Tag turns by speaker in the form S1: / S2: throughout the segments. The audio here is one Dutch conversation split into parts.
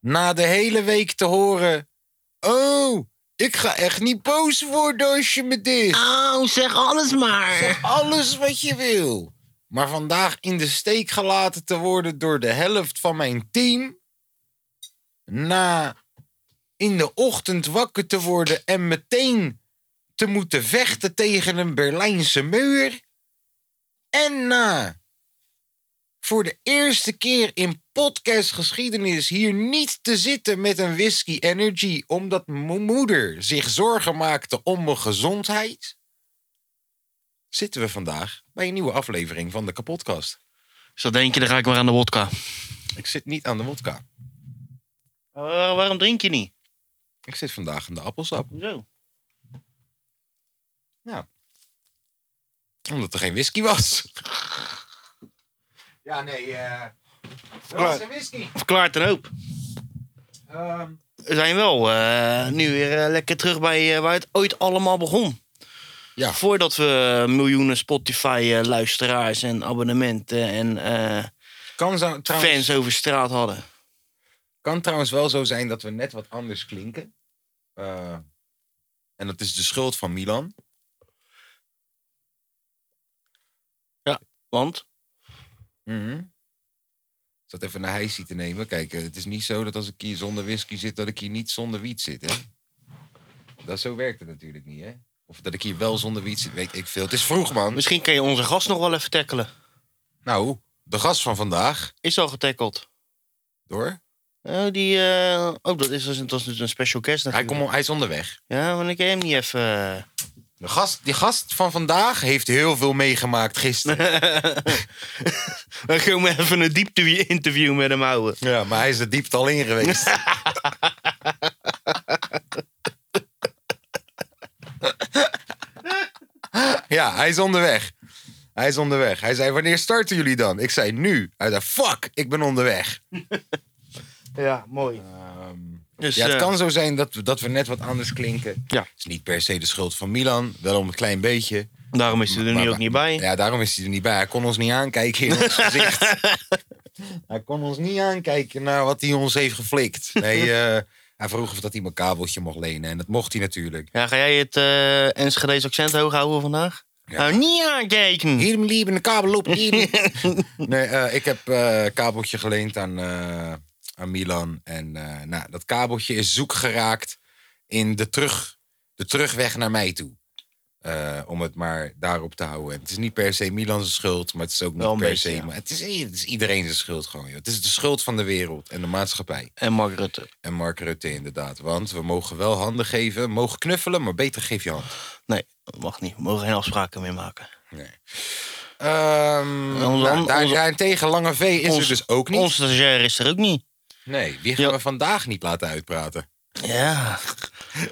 S1: Na de hele week te horen. Oh, ik ga echt niet boos worden als je me dit.
S2: Oh, zeg alles maar.
S1: Alles wat je wil. Maar vandaag in de steek gelaten te worden door de helft van mijn team. Na in de ochtend wakker te worden en meteen te moeten vechten tegen een Berlijnse muur. En na voor de eerste keer in podcastgeschiedenis hier niet te zitten met een whisky energy omdat mijn moeder zich zorgen maakte om mijn gezondheid zitten we vandaag bij een nieuwe aflevering van de kapotkast.
S3: Zo denk je, dan ga ik maar aan de wodka.
S1: Ik zit niet aan de wodka.
S3: waarom drink je niet?
S1: Ik zit vandaag aan de appelsap.
S3: Zo.
S1: Omdat er geen whisky was. Ja, nee. eh er was geen whisky.
S3: Verklaart een hoop.
S1: Ehm,
S3: We zijn wel eh, nu weer eh, lekker terug bij eh, waar het ooit allemaal begon.
S1: Ja.
S3: Voordat we miljoenen Spotify-luisteraars en abonnementen en eh,
S1: kan, zo, trouwens,
S3: fans over straat hadden.
S1: kan trouwens wel zo zijn dat we net wat anders klinken. Eh, en dat is de schuld van Milan.
S3: Want
S1: Mhm. Ik zat even naar hijsie te nemen. Kijk, eh, het is niet zo dat als ik hier zonder whisky zit, dat ik hier niet zonder wiet zit, hè? Dat, zo werkt het natuurlijk niet, hè? Of dat ik hier wel zonder wiet zit, weet ik veel. Het is vroeg, man.
S3: misschien kan je onze gast nog wel even tackelen.
S1: Nou, de gast van vandaag,
S3: Is al getackeld.
S1: door.
S3: Oh, die, eh oh dat, is, dat was dus een special guest
S1: Hij,
S3: natuurlijk.
S1: komt hij is onderweg.
S3: Ja, maar ik kan je hem niet even... eh,
S1: De gast, die gast van vandaag heeft heel veel meegemaakt gisteren.
S3: Dan gaan we even een diepte-interview met hem houden.
S1: Ja, maar hij is de diepte al in geweest. ja, hij is onderweg. Hij is onderweg. Hij zei, wanneer starten jullie dan? Ik zei, nu. Hij zei, fuck, ik ben onderweg.
S3: Ja, mooi. Dus,
S1: ja, het
S3: eh,
S1: kan zo zijn dat we, dat we net wat anders klinken.
S3: Ja.
S1: Het is niet per se de schuld van Milan. Wel om een klein beetje.
S3: Daarom is hij er nu
S1: Maar-
S3: ook niet bij.
S1: Ja, daarom is hij er niet bij. Hij kon ons niet aankijken in ons gezicht. hij kon ons niet aankijken naar wat hij ons heeft geflikt. Nee, eh, hij vroeg of dat hij mijn kabeltje mocht lenen. En dat mocht hij natuurlijk.
S3: Ja, ga jij het eh Enschede's accent hoog houden vandaag?
S1: Ja.
S3: Nou, niet aankijken!
S1: Hier, mijn lieve, een kabel op. Hier. nee, eh, ik heb eh, kabeltje geleend aan, eh, aan Milan. En eh, nou, dat kabeltje is zoek geraakt in de, terug, de terugweg naar mij toe. Eh, om het maar daarop te houden. En het is niet per se Milan's schuld, maar het is ook niet
S3: Wel een
S1: per
S3: beetje,
S1: se.
S3: ja.
S1: Maar het, is, het is iedereen zijn schuld gewoon. Joh. Het is de schuld van de wereld en de maatschappij.
S3: En Mark Rutte.
S1: En Mark Rutte inderdaad. Want we mogen wel handen geven, mogen knuffelen, maar beter geef je hand.
S3: Nee, dat mag niet. We mogen geen afspraken meer maken.
S1: Ehm
S3: Onze-
S1: nou, daar,
S3: onze-
S1: daarentegen Lange V is
S3: Ons-
S1: er dus ook niet.
S3: Onze stagiair is er ook niet.
S1: Nee, die gaan
S3: Ja.
S1: we vandaag niet laten uitpraten.
S3: Ja.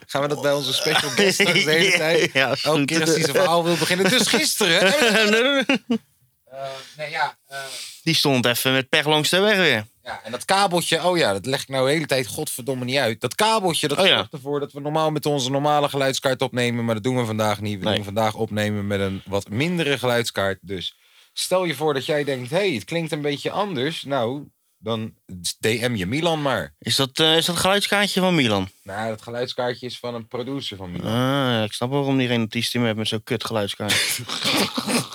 S1: Gaan we dat bij onze special guest straks de hele
S3: Ja,
S1: tijd?
S3: ja, is
S1: Elke
S3: goed.
S1: keer als hij zijn verhaal wil beginnen. Dus gisteren... hebben we- Eh, nee, ja, eh,
S3: Die stond even met pech langs de weg weer.
S1: ja. En dat kabeltje, oh ja, dat leg ik nou de hele tijd godverdomme niet uit. Dat kabeltje, dat
S3: Oh ja.
S1: zorgt ervoor dat we normaal met onze normale geluidskaart opnemen. Maar dat doen we vandaag niet. We
S3: Nee.
S1: doen vandaag opnemen met een wat mindere geluidskaart. Dus stel je voor dat jij denkt, hé, hey, het klinkt een beetje anders. Nou, dan DM je Milan maar.
S3: Is dat, eh, is dat geluidskaartje van Milan?
S1: Nou, dat geluidskaartje is van een producer van Milan.
S3: Ah, ik snap wel waarom die geen autisme heeft met zo'n kut geluidskaartje.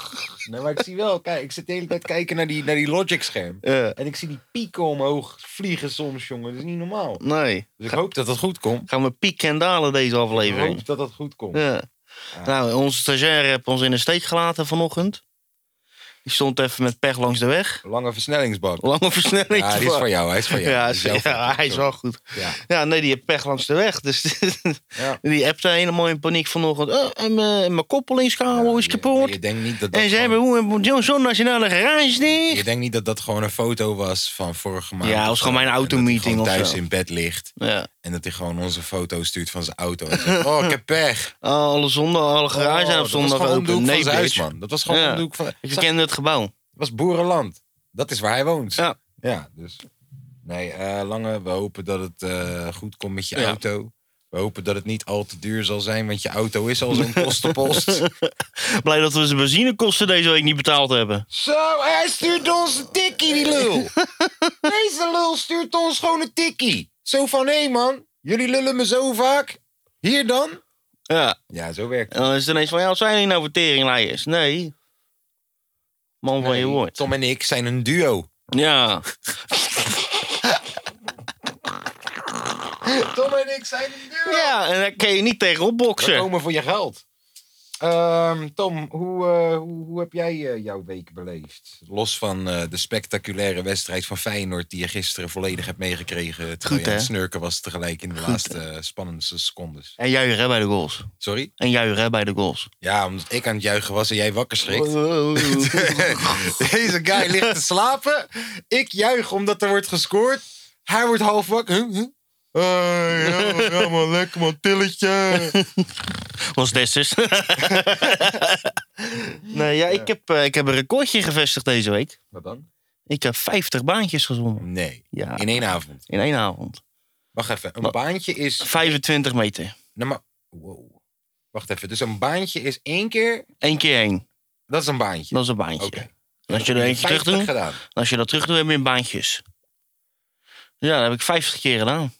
S1: Nee, maar ik zie wel, kijk, ik zit de hele tijd kijken naar die, naar die Logic-scherm.
S3: Eh,
S1: En ik zie die pieken omhoog vliegen soms, jongen. Dat is niet normaal.
S3: nee.
S1: Dus ik hoop dat dat goed komt.
S3: Gaan we pieken en dalen deze
S1: Ik
S3: aflevering.
S1: hoop dat dat goed komt.
S3: Ja. Nou, onze stagiair heeft ons in de steek gelaten vanochtend. Die stond even met pech langs de weg.
S1: Lange versnellingsbak.
S3: Lange versnelling.
S1: Ja, die is van jou, hij is van jou.
S3: Ja,
S1: Die is
S3: ja,
S1: jouw foto.
S3: hij is wel goed.
S1: Ja.
S3: Ja, nee, die heeft pech langs de weg. Dus
S1: Ja.
S3: die appte helemaal in paniek vanochtend. Oh, en mijn mijn koppelingskabel Oh, is
S1: Maar
S3: kapot.
S1: Je denkt niet dat dat
S3: En ze hebben
S1: gewoon-
S3: hoe een zo'n- zo'n nationale nou garage
S1: je
S3: dicht.
S1: denkt niet dat dat gewoon een foto was van vorige maand.
S3: Ja, het was gewoon mijn
S1: En dat hij
S3: automeeting
S1: gewoon
S3: of
S1: thuis
S3: zo.
S1: in bed ligt.
S3: Ja.
S1: En dat hij gewoon onze foto stuurt van zijn auto. En zegt, oh, ik heb pech.
S3: Alle zondag, alle garage
S1: Oh,
S3: zijn op zondag
S1: Dat was gewoon om de
S3: open.
S1: hoek
S3: Nee,
S1: van zijn huis,
S3: bitch.
S1: man. Dat was gewoon
S3: Ja.
S1: om de hoek van...
S3: Ik
S1: Zag-
S3: kende het gebouw.
S1: Het was boerenland. Dat is waar hij woont.
S3: Ja.
S1: Ja, dus... Nee, eh, Lange, we hopen dat het eh, goed komt met je
S3: Ja.
S1: auto. We hopen dat het niet al te duur zal zijn, want je auto is al zo'n kostenpost.
S3: Blij dat we zijn benzinekosten deze week niet betaald hebben.
S1: Zo, hij stuurt ons een tikkie, die lul. Deze lul stuurt ons gewoon een tikkie. Zo van, hé man, jullie lullen me zo vaak. Hier dan?
S3: Ja.
S1: Ja, zo werkt
S3: En dan is het ineens van, ja, wat zijn jullie nou voor teringleiers? Nee. Man van je
S1: Nee,
S3: woord.
S1: Tom en ik zijn een duo.
S3: Ja.
S1: Tom en ik zijn een duo.
S3: Ja, en daar kun je niet tegen
S1: We
S3: opboksen.
S1: komen voor je geld. Ehm, Tom, hoe, eh, hoe, hoe heb jij eh, jouw week beleefd? Los van eh, de spectaculaire wedstrijd van Feyenoord... die je gisteren volledig hebt meegekregen...
S3: Goed,
S1: terwijl je aan het
S3: hè?
S1: snurken was tegelijk in de laatste eh, spannendste secondes.
S3: En juichen hè, bij de goals.
S1: Sorry?
S3: En juichen hè, bij de goals.
S1: Ja, omdat ik aan het juichen was en jij wakker
S3: Oh,
S1: schrikt. Deze guy ligt te slapen. Ik juich omdat er wordt gescoord. Hij wordt half wakker. Huh? Huh? Eh, ja, ja, man, lekker man, tilletje.
S3: Was destes. nee, ja, ik heb, eh, ik heb een recordje gevestigd deze week.
S1: Wat dan?
S3: Ik heb 50 baantjes gezonden.
S1: Nee,
S3: Ja,
S1: in één avond.
S3: in één avond.
S1: Wacht even, een
S3: Wa-
S1: baantje is...
S3: 25 meter.
S1: Nou, maar... Wow. Wacht even, dus een baantje is één keer...
S3: Eén keer één.
S1: Dat is een baantje.
S3: Dat is een baantje.
S1: Oké.
S3: En als je er eentje terug
S1: 50
S3: doet, en
S1: gedaan.
S3: als je dat terug doet, heb je in baantjes. Ja, dat heb ik 50 keer gedaan.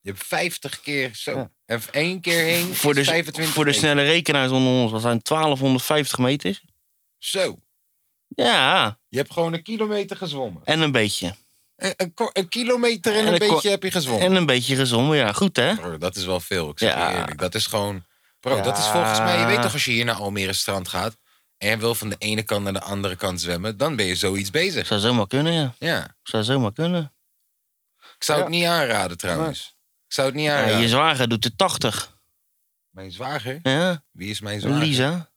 S1: Je hebt 50 keer zo.
S3: Ja.
S1: En één keer heen
S3: Voor de,
S1: is 25
S3: voor de
S1: meter.
S3: snelle rekenaars onder ons, dat zijn 1250 meters.
S1: Zo,
S3: Ja,
S1: je hebt gewoon een kilometer gezwommen.
S3: en een beetje.
S1: Een, een ko- een kilometer en,
S3: En
S1: een
S3: een ko-
S1: beetje heb je gezwommen.
S3: En een beetje gezond, ja, goed hè?
S1: Bro, dat is wel veel. Ik zeg
S3: Ja.
S1: je eerlijk. Dat is gewoon. Bro,
S3: Ja.
S1: dat is volgens mij. Je weet toch, als je hier naar Almere Strand gaat. en je wil van de ene kant naar de andere kant zwemmen. dan ben je zoiets bezig.
S3: Zou zomaar kunnen, ja.
S1: Ja.
S3: Zou zomaar kunnen.
S1: Ik zou het
S3: Ja.
S1: niet aanraden trouwens. Ik zou het niet
S3: Ja,
S1: aanraden.
S3: je zwager doet de 80.
S1: Mijn zwager?
S3: Ja,
S1: Wie is mijn zwager?
S3: Lisa,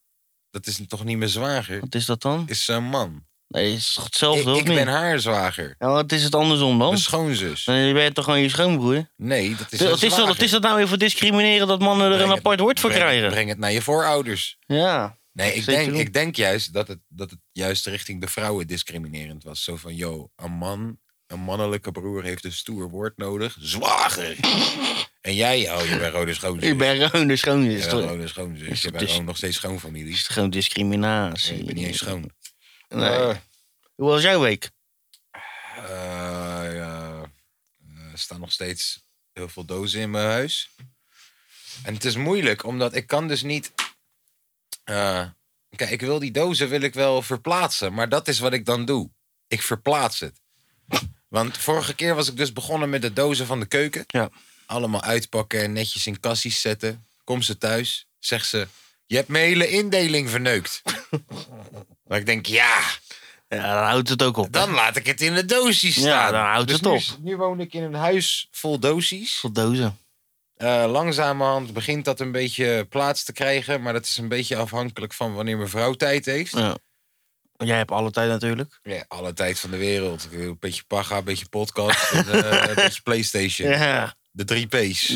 S1: Dat is toch niet mijn zwager?
S3: wat is dat dan?
S1: Is zijn man.
S3: Nee, is toch
S1: Ik,
S3: hetzelfde, of
S1: ik
S3: niet?
S1: ben haar zwager.
S3: Ja, wat is het andersom dan?
S1: Mijn schoonzus.
S3: Dan ben je toch gewoon je schoonbroer?
S1: Nee, dat
S3: Wat
S1: is. zijn
S3: is, dat, wat
S1: zwager.
S3: is dat nou weer voor discrimineren dat mannen er een
S1: Breng het-
S3: apart woord voor
S1: breng-
S3: krijgen?
S1: Breng het naar je voorouders.
S3: Ja.
S1: Nee, ik
S3: Zeker
S1: denk,
S3: doen.
S1: ik denk juist dat het, dat het juist richting de vrouwen discriminerend was. Zo van, yo, een man, een mannelijke broer heeft een stoer woord nodig. Zwager! en jij, oh, je bent rode schoonzus.
S3: Ik ben gewoon de
S1: Je
S3: schoonzus.
S1: bent
S3: toch?
S1: rode schoonzus.
S3: Is
S1: je
S3: dat
S1: bent
S3: dus-
S1: gewoon nog steeds schoonfamilie.
S3: Is het gewoon discriminatie?
S1: Nee, je bent niet eens schoon.
S3: Nee.
S1: Eh,
S3: Hoe was jouw week?
S1: eh, ja, eh, er staan nog steeds heel veel dozen in mijn huis. En het is moeilijk, omdat ik kan dus niet... eh, kijk, ik wil die dozen wil ik wel verplaatsen, maar dat is wat ik dan doe. Ik verplaats het. Want vorige keer was ik dus begonnen met de dozen van de keuken.
S3: Ja.
S1: Allemaal uitpakken en netjes in kassies zetten. Kom ze thuis, zegt ze... Je hebt mijn hele indeling verneukt. maar ik denk, ja,
S3: Ja, dan houdt het ook op.
S1: dan laat ik het in de doosjes
S3: Ja,
S1: staan.
S3: dan houdt
S1: Dus
S3: het
S1: nu
S3: op.
S1: is- Nu woon ik in een huis vol doosjes.
S3: Tot dozen.
S1: Eh langzamerhand begint dat een beetje plaats te krijgen. Maar dat is een beetje afhankelijk van wanneer mijn vrouw tijd heeft.
S3: Ja. Jij hebt alle tijd natuurlijk.
S1: Ja, alle tijd van de wereld. Ik wil Een beetje paga, een beetje podcast, en, eh, een beetje Playstation.
S3: Ja.
S1: De drie P's.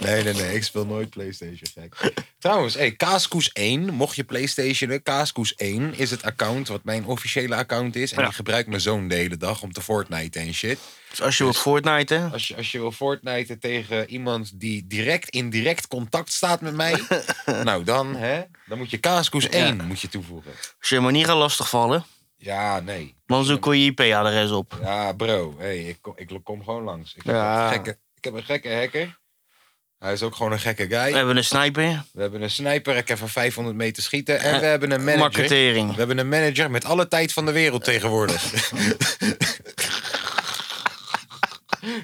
S1: nee, nee, nee. Ik speel nooit Playstation, gek. Trouwens, hey, Kaaskoes 1, mocht je Playstationen, Kaaskoes 1 is het account wat mijn officiële account is. En
S3: Ja.
S1: die gebruikt mijn zoon de hele dag om te Fortnite en shit.
S3: Dus als je wilt Fortnite, hè?
S1: Als je, als je wil Fortnite tegen iemand die direct in direct contact staat met mij. nou, dan, hè, dan moet je Kaaskoes 1 moet je toevoegen.
S3: Als je me niet gaat lastigvallen,
S1: Ja, nee.
S3: dan zoek je je IP-adres op.
S1: Ja, bro. Hey, ik, kom, ik kom gewoon langs. Ik heb,
S3: Ja.
S1: een gekke, ik heb een gekke hacker. Hij is ook gewoon een gekke guy.
S3: We hebben een sniper,
S1: We hebben een sniper, ik kan van 500 meter schieten. En we hebben een manager.
S3: marketering.
S1: We hebben een manager met alle tijd van de wereld tegenwoordig.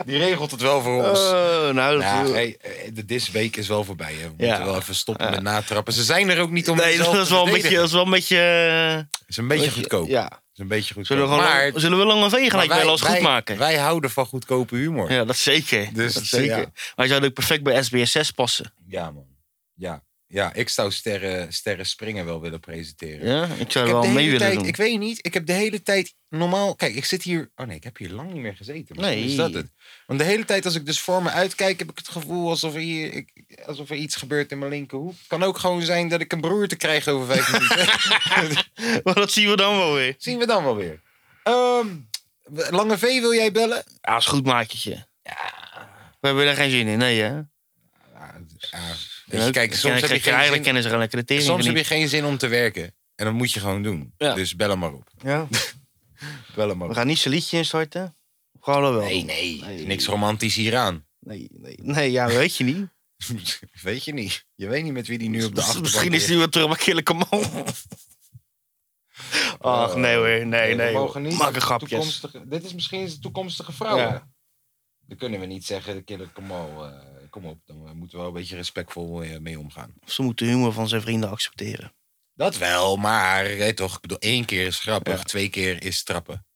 S1: Die regelt het wel voor ons.
S3: Oh, nou, dat
S1: ja, hey, eh, de this week is wel voorbij. Hè. We
S3: Ja.
S1: moeten wel even stoppen met natrappen. Ze zijn er ook niet om
S3: nee,
S1: jezelf
S3: dat is
S1: te
S3: wel een beetje,
S1: verdedigen.
S3: dat is wel een beetje... eh,
S1: is een beetje
S3: weet je,
S1: goedkoop.
S3: Ja.
S1: Is een beetje goedkoop.
S3: Zullen we, gewoon
S1: maar,
S3: lang, zullen we lang een vee gelijk
S1: maar
S3: wel als goed maken?
S1: Wij houden van goedkope humor. Ja,
S3: ja, dat zeker.
S1: Dus
S3: dat
S1: het, eh,
S3: zeker.
S1: ja.
S3: Wij zouden ook perfect bij SBS6 passen.
S1: man. Ja. ja, ik zou Sterren, Sterren Springen wel willen presenteren.
S3: Ja? Ik zou
S1: Ik, heb
S3: wel
S1: de hele
S3: mee willen
S1: tijd,
S3: doen.
S1: ik weet niet, ik heb de hele tijd normaal... Kijk, ik zit hier... Oh nee, ik heb hier lang niet meer gezeten. Misschien
S3: Nee.
S1: Is dat het? Want de hele tijd als ik dus voor me uitkijk... heb ik het gevoel alsof er, hier, ik, alsof er iets gebeurt in mijn linkerhoek. kan ook gewoon zijn dat ik een broer te krijgen over vijf minuten.
S3: Maar dat zien we dan wel weer.
S1: zien we dan wel weer. Ehm, Lange V, wil jij bellen?
S3: Ja, is goed makertje. We hebben daar geen zin in, nee hè?
S1: Ja, weet Dus je, kijk,
S3: Dan
S1: soms heb, je
S3: krijg
S1: geen
S3: eigenlijk
S1: zin,
S3: kennis gewoon lekker de tering.
S1: soms heb je
S3: geniet.
S1: geen zin om te werken. En dat moet je gewoon doen.
S3: Ja.
S1: Dus bel hem maar op.
S3: Ja.
S1: Bel hem maar
S3: We
S1: op.
S3: gaan niet zijn liedje instarten. We gaan er wel.
S1: Nee,
S3: Nee,
S1: nee,
S3: Nee.
S1: Niks romantisch hieraan.
S3: nee, nee. ja, weet je niet.
S1: weet je niet. Je weet niet met wie die nu op de achterbank
S3: Misschien is
S1: ligt.
S3: die weer terug bij Kille Kamal. Ach, nee hoor. Nee,
S1: Oh. We
S3: nee.
S1: mogen niet
S3: Maak een grapje.
S1: toekomstige- Dit is misschien zijn toekomstige vrouw.
S3: Ja.
S1: hè? Dan kunnen we niet zeggen, de killer, kom, al, eh, kom op. Dan eh, moeten we wel een beetje respectvol eh, mee omgaan.
S3: Ze moeten de humor van zijn vrienden accepteren.
S1: Dat wel, maar hè, toch, ik bedoel, één keer is grappig, twee keer is trappen.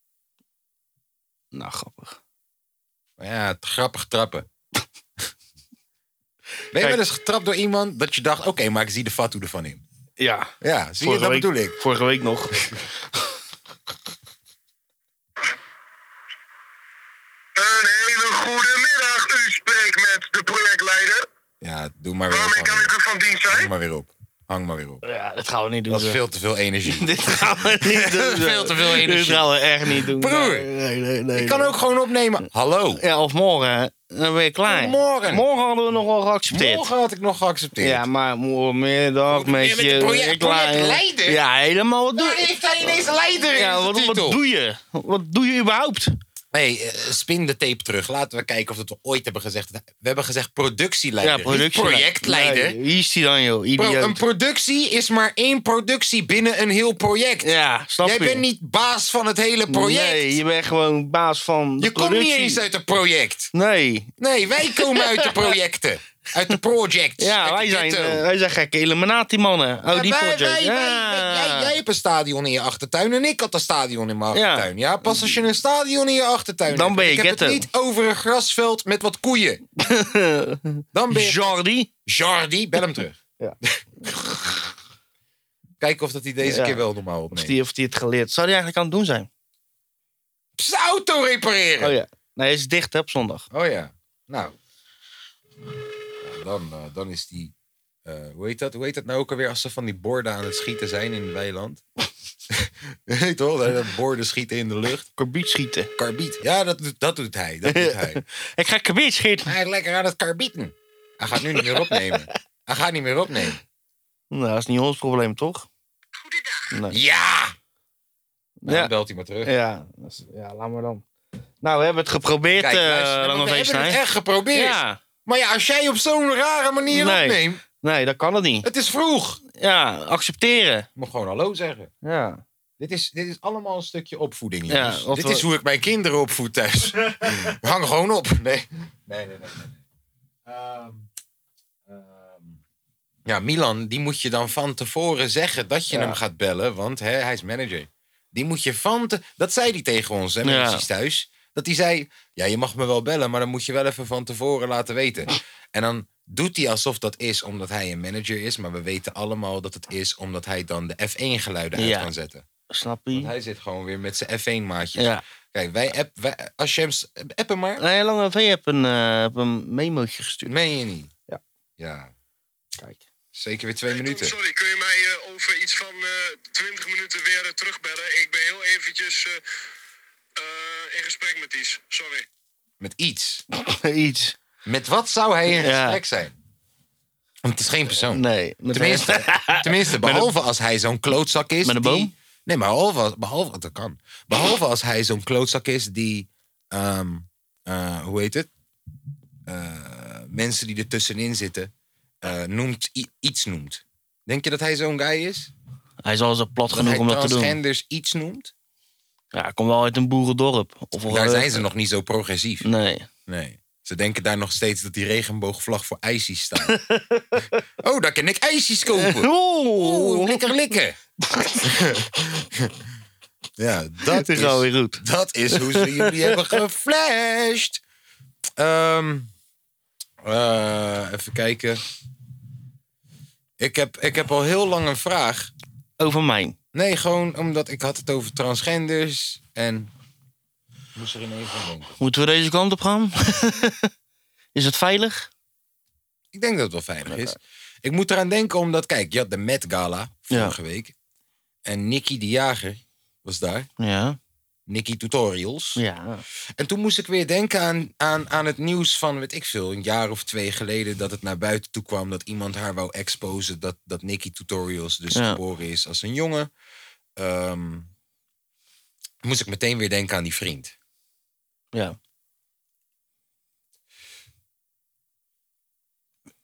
S3: Nou, grappig.
S1: Maar ja, t- grappig trappen. ben je
S3: Kijk.
S1: wel eens getrapt door iemand dat je dacht, oké, maar ik zie de fatu ervan in.
S3: Ja,
S1: Ja, zie je,
S3: vorige
S1: dat
S3: week,
S1: bedoel ik.
S3: Vorige week nog.
S4: Een hele goede middag. U spreekt met de projectleider.
S1: Ja, doe maar Ah, weer
S4: Waarmee
S1: op.
S4: kan
S1: Hang,
S4: ik u van dienst
S1: hang
S4: zijn?
S1: maar weer op. Hang maar weer op.
S3: Ja, dat gaan we niet doen.
S1: Dat is
S3: zeg.
S1: veel te veel energie.
S3: Dit gaan we niet doen.
S1: Veel te veel energie.
S3: Dit gaan we echt niet doen.
S1: Broer,
S3: Nee, nee, nee, nee,
S1: Ik kan
S3: nee.
S1: ook gewoon opnemen. Hallo.
S3: Ja, of morgen. Dan ben je klaar.
S1: Morgen.
S3: Morgen hadden we nog wel geaccepteerd.
S1: Morgen had ik nog geaccepteerd.
S3: Ja, maar morgenmiddag met je...
S1: met de project-
S3: ik laat-
S1: projectleider?
S3: Ja, helemaal. Wat doe
S1: Daar heeft hij ineens leider in
S3: Ja, wat,
S1: de
S3: wat
S1: titel.
S3: doe je? Wat doe je überhaupt?
S1: Nee, eh, spin de tape terug. Laten we kijken of dat we ooit hebben gezegd. We hebben gezegd productieleider.
S3: Ja,
S1: niet
S3: productie.
S1: projectleider.
S3: Nee, wie is die dan, joh?
S1: Bro,
S3: Idioot.
S1: een productie is maar één productie binnen een heel project.
S3: ja, snap
S1: Jij
S3: je?
S1: bent niet baas van het hele project.
S3: Nee, je bent gewoon baas van de
S1: je komt
S3: productie.
S1: niet eens uit het project.
S3: Nee.
S1: Nee, wij komen uit de projecten. Uit de projects.
S3: Ja,
S1: uit
S3: wij
S1: de
S3: zijn,
S1: ghetto.
S3: eh, wij zijn gekke Illuminati-mannen. Oh,
S1: Ja,
S3: die
S1: wij-
S3: project.
S1: wij- wij-
S3: ja.
S1: wij- jij, jij hebt een stadion in je achtertuin en ik had een stadion in mijn
S3: Ja.
S1: achtertuin. Ja, pas als je een stadion in je achtertuin
S3: Dan
S1: hebt.
S3: ben je
S1: ik heb
S3: ghetto.
S1: het niet over een grasveld met wat koeien. Dan ben je...
S3: Jordi.
S1: Jardi, bel hem terug.
S3: Ja.
S1: Kijken of dat hij deze
S3: Ja.
S1: keer wel normaal
S3: Of
S1: opneemt.
S3: die, of die het geleerd. Zou die eigenlijk aan het doen zijn?
S1: Zijn auto repareren.
S3: Oh ja. Nee, hij is dicht hè, op zondag.
S1: Oh ja, nou. Ja, dan, eh, dan is die. eh, hoe, heet dat? hoe heet dat nou ook alweer als ze van die borden aan het schieten zijn in het weiland? Weet toch? Dat dat borden schieten in de lucht.
S3: Karbiet schieten.
S1: Karbiet. Ja, dat, doet- dat doet hij. Dat doet hij.
S3: Ik ga karbiet schieten.
S1: hij is lekker aan het karbieten. Hij gaat nu niet meer opnemen. Hij gaat niet meer opnemen.
S3: Nou, dat is niet ons probleem, toch? Goedendag. Nee.
S1: Ja! Nou,
S3: Ja.
S1: Dan belt hij maar terug.
S3: Ja, dat is- ja, laat maar dan. Nou, we hebben het geprobeerd,
S1: Kijk, luister,
S3: eh Lange
S1: we hebben het
S3: Veensnij.
S1: echt geprobeerd.
S3: Ja,
S1: Maar ja, als jij op zo'n rare manier
S3: Nee.
S1: opneemt,
S3: nee, dat kan het niet.
S1: het is vroeg.
S3: Ja, accepteren.
S1: Je moet gewoon hallo zeggen.
S3: Ja.
S1: Dit is, dit is allemaal een stukje opvoeding,
S3: Ja,
S1: jongens.
S3: wat
S1: dit
S3: we-
S1: is hoe ik mijn kinderen opvoed thuis. We hangen gewoon op. Nee, nee, nee. nee, nee. Ehm, ehm, Ja, Milan, die moet je dan van tevoren zeggen dat je
S3: Ja.
S1: hem gaat bellen. Want hè, hij is manager. Die moet je van... Te... Dat zei hij tegen ons, hè,
S3: Ja.
S1: mensen thuis. Dat hij zei, ja, je mag me wel bellen, maar dan moet je wel even van tevoren laten weten. En dan doet hij alsof dat is omdat hij een manager is. Maar we weten allemaal dat het is omdat hij dan de F1-geluiden uit
S3: Ja.
S1: kan zetten.
S3: Snap
S1: Want
S3: je?
S1: hij zit gewoon weer met zijn F1-maatjes.
S3: Ja.
S1: Kijk, wij, app, wij als je hem... s- App hem maar.
S3: Nee, Lange V heeft een, eh, heb een memootje gestuurd.
S1: Meen je niet?
S3: Ja.
S1: Ja,
S3: Kijk.
S1: zeker weer twee minuten.
S4: Oh, Sorry, kun je mij eh, over iets van eh 20 minuten weer eh, terugbellen? Ik ben heel eventjes eh, eh, in gesprek met iets. Sorry.
S1: Met iets.
S3: Iets.
S1: Met wat zou hij in
S3: Ja.
S1: gesprek zijn? Want het is geen persoon.
S3: Nee. met-
S1: Tenminste, tenminste behalve als hij zo'n klootzak is.
S3: Met een
S1: die-
S3: boom?
S1: nee, maar behalve, als- behalve, dat kan. Behalve als hij zo'n klootzak is die, ehm, eh, hoe heet het? Eh, mensen die er tussenin zitten, eh, noemt, i- iets noemt. Denk je dat hij zo'n guy is?
S3: Hij is al zo plat
S1: Dat
S3: genoeg
S1: hij
S3: om dat te doen.
S1: transgenders iets noemt?
S3: Ja, ik kom wel uit een boerendorp. Of
S1: Daar zijn ze nog niet zo progressief.
S3: Nee.
S1: Nee. Ze denken daar nog steeds dat die regenboogvlag voor ijsjes staat. oh, daar kan ik ijsjes kopen. Oeh,
S3: Oeh,
S1: lekker likken. ja, dat
S3: dit gaat
S1: is,
S3: weer goed.
S1: dat is hoe ze jullie hebben geflasht. Ehm, eh, even kijken. Ik heb, ik heb al heel lang een vraag.
S3: Over mijn.
S1: Nee, gewoon omdat ik had het over transgenders en... Ik moest er in één van denken.
S3: Moeten we deze kant op gaan? is het veilig?
S1: Ik denk dat het wel veilig is. Ik moet eraan denken omdat, kijk, je had de Met Gala vorige week. En Nicky de Jager was daar.
S3: Ja.
S1: Nicky Tutorials.
S3: Ja.
S1: En toen moest ik weer denken aan, aan, aan het nieuws van, weet ik veel, een jaar of twee geleden. Dat het naar buiten toe kwam dat iemand haar wou exposen. Dat, dat Nicky Tutorials dus
S3: Ja.
S1: geboren is als een jongen. Ehm, moest ik meteen weer denken aan die vriend.
S3: Ja.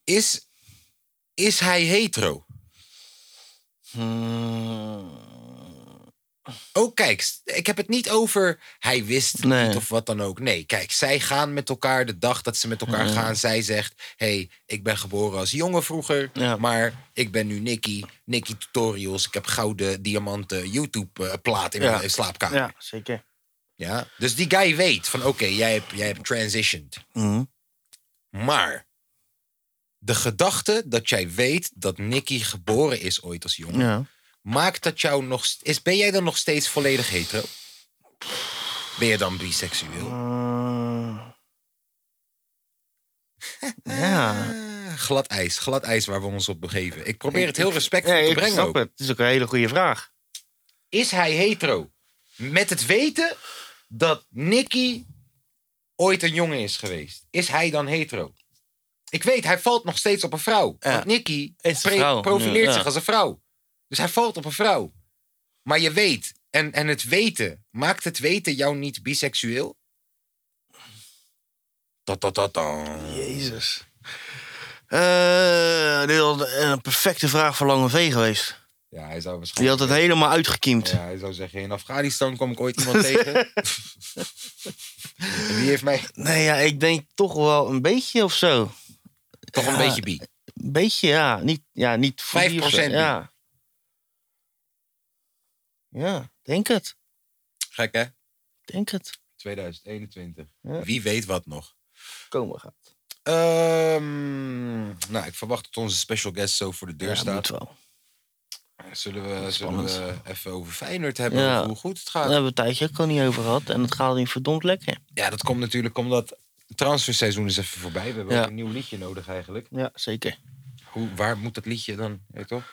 S1: Is, is hij hetero?
S3: Hmm.
S1: Oh, kijk, s- ik heb het niet over hij wist het
S3: Nee.
S1: niet of wat dan ook. Nee, kijk, zij gaan met elkaar de dag dat ze met elkaar gaan. Zij zegt, hey, ik ben geboren als jongen vroeger,
S3: Ja.
S1: maar ik ben nu Nicky. Nicky Tutorials, ik heb gouden diamanten YouTube-plaat in
S3: Ja.
S1: mijn slaapkamer. Ja.
S3: Ja, zeker.
S1: Dus die guy weet van, oké, jij, hebt, jij hebt transitioned.
S3: Mhm.
S1: Maar de gedachte dat jij weet dat Nicky geboren is ooit als jongen...
S3: Ja.
S1: maakt dat jou nog... st- Is, ben jij dan nog steeds volledig hetero? Ben je dan
S3: Eh.
S1: biseksueel? Hmm.
S3: ja.
S1: Eh, Glad ijs, glad ijs waar we ons op begeven. Ik probeer het heel respectvol
S3: Nee,
S1: te
S3: ik
S1: brengen
S3: snap
S1: ook.
S3: het. Het is ook een hele goede vraag.
S1: Is hij hetero? Met het weten dat Nicky ooit een jongen is geweest. Is hij dan hetero? Ik weet, hij valt nog steeds op een vrouw.
S3: Ja.
S1: Want Nicky
S3: Is een
S1: pre-
S3: vrouw,
S1: profileert
S3: ja, ja.
S1: zich als een vrouw. Dus hij valt op een vrouw. Maar je weet, en, en het weten, maakt het weten jou niet biseksueel? Dat, dat, dat,
S3: Jezus. Eh, dit was een perfecte vraag voor Lange V geweest.
S1: Ja, hij zou waarschijnlijk...
S3: Die had het helemaal uitgekiemd.
S1: Ja, hij zou zeggen, in Afghanistan kom ik ooit iemand tegen. en die heeft mij
S3: Nee, ja, ik denk toch wel een beetje of zo.
S1: toch een
S3: Ja.
S1: beetje bi.
S3: Een beetje, ja. Niet, ja, niet voor die of zo.
S1: 5%
S3: Ja. ja, denk het.
S1: Gek, hè?
S3: Denk het.
S1: 2021.
S3: Ja.
S1: Wie weet wat nog.
S3: Komen gaat.
S1: Ehm, nou, ik verwacht dat onze special guest zo voor de deur
S3: Ja,
S1: staat.
S3: moet wel.
S1: Zullen we, zullen
S3: Spannend.
S1: we even over Feyenoord hebben?
S3: Ja.
S1: over Hoe goed het
S3: Daar
S1: gaat?
S3: hebben we het tijdje ook al niet over gehad. En het gaat niet verdomd lekker.
S1: Ja, dat komt natuurlijk omdat het transferseizoen is even voorbij. We hebben
S3: Ja.
S1: ook een nieuw liedje nodig eigenlijk.
S3: Ja, zeker.
S1: Hoe, waar moet dat liedje dan? Weet je toch?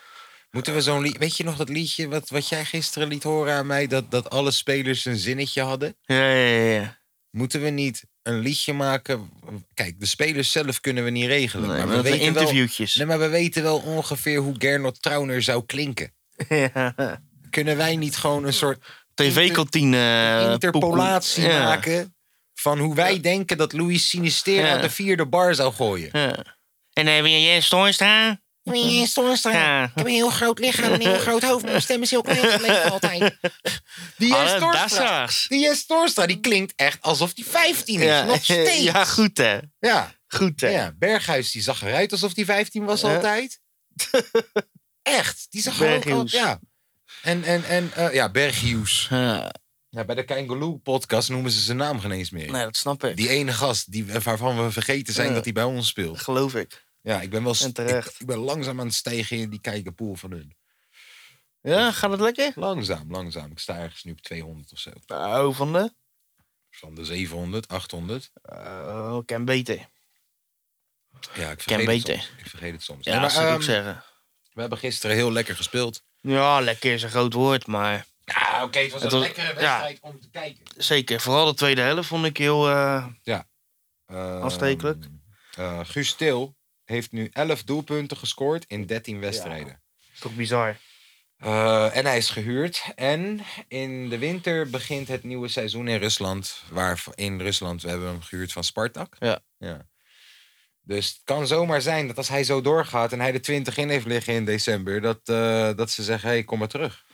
S1: Moeten we zo'n lied... Weet je nog dat liedje wat, wat jij gisteren liet horen aan mij? Dat, dat alle spelers een zinnetje hadden?
S3: Ja, ja, ja, ja.
S1: Moeten we niet een liedje maken? Kijk, de spelers zelf kunnen we niet regelen.
S3: Nee,
S1: maar we
S3: met de
S1: weten wel...
S3: interviewtjes.
S1: Nee, maar we weten wel ongeveer hoe Gernot Trauner zou klinken.
S3: Ja.
S1: Kunnen wij niet gewoon een soort
S3: TV-kantine. eh,
S1: interpolatie
S3: poekoe. Ja.
S1: maken van hoe wij denken dat Louis Sinistera
S3: Ja.
S1: de vierde bar zou gooien?
S3: Ja. En dan heb je Jens Toornstra.
S2: Nee,
S3: Ja.
S2: Ik heb een heel groot lichaam en een heel groot hoofd. Mijn stem is heel klein gebleven altijd.
S1: Die Jens
S3: Alle
S1: Torstra,
S3: Dassa's.
S1: die, Jens Torstra, die klinkt echt alsof hij 15 is. Nog steeds.
S3: ja, goed hè.
S1: Ja.
S3: Goed hè.
S1: ja, Berghuis die zag eruit alsof hij 15 was
S3: Ja.
S1: altijd. Echt, die zag er ook al.
S3: Berghuis.
S1: Ja. En, en, en eh, ja, Berghuis.
S3: Ja,
S1: Ja, bij de Kangaloo podcast noemen ze zijn naam geen eens meer.
S3: nee, dat snap ik.
S1: Die ene gast die, waarvan we vergeten zijn
S3: Ja.
S1: dat hij bij ons speelt.
S3: Geloof ik.
S1: Ja, ik ben wel st-
S3: En terecht.
S1: Ik, ik ben langzaam aan het stijgen in die kijkerpool van hun.
S3: Ja, gaat het lekker?
S1: Langzaam, langzaam. Ik sta ergens nu op 200 of zo.
S3: Nou, van de.
S1: Van de 700, 800.
S3: Oh, ik ken beter.
S1: Ja, ik vergeet
S3: Ken
S1: het
S3: beter.
S1: soms. Ik vergeet het soms.
S3: Ja,
S1: Nee, maar,
S3: dat zou ik
S1: ehm,
S3: zeggen.
S1: we hebben gisteren heel lekker gespeeld.
S3: Ja, lekker is een groot woord, maar
S1: Ja, oké, het was
S3: Het
S1: een
S3: was-
S1: lekkere
S3: ja.
S1: wedstrijd om te kijken.
S3: zeker. Vooral de tweede helft vond ik heel. eh,
S1: Ehm,
S3: Afstekelijk.
S1: eh, Guus Til heeft nu 11 doelpunten gescoord in 13 wedstrijden.
S3: toch bizar.
S1: Eh, en hij is gehuurd. En in de winter begint het nieuwe seizoen in Rusland. Waar in Rusland we hebben hem gehuurd van Spartak.
S3: Ja.
S1: ja. Dus het kan zomaar zijn dat als hij zo doorgaat en hij de 20 in heeft liggen in december, dat, eh, dat ze zeggen: hé, hey, kom maar terug.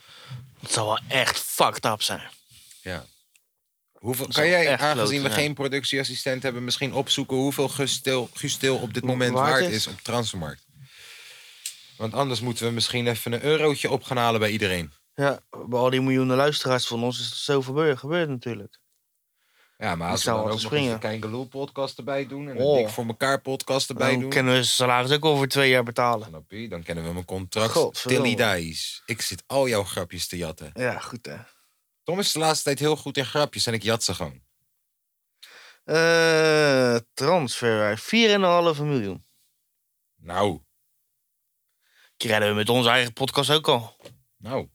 S3: Het zou wel echt fucked up zijn.
S1: Hoeveel,
S3: is
S1: kan
S3: wel
S1: jij,
S3: echt
S1: aangezien
S3: kloot,
S1: we
S3: ja.
S1: geen productieassistent hebben, misschien opzoeken hoeveel Gustil, Gustil op dit moment
S3: waard
S1: waard
S3: is?
S1: is op de transfermarkt? Want anders moeten we misschien even een eurotje op gaan halen bij iedereen.
S3: Ja, bij al die miljoenen luisteraars van ons is dat zoveel gebeurd, gebeurd natuurlijk.
S1: Ja, maar als we
S3: zou
S1: dan ook
S3: wel
S1: nog
S3: springen.
S1: eens een Kein Geloel podcast erbij doen en een
S3: Oh.
S1: Dik voor elkaar podcast erbij
S3: Dan
S1: doen,
S3: kunnen we zijn salaris ook over twee jaar betalen.
S1: Snap je? dan kennen we mijn contract.
S3: Godverdomme.
S1: Tilly Dice. Ik zit al jouw grapjes te jatten.
S3: Ja, goed hè.
S1: Tom is de laatste tijd heel goed in grapjes en ik jat ze gewoon.
S3: Eh transferwaarde, 4,5 miljoen.
S1: Nou,
S3: Krijgen we met onze eigen podcast ook al.
S1: nou,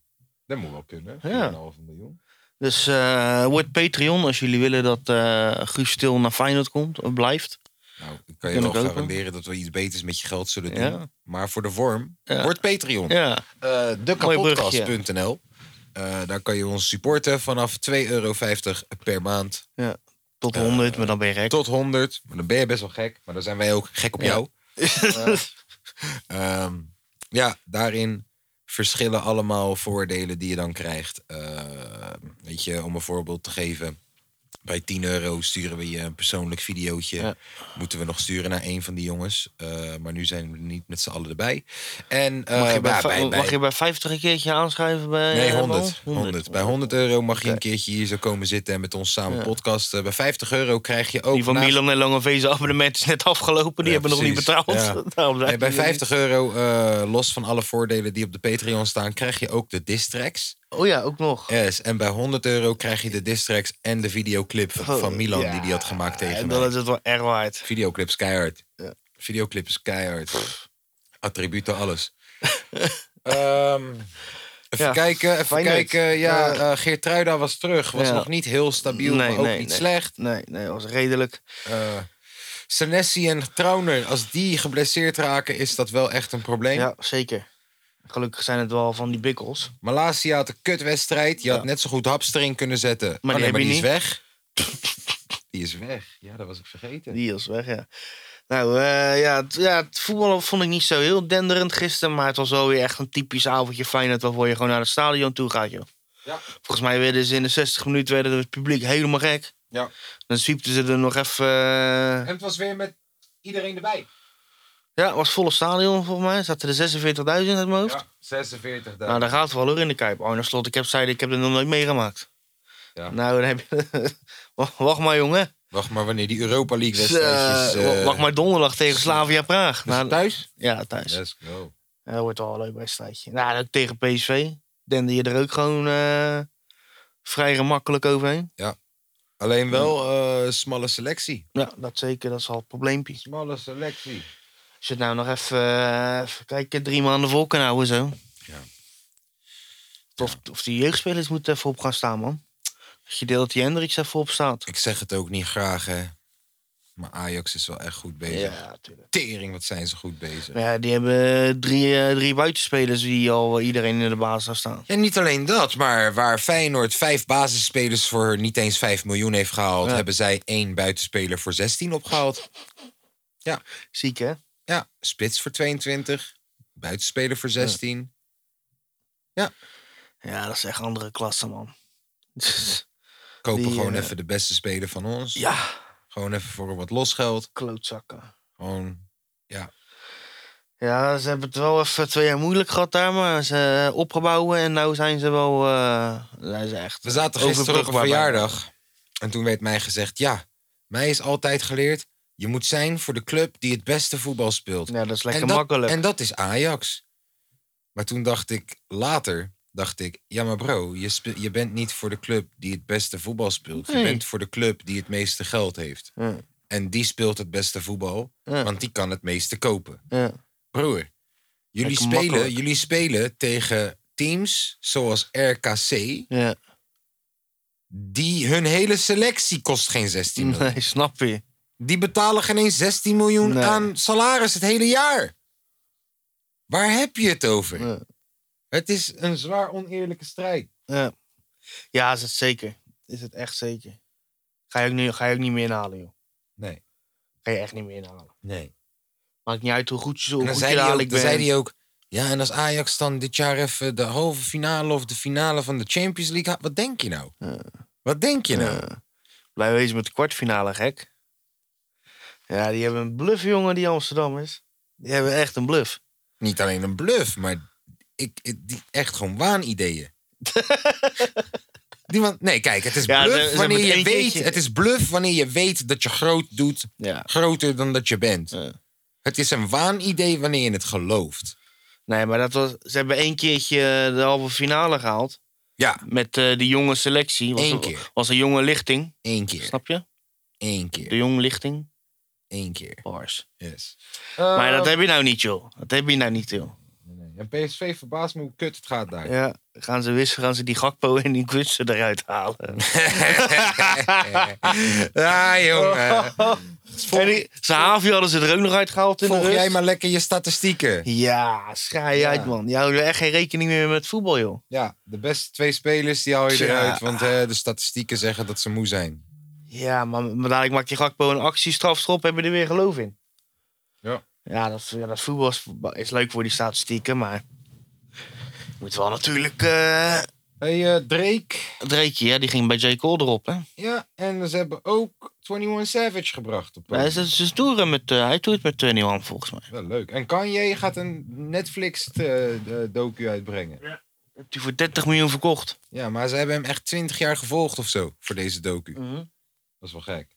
S1: dat moet wel kunnen.
S3: Ja.
S1: 4,5 miljoen.
S3: Dus eh word Patreon als jullie willen dat eh Guus Stil naar Feyenoord komt of blijft.
S1: Nou, ik kan je
S3: Kunnen
S1: wel
S3: kopen.
S1: garanderen dat we iets beters met je geld zullen doen.
S3: Ja.
S1: Maar voor de vorm,
S3: Ja.
S1: wordt Patreon.
S3: Ja,
S1: Eh,
S3: bruggetje.
S1: Dekapodcast.nl. Eh, daar kan je ons supporten vanaf 2,50 euro per maand
S3: tot 100, maar dan ben je gek.
S1: tot 100. Maar dan ben je best wel gek, maar dan zijn wij ook gek op
S3: Ja.
S1: jou. Eh, Ehm, ja, daarin verschillen allemaal voordelen die je dan krijgt. Eh, weet je, om een voorbeeld te geven. Bij 10 euro sturen we je een persoonlijk videootje.
S3: Ja.
S1: Moeten we nog sturen naar een van die jongens. Eh, maar nu zijn we niet met z'n allen erbij. En, eh,
S3: mag, je bij,
S1: ja,
S3: va- mag je bij 50 een keertje aanschrijven? Bij,
S1: Nee,
S3: eh,
S1: 100.
S3: Bol?
S1: 100. Bij 100 euro mag je een keertje hier zo komen zitten en met ons samen
S3: Ja.
S1: podcasten. Bij 50 euro krijg je ook...
S3: Die van
S1: naast-
S3: Milan en Langevezen abonnement is net afgelopen. Die
S1: Ja,
S3: hebben nog
S1: precies.
S3: niet betaald.
S1: Ja.
S3: Daarom zijn
S1: Nee, bij
S3: die er
S1: 50 euro, eh, los van alle voordelen die op de Patreon staan, krijg je ook de distracks.
S3: niet. Oh ja, ook nog.
S1: Yes. En bij 100 euro krijg je de distracks en de videoclip van,
S3: Oh,
S1: van Milan
S3: ja.
S1: die die had gemaakt tegen
S3: En
S1: mij.
S3: dan is het wel erg waard.
S1: Videoclip is keihard.
S3: Ja.
S1: Videoclip is keihard. Attributen, alles. Ehm, even
S3: Ja,
S1: kijken, even
S3: Feyenoord.
S1: kijken. Ja, eh Geertruida was terug. Was
S3: Ja.
S1: nog niet heel stabiel,
S3: Nee,
S1: maar ook
S3: nee,
S1: niet
S3: nee.
S1: slecht.
S3: Nee, nee, dat was redelijk.
S1: Eh Senesi en Trauner, als die geblesseerd raken, is dat wel echt een probleem.
S3: Ja, zeker. Gelukkig zijn het wel van die bikkels.
S1: Malasia had een kutwedstrijd. Je had
S3: Ja.
S1: net zo goed Hapster in kunnen zetten. Maar
S3: die
S1: nee,
S3: heb
S1: maar
S3: je
S1: die is
S3: niet.
S1: weg. Die is weg. Ja, dat was ik vergeten.
S3: Die is weg, ja. Nou, eh, ja, het, ja, het voetballen vond ik niet zo heel denderend gisteren. Maar het was wel weer echt een typisch avondje Feyenoord... waarvoor je gewoon naar het stadion toe gaat, joh.
S1: Ja.
S3: Volgens mij werden ze in de 60 minuten werden het publiek helemaal gek.
S1: Ja.
S3: Dan zwiepten ze er nog even... eh,
S1: En het was weer met iedereen erbij.
S3: Ja, het was volle stadion volgens mij. Zaten er 46.000 uit mijn hoofd.
S1: Ja, 46
S3: Nou, daar gaat het wel hoor in de Kuip. Arne Slot, ik heb zei, ik heb het nog nooit meegemaakt.
S1: Ja.
S3: Nou, dan heb je... Wacht- Wacht maar, jongen.
S1: Wacht maar wanneer die Europa League
S3: Eh,
S1: wedstrijdjes... eh,
S3: wacht maar donderdag tegen Slavia Praag.
S1: is het
S3: Nou,
S1: thuis?
S3: ja, thuis.
S1: Let's go.
S3: Ja, dat wordt wel een leuk wedstrijdje. Nou, en ook tegen PSV. Dende je er ook gewoon eh, vrij gemakkelijk overheen.
S1: Alleen wel eh, smalle selectie.
S3: Ja, dat zeker. Dat is al het probleempje.
S1: Smalle selectie.
S3: Als je het nou nog even, eh, even kijken, drie maanden vol kan houden zo.
S1: Ja.
S3: Of, of die jeugdspelers moeten even op gaan staan, man. Als je deelt dat die Hendricks even op staat.
S1: Ik zeg het ook niet graag, hè. Maar Ajax is wel echt goed bezig.
S3: Ja, natuurlijk.
S1: Tering, wat zijn ze goed bezig.
S3: Ja, die hebben eh, drie, eh, drie buitenspelers die al eh, iedereen in de baas gaan staan.
S1: En niet alleen dat, maar waar Feyenoord vijf basisspelers voor niet eens 5 miljoen heeft gehaald,
S3: Ja.
S1: hebben zij één buitenspeler voor 16 opgehaald.
S3: Ziek, hè?
S1: Ja, spits voor 22, buitenspeler voor 16.
S3: Ja, dat is echt andere klasse, man.
S1: Kopen
S3: Die,
S1: gewoon
S3: eh,
S1: even de beste speler van ons.
S3: ja,
S1: Gewoon even voor wat losgeld.
S3: klootzakken.
S1: Gewoon,
S3: Ja, ze hebben het wel even twee jaar moeilijk gehad daar, maar ze eh, opgebouwen en nou zijn ze wel... eh, zijn ze echt
S1: we zaten gisteren op een
S3: overbrugbaar bijna.
S1: verjaardag en toen werd mij gezegd, ja, mij is altijd geleerd, je moet zijn voor de club die het beste voetbal speelt.
S3: Ja, dat is lekker
S1: en dat,
S3: makkelijk.
S1: En dat is Ajax. Maar toen dacht ik, later dacht ik, ja maar bro, je, spe- je bent niet voor de club die het beste voetbal speelt. Je
S3: Nee.
S1: bent voor de club die het meeste geld heeft.
S3: Ja.
S1: En die speelt het beste voetbal,
S3: Ja.
S1: want die kan het meeste kopen.
S3: Ja.
S1: Broer, jullie
S3: Lekker
S1: spelen,
S3: makkelijk.
S1: jullie spelen tegen teams zoals RKC,
S3: Ja,
S1: die hun hele selectie kost geen 16 miljoen.
S3: nee, snap je.
S1: Die betalen geen eens 16 miljoen
S3: Nee.
S1: aan salaris het hele jaar. Waar heb je het over?
S3: Ja.
S1: Het is een zwaar oneerlijke strijd.
S3: Ja. ja, is het zeker. Is het echt zeker. Ga je ook, nu, ga je ook niet meer inhalen, joh.
S1: Nee.
S3: Ga je echt niet meer inhalen.
S1: Nee.
S3: Maakt niet uit hoe goed je,
S1: En
S3: hoe
S1: dan
S3: goed
S1: zei
S3: je de
S1: hij, ook,
S3: haling
S1: dan
S3: bent.
S1: zei hij ook... Ja, en als Ajax dan dit jaar even de halve finale of de finale van de Champions League haalt... Wat denk je nou? Wat denk je nou?
S3: Ja. Blij wezen met de kwartfinale, gek. Ja, die hebben een bluff, jongen, die Amsterdammers. Die hebben echt een bluff.
S1: Niet alleen een bluff, maar ik, ik- die echt gewoon waanideeën. die man, nee, kijk, het is
S3: Ja, ze- ze
S1: bluff
S3: hebben
S1: wanneer
S3: het
S1: je
S3: eentje-
S1: weet. Het is bluff wanneer je weet dat je groot doet,
S3: Ja.
S1: groter dan dat je bent.
S3: Ja.
S1: Het is een waanidee wanneer je het gelooft.
S3: Nee, maar dat was, ze hebben één keertje de halve finale gehaald.
S1: Ja,
S3: Met eh de jonge selectie. Was
S1: Eén
S3: een-
S1: keer.
S3: was een jonge lichting,
S1: één keer,
S3: snap je?
S1: één
S3: De
S1: keer,
S3: jonge lichting.
S1: één keer.
S3: Bars.
S1: Yes.
S3: Maar dat heb je nou niet, joh. Dat heb je nou niet, joh.
S1: Ja, PSV verbaast me hoe kut het gaat daar.
S3: Ja, gaan ze wisselen, gaan ze die Gakpo en die Gutsen eruit halen.
S1: Ja, jongen.
S3: En die, Sahavi hadden ze er ook nog uitgehaald in de
S1: Volg
S3: rust.
S1: jij maar lekker je statistieken.
S3: Ja, schaai je uit, man. Je houdt er echt geen rekening meer met voetbal, joh.
S1: Ja, de beste twee spelers die haal je
S3: Ja.
S1: eruit. Want hè, de statistieken zeggen dat ze moe zijn.
S3: Ja, maar, maar dadelijk maak je Gakpo een actie, strafschop, hebben we er weer geloof in.
S1: Ja.
S3: Ja, dat, ja, dat voetbal is, is leuk voor die statistieken, maar... je Moet wel natuurlijk... eh
S1: Hey, eh, Drake.
S3: Dreekje, ja, die ging bij J. Cole erop, hè?
S1: Ja, en ze hebben ook 21 Savage gebracht. Op
S3: Hij is, dus- is is toeren met, eh, hij toert met 21, volgens mij.
S1: Wel leuk. En Kanye gaat een Netflix-docu uitbrengen.
S3: Heeft hij voor 30 miljoen verkocht.
S1: Ja, maar ze hebben hem echt 20 jaar gevolgd of zo. Voor deze docu. Mm. Dat is wel gek.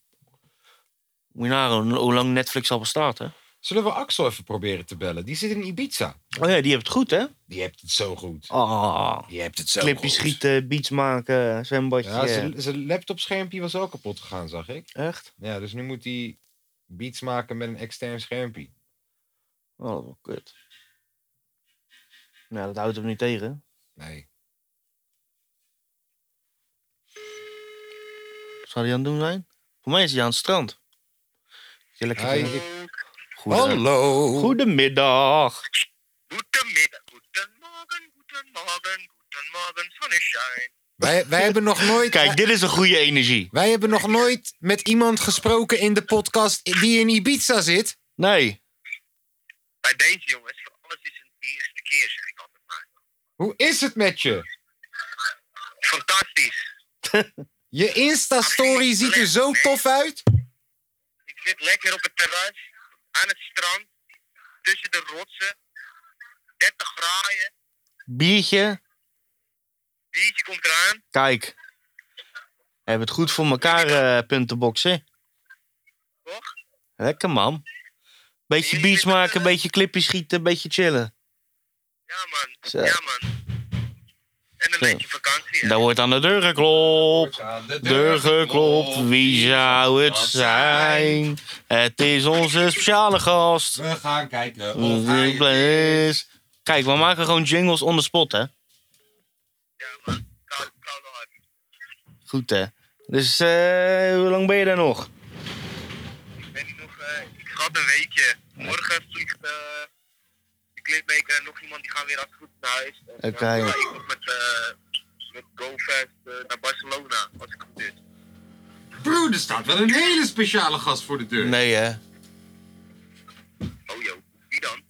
S3: Moet je nagaan hoe lang Netflix al bestaat, hè?
S1: Zullen we Axel even proberen te bellen? Die zit in Ibiza.
S3: Oh ja, die hebt het goed, hè?
S1: Die hebt het zo goed.
S3: Oh,
S1: Die hebt het zo
S3: clipjes
S1: goed.
S3: schieten, beats maken, zwembadje.
S1: Ja,
S3: eh,
S1: zijn- zijn laptopschermpje was al kapot gegaan, zag ik.
S3: Echt?
S1: Ja, dus nu moet hij beats maken met een extern schermpje.
S3: Oh, dat is wel kut. Nou, dat houdt hem niet tegen.
S1: Nee.
S3: Wat zou hij aan het doen zijn? Voor mij is hij aan het strand. Is hij lekker
S1: Hij-
S3: te- Goedemiddag.
S1: Hallo.
S3: Goedemiddag.
S4: Goedemiddag, goedemorgen, goedemorgen, goedemorgen, zonneschijn.
S1: Wij, wij hebben nog nooit.
S3: Kijk,
S1: wij,
S3: dit is een goede energie.
S1: wij hebben nog nooit met iemand gesproken in de podcast die in Ibiza zit.
S3: Nee.
S4: Bij deze jongens, voor alles is een eerste keer, zeg ik altijd maar.
S1: Hoe is het met je?
S4: Fantastisch.
S1: Je Insta-story ziet er zo tof uit.
S4: Ik zit lekker op het terras, aan het strand, tussen de rotsen. 30 graaien,
S3: Biertje.
S4: biertje komt eraan.
S3: Kijk. We hebben het goed voor elkaar, eh puntenboxen.
S4: Toch?
S3: Lekker, man. Beetje beats maken, beetje clipjes schieten, beetje chillen.
S4: Ja man,
S3: Zo.
S4: ja man. En een beetje vakantie. hè.
S3: Daar wordt aan de deur geklopt. Deur geklopt, wie zou het zijn? Het is onze speciale gast.
S1: We gaan kijken
S3: Please. Kijk, we maken gewoon jingles on the spot, hè?
S4: Ja man, koud, koud hard.
S3: Goed, hè? Dus eh, hoe lang ben je daar nog?
S4: Ik ben hier nog, eh, ik had een weekje. Morgen vliegt eh de clipmaker en nog iemand die gaan weer als het goed is naar huis. En,
S3: Oké.
S4: eh, ja, ik kom met, eh met GoFest eh, naar Barcelona, als ik dus- goed is.
S1: Bro, er staat wel een hele speciale gast voor de deur.
S3: Nee, hè?
S4: Oh joh, wie dan?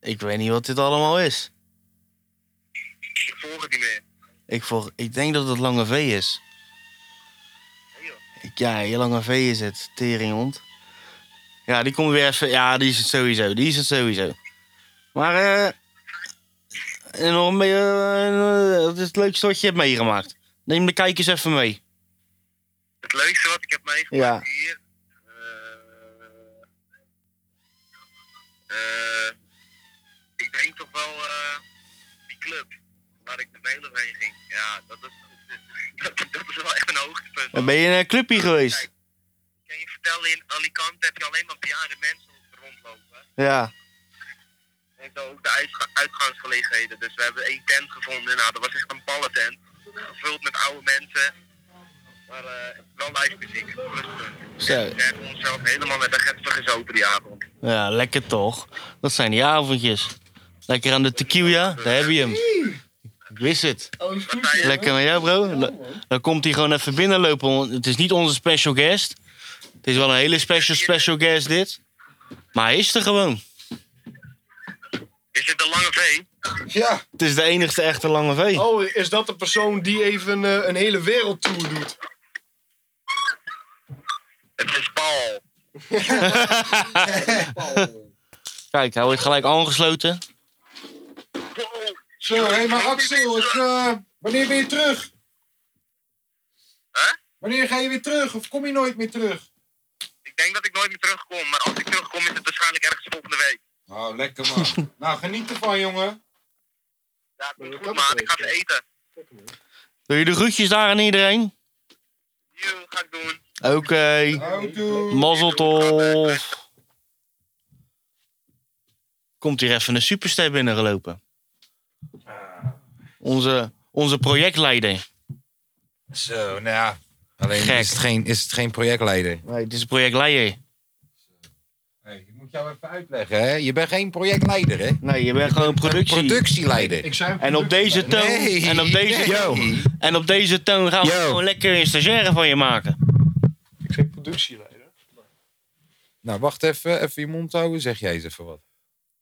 S3: Ik weet niet wat dit allemaal is.
S4: Ik volg het niet meer.
S3: Ik, volg, ik denk dat het Lange V is.
S4: Hey, joh.
S3: Ik- Ja, heel Lange V is het. Teringhond. Ja, die komt weer even... Ja, die is het sowieso. Die is het sowieso. Maar, eh... en nog een beetje... eh, eh, wat is het leukste wat je hebt meegemaakt? Neem de kijkers even mee.
S4: Het leukste wat ik heb meegemaakt hier. eh, eh, ik denk toch wel eh, die club waar ik de Melers heen ging. Ja, dat is, dat, dat is wel echt een hoogtepunt.
S3: En ben je in een clubje geweest?
S4: Kijk, ik kan je vertellen, in Alicante heb je alleen maar bejaarde mensen rondlopen.
S3: Ja.
S4: En zo ook de uitga- uitgangsgelegenheden. Dus we hebben één tent gevonden. Nou, dat was echt een palletent. Gevuld met oude mensen. Maar eh, wel live muziek. Rustig.
S3: Zo.
S4: We hebben onszelf helemaal met de getver gezopen die avond.
S3: Ja, lekker toch? Dat zijn die avondjes. Lekker aan de tequila, daar heb je hem. Ik wist het.
S4: Wat zei je?
S3: Lekker met jou, bro. Le- Dan komt hij gewoon even binnenlopen. want Het is niet onze special guest. Het is wel een hele special, special guest dit. Maar hij is er gewoon.
S4: Is Is dit de lange V?
S5: Ja.
S3: Het is de enigste echte lange V.
S5: Oh, is dat de persoon die even eh, een hele wereldtour doet?
S4: Het is Paul.
S3: Kijk, hij wordt gelijk aangesloten.
S4: Wow.
S1: Zo, hé, maar Axel, ik, eh, wanneer ben je terug?
S4: Hè?
S1: Wanneer ga je weer terug of kom je nooit meer terug?
S4: Ik denk dat ik nooit meer terugkom, maar als ik terugkom is het waarschijnlijk ergens volgende week.
S1: Nou, lekker man. nou, geniet ervan, jongen.
S4: Ja, het komt goed, maat. Ik ga ze eten.
S3: Doe je de groetjes daar aan iedereen?
S4: Yo, ga ik doen.
S3: Oké.
S1: Houdoe.
S3: Mazzeltof. Komt hier even een superster binnengelopen. Onze, onze projectleider.
S1: Zo, nou ja. Alleen
S3: Gek.
S1: Is, het geen, is het geen projectleider.
S3: Nee, het is een projectleider.
S1: Hey, ik moet jou even uitleggen, hè? Je bent geen projectleider, hè?
S3: Nee, je bent gewoon productie.
S1: Productieleider.
S5: Ik zei
S3: En op deze toon.
S1: Nee.
S3: En op deze toon.
S1: Nee.
S3: En op deze toon gaan we
S1: Yo.
S3: gewoon lekker een stagiaire van je maken.
S5: Ik zei productieleider.
S1: Nou, wacht even. Even je mond houden. Zeg jij eens even wat.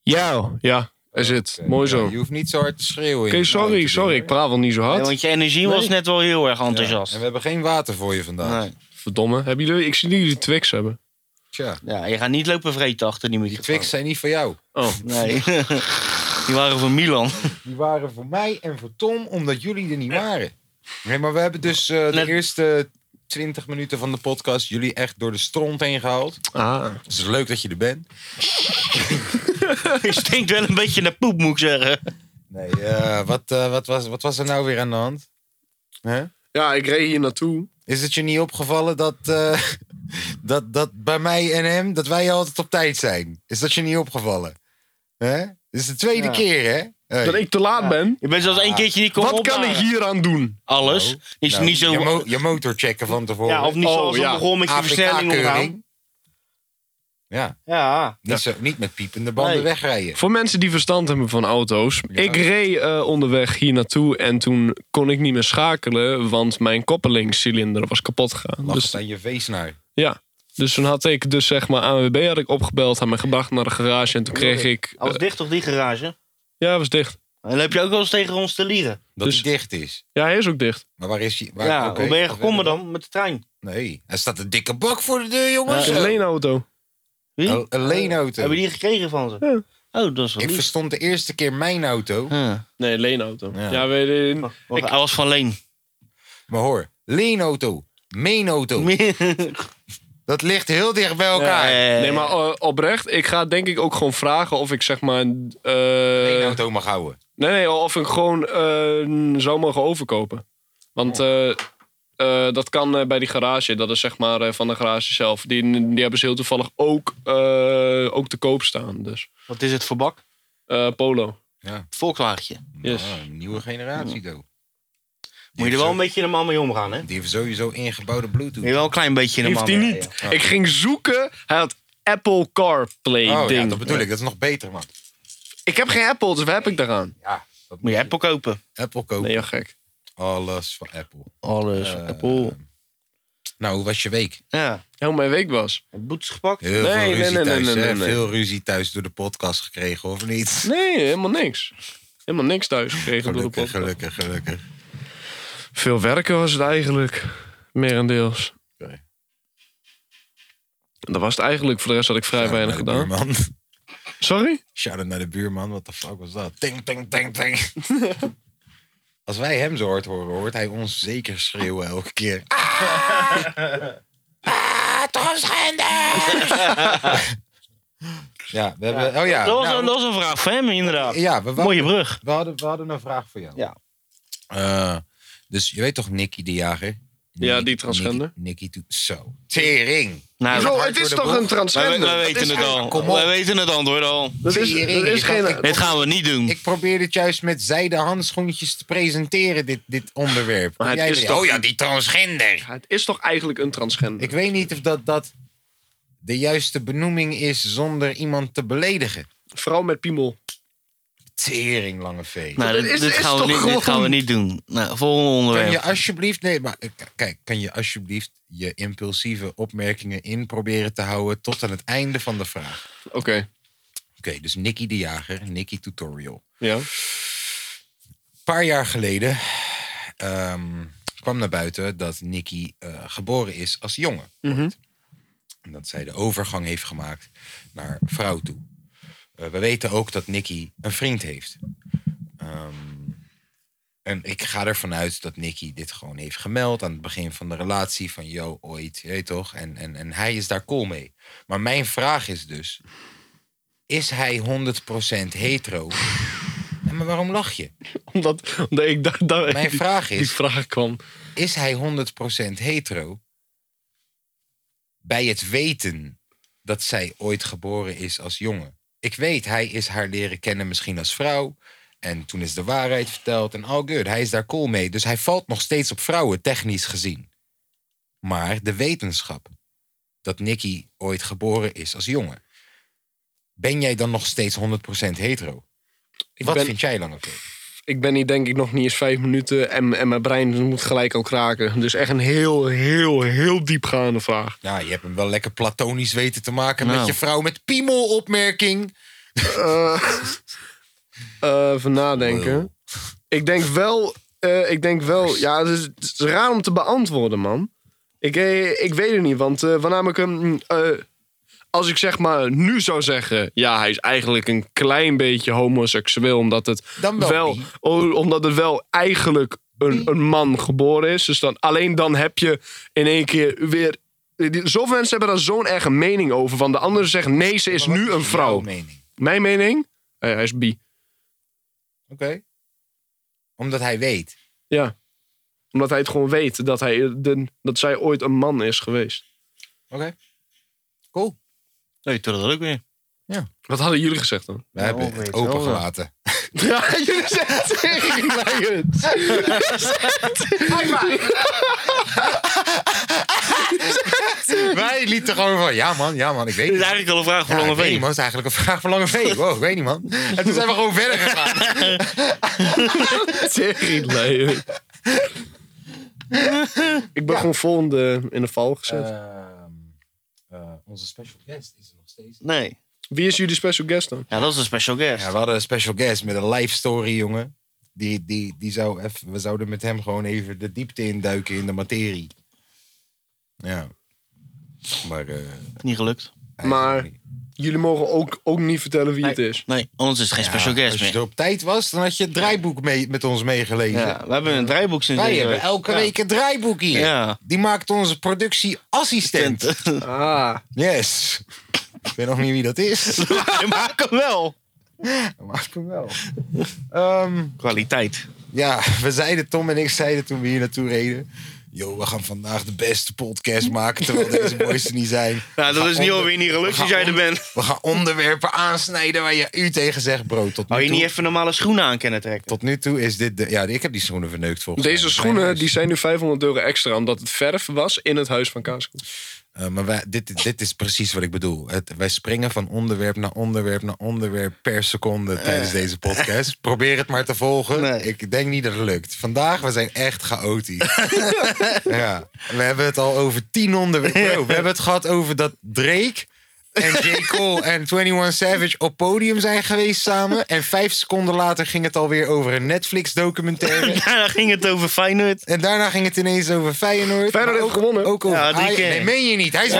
S5: Ja, ja, is het.
S1: Oké,
S5: Mooi
S1: ja,
S5: zo.
S1: je
S5: Oké,
S1: hoeft niet zo hard te schreeuwen. in de auto,
S5: sorry, sorry. Ik
S1: hoor.
S5: praat wel niet zo
S3: Nee,
S5: hard.
S3: want je energie was net wel heel erg enthousiast.
S1: En we hebben geen water voor je vandaag.
S3: Nee.
S5: Verdomme. Hebben jullie, ik zie dat jullie Twix hebben.
S1: Tja,
S3: Ja, je gaat niet lopen vreten achter die
S1: die
S3: microfoon.
S1: Twix zijn niet voor jou.
S5: Oh,
S3: Nee. die waren van Milan.
S1: Die waren voor mij en voor Tom, omdat jullie er niet waren. Nee, maar we hebben dus eh, de
S3: Net-
S1: eerste 20 minuten van de podcast jullie echt door de stront heen gehaald.
S5: ah.
S1: Dus het is leuk dat je er bent.
S3: Je stinkt wel een beetje naar poep, moet ik zeggen.
S1: Nee, eh, wat, eh, wat, was, wat was er nou weer aan de hand? Hè?
S5: Ja, ik reed hier naartoe.
S1: Is het je niet opgevallen dat, eh, dat, dat bij mij en hem, dat wij altijd op tijd zijn? Is dat je niet opgevallen? Hè? Dit is de tweede
S3: Ja.
S1: keer, hè? Hey.
S5: Dat ik te laat ben.
S3: Je bent zelfs
S1: Ah.
S3: één keertje niet komen
S5: Wat kan ik
S3: opdagen.
S5: hier aan doen?
S3: Alles.
S1: Nou,
S3: niet,
S1: Nou,
S3: niet zo...
S1: je, mo- je motor checken van tevoren.
S3: ja, of niet
S5: Oh,
S3: zoals we
S5: ja.
S3: begon met je versnelling omgaan.
S1: APK-keuring. Ja,
S3: Ja.
S1: niet, Zo, niet met piepende banden
S3: Nee.
S1: wegrijden.
S5: Voor mensen die verstand hebben van auto's.
S1: Ja.
S5: Ik reed eh, onderweg hier naartoe en toen kon ik niet meer schakelen, want mijn koppelingscilinder was kapot gegaan.
S1: Lag
S5: Dus,
S1: het aan je veesnaar.
S5: ja. dus toen had ik dus zeg maar ANWB had ik opgebeld, had mij gebracht naar de garage en toen kreeg ik...
S3: Als
S5: eh,
S3: dicht toch die garage?
S5: ja, was dicht.
S3: Dan heb je ook wel eens tegen ons te lieren.
S1: Dat
S5: Dus-
S1: hij dicht is.
S5: Ja, hij is ook dicht.
S1: Maar waar is hij? Waar,
S3: ja,
S1: oké.
S3: hoe ben je gekomen dan? Met de trein.
S1: Nee, er staat een dikke bak voor de deur, jongens.
S5: Een leenauto.
S3: Wie?
S1: Een- een leenauto.
S3: Hebben die gekregen van ze?
S5: Ja.
S3: Oh, dat is wel
S1: oh, Ik
S3: lief.
S1: verstond de eerste keer mijn auto.
S3: Ja.
S5: Nee, leenauto.
S1: Ja.
S5: Ja, weet je,
S3: Wacht, Hij was van Leen.
S1: Maar hoor, leenauto, meenauto. Dat ligt heel dicht bij elkaar.
S5: Nee, maar eh, oprecht, ik ga denk ik ook gewoon vragen of ik zeg maar... eh,
S1: Leenauto mag houden.
S5: Nee, nee, of ik gewoon eh, zou mogen overkopen. Want eh, eh, dat kan eh, bij die garage. Dat is zeg maar eh, van de garage zelf. Die, die hebben ze heel toevallig ook, eh, ook te koop staan. Dus
S3: Wat is het voor bak?
S5: Eh, Polo.
S3: Het Volkswagentje.
S5: Yes.
S1: Ah, een nieuwe generatie, doe.
S3: Moet je er wel een beetje normaal mee omgaan, hè? Moet
S1: Die heeft sowieso ingebouwde Bluetooth.
S3: je wel een klein beetje normaal
S5: Heeft hij
S3: mee
S5: niet.
S3: rijden.
S5: Ik ging zoeken. Hij had Apple CarPlay
S1: Oh ja,
S5: ding.
S1: dat bedoel ik. Dat is nog beter, man.
S5: Ik heb geen Apple, dus waar heb ik daaraan?
S1: Ja, dat
S3: Moet je Apple kopen?
S1: Apple kopen.
S5: Nee, ja, gek.
S1: Alles van Apple.
S3: Alles.
S1: Eh,
S3: Apple.
S1: Nou, hoe was je week?
S3: Ja.
S5: Heel mijn week was.
S3: Het boetes gepakt.
S1: Heel
S5: Nee, nee,
S1: veel ruzie
S5: nee,
S1: thuis,
S5: nee,
S1: hè?
S5: nee, nee.
S1: Veel ruzie thuis door de podcast gekregen, of niet?
S5: Nee, helemaal niks. Helemaal niks thuis gekregen door de
S1: Gelukkig,
S5: podcast.
S1: gelukkig, gelukkig.
S5: Veel werken was het eigenlijk, merendeels.
S1: Oké.
S5: Dat was het eigenlijk. Voor de rest had ik vrij
S1: Shout-out
S5: weinig
S1: naar de
S5: gedaan.
S1: buurman.
S5: Sorry?
S1: Shout-out naar de buurman. Wat de fuck was dat? Ting, ting, ting, ting. Als wij hem zo hard horen, hoort hij ons zeker schreeuwen elke keer. Ah! Ah, Tom Schender! ja, we hebben... Oh ja,
S3: dat, was,
S1: nou,
S3: een- dat was een vraag van hem, inderdaad.
S1: ja we,
S3: Mooie brug.
S1: we, hadden, we hadden een vraag voor jou.
S3: Ja.
S1: Eh, dus je weet toch Nicky de Jager?
S5: Ja,
S1: Nicky-
S5: die transgender.
S1: Nicky, Nicky to- Zo. Tering.
S3: Nou,
S5: Zo,
S1: hard
S5: het is
S1: voor de
S5: toch
S1: boeg.
S5: een
S3: wij,
S5: transgender?
S3: wij weten het al.
S1: kom op.
S3: Wij weten het antwoord al.
S5: Dat is,
S1: Tering,
S5: dat is
S1: ik had-
S5: geen...
S1: ik-
S3: Dit gaan we niet doen.
S1: Ik probeer dit juist met zijde handschoentjes te presenteren, dit, dit onderwerp.
S5: Maar het
S1: Jij
S5: is
S1: weer,
S5: toch-
S1: Oh ja, die transgender.
S5: Het is toch eigenlijk een transgender?
S1: Ik weet niet of dat, dat de juiste benoeming is zonder iemand te beledigen.
S5: Vrouw met piemel.
S1: Tering, lange vee.
S3: Nou, dit,
S5: dit is-
S3: dit
S5: is
S3: gaan we
S5: toch
S3: niet, dit
S5: gewoon-
S3: gaan we niet doen. Nou, volgende
S1: Kan
S3: onderwerp.
S1: je alsjeblieft, nee, maar eh, k- kijk, kan je alsjeblieft je impulsieve opmerkingen in proberen te houden tot aan het einde van de vraag?
S5: Oké.
S1: dus Nicky de Jager, Nicky Tutorial.
S5: Ja.
S1: Een paar jaar geleden ehm, kwam naar buiten dat Nicky eh, geboren is als jongen.
S5: Mhm.
S1: En dat zij de overgang heeft gemaakt naar vrouw toe. Eh, we weten ook dat Nicky een vriend heeft. Ehm, en ik ga ervan uit dat Nicky dit gewoon heeft gemeld aan het begin van de relatie. Van yo, ooit, je weet toch? En, en, en hij is daar cool mee. Maar mijn vraag is dus: is hij 100% hetero? Ja, Maar waarom lach je?
S5: Omdat, omdat ik daar... daar-
S1: Mijn
S5: die-
S1: vraag
S5: Die
S1: is:
S5: vraag kwam.
S1: is hij 100% hetero? Bij het weten dat zij ooit geboren is als jongen. Ik weet, hij is haar leren kennen misschien als vrouw. En toen is de waarheid verteld en all good. Hij is daar cool mee. Dus hij valt nog steeds op vrouwen, technisch gezien. Maar de wetenschap dat Nicky ooit geboren is als jongen. Ben jij dan nog steeds 100% hetero?
S5: Ik
S1: Wat
S5: ben-
S1: vind jij dan oké?
S5: Ik ben hier denk ik nog niet eens vijf minuten en, en mijn brein moet gelijk al kraken. Dus echt een heel, heel, heel diepgaande vraag.
S1: Ja, je hebt hem wel lekker platonisch weten te maken met
S3: Nou.
S1: je vrouw met piemelopmerking.
S5: Eh, even nadenken.
S1: Wow.
S5: Ik denk wel, eh, ik denk wel, ja, het is, het is raar om te beantwoorden, man. Ik, eh, ik weet het niet, want eh wanneer ik hem, mm, eh, als ik zeg maar nu zou zeggen, ja, hij is eigenlijk een klein beetje homoseksueel, omdat het
S1: Dan wel bi.
S5: o- omdat het wel eigenlijk een, een man geboren is. Dus dan, alleen dan heb je in één keer weer. die- Zoveel mensen hebben daar zo'n erge mening over. Van de anderen zeggen: nee, ze is
S1: Maar wat
S5: nu een
S1: jouw
S5: vrouw.
S1: mening?
S5: Mijn mening? Eh, hij is bi.
S1: Oké. Omdat hij weet.
S5: Ja. Omdat hij het gewoon weet dat, hij, eh, de, dat zij ooit een man is geweest.
S1: Oké. Cool.
S3: Nee, toen dat ook weer.
S5: Wat hadden jullie gezegd dan?
S1: We hebben
S3: weet
S1: het
S3: wel,
S1: opengelaten.
S5: Ja, jullie zeiden tegen mij het.
S1: Wij lieten gewoon van, ja man, ja man, ik weet
S3: Dit
S1: het.
S3: is eigenlijk al een vraag voor
S1: Ja,
S3: Lange
S1: ik weet
S3: Veen.
S1: niet, man. Het is eigenlijk een vraag van Lange V. Wow, ik weet niet, man. En toen zijn we gewoon verder gegaan.
S5: Tegen mij het. Ik ben gewoon volgende in de val gezet.
S3: Eh.
S1: Ehm, eh, onze special guest is er nog steeds.
S3: Nee.
S5: Wie is jullie special guest dan?
S3: Ja, dat is een special guest.
S1: Ja, we hadden een special guest met een live story, jongen. Die, die, die zou even, we zouden met hem gewoon even de diepte induiken in de materie. Ja. Maar... eh,
S3: Niet gelukt.
S1: hij-
S5: Maar- Jullie mogen ook, ook niet vertellen wie het is.
S3: Nee, anders is het geen
S1: Ja,
S3: special guest
S1: Als je
S3: meer.
S1: er op tijd was, dan had je het draaiboek mee, met ons meegelezen.
S3: Ja, we hebben een draaiboek sinds
S1: Wij
S3: deze
S1: hebben
S3: week.
S1: elke
S3: Ja.
S1: week een draaiboek hier.
S3: Ja.
S1: Die maakt onze productieassistent.
S5: Ah.
S1: Yes. Ik weet nog niet wie dat is.
S3: Wij maken hem wel.
S1: Maar ik hem wel. Ehm,
S3: Kwaliteit.
S1: ja, we zeiden, Tom en ik zeiden toen we hier naartoe reden. Yo, we gaan vandaag de beste podcast maken terwijl deze boys er niet zijn.
S3: Nou, dat
S1: We
S3: is
S1: gaan
S3: niet
S1: onder-
S3: alweer niet
S1: we
S3: gelukt
S1: gaan
S3: als jij er
S1: on-
S3: bent.
S1: We gaan onderwerpen aansnijden waar je u tegen zegt, bro. Tot nu,
S3: Hou je
S1: toe,
S3: niet even normale schoenen aan kunnen trekken?
S1: tot nu toe is dit de... Ja, ik heb die schoenen verneukt volgens mij.
S5: Deze schoenen die zijn nu 500 euro extra omdat het verf was in het huis van Kaaskoek.
S1: Eh, maar wij, dit, dit is precies wat ik bedoel. Het, wij springen van onderwerp naar onderwerp naar onderwerp per seconde tijdens deze podcast. Probeer het maar te volgen.
S3: Eh. Nee.
S1: Ik denk niet dat het lukt. Vandaag, we zijn echt chaotisch. ja, we hebben het al over tien onderwerpen. Bro, We hebben het gehad over dat Drake en J. Cole en 21 Savage op podium zijn geweest samen. En vijf seconden later ging het alweer over een Netflix documentaire.
S3: Daarna ging het over Feyenoord.
S1: En daarna ging het ineens over Feyenoord.
S5: Feyenoord
S1: maar
S5: heeft
S1: ook-
S5: gewonnen.
S1: Ook over
S3: Ja, drie
S1: Ajax.
S3: keer.
S1: Nee, meen je niet. Hij is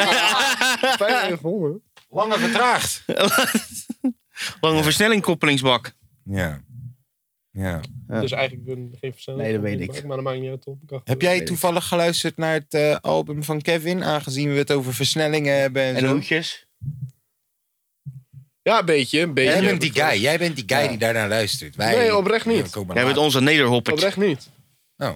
S1: langer vertraagd.
S3: Lange versnelling koppelingsbak.
S1: Ja. ja.
S5: Dus eigenlijk geen verstandig.
S3: Nee, dat weet ik.
S5: Maar dat maakt niet uit, Tom.
S1: Heb jij toevallig geluisterd naar het eh, album van Kevin? Aangezien we het over versnellingen hebben en,
S3: En
S1: zo.
S3: hoedjes.
S5: Ja, een beetje. Een beetje.
S1: Jij bent die guy. Jij bent die guy die daarnaar luistert. Wij,
S5: Nee, oprecht niet.
S1: We komen
S3: Jij bent
S1: later.
S3: onze nederhoppert.
S5: Oprecht niet.
S1: Oh.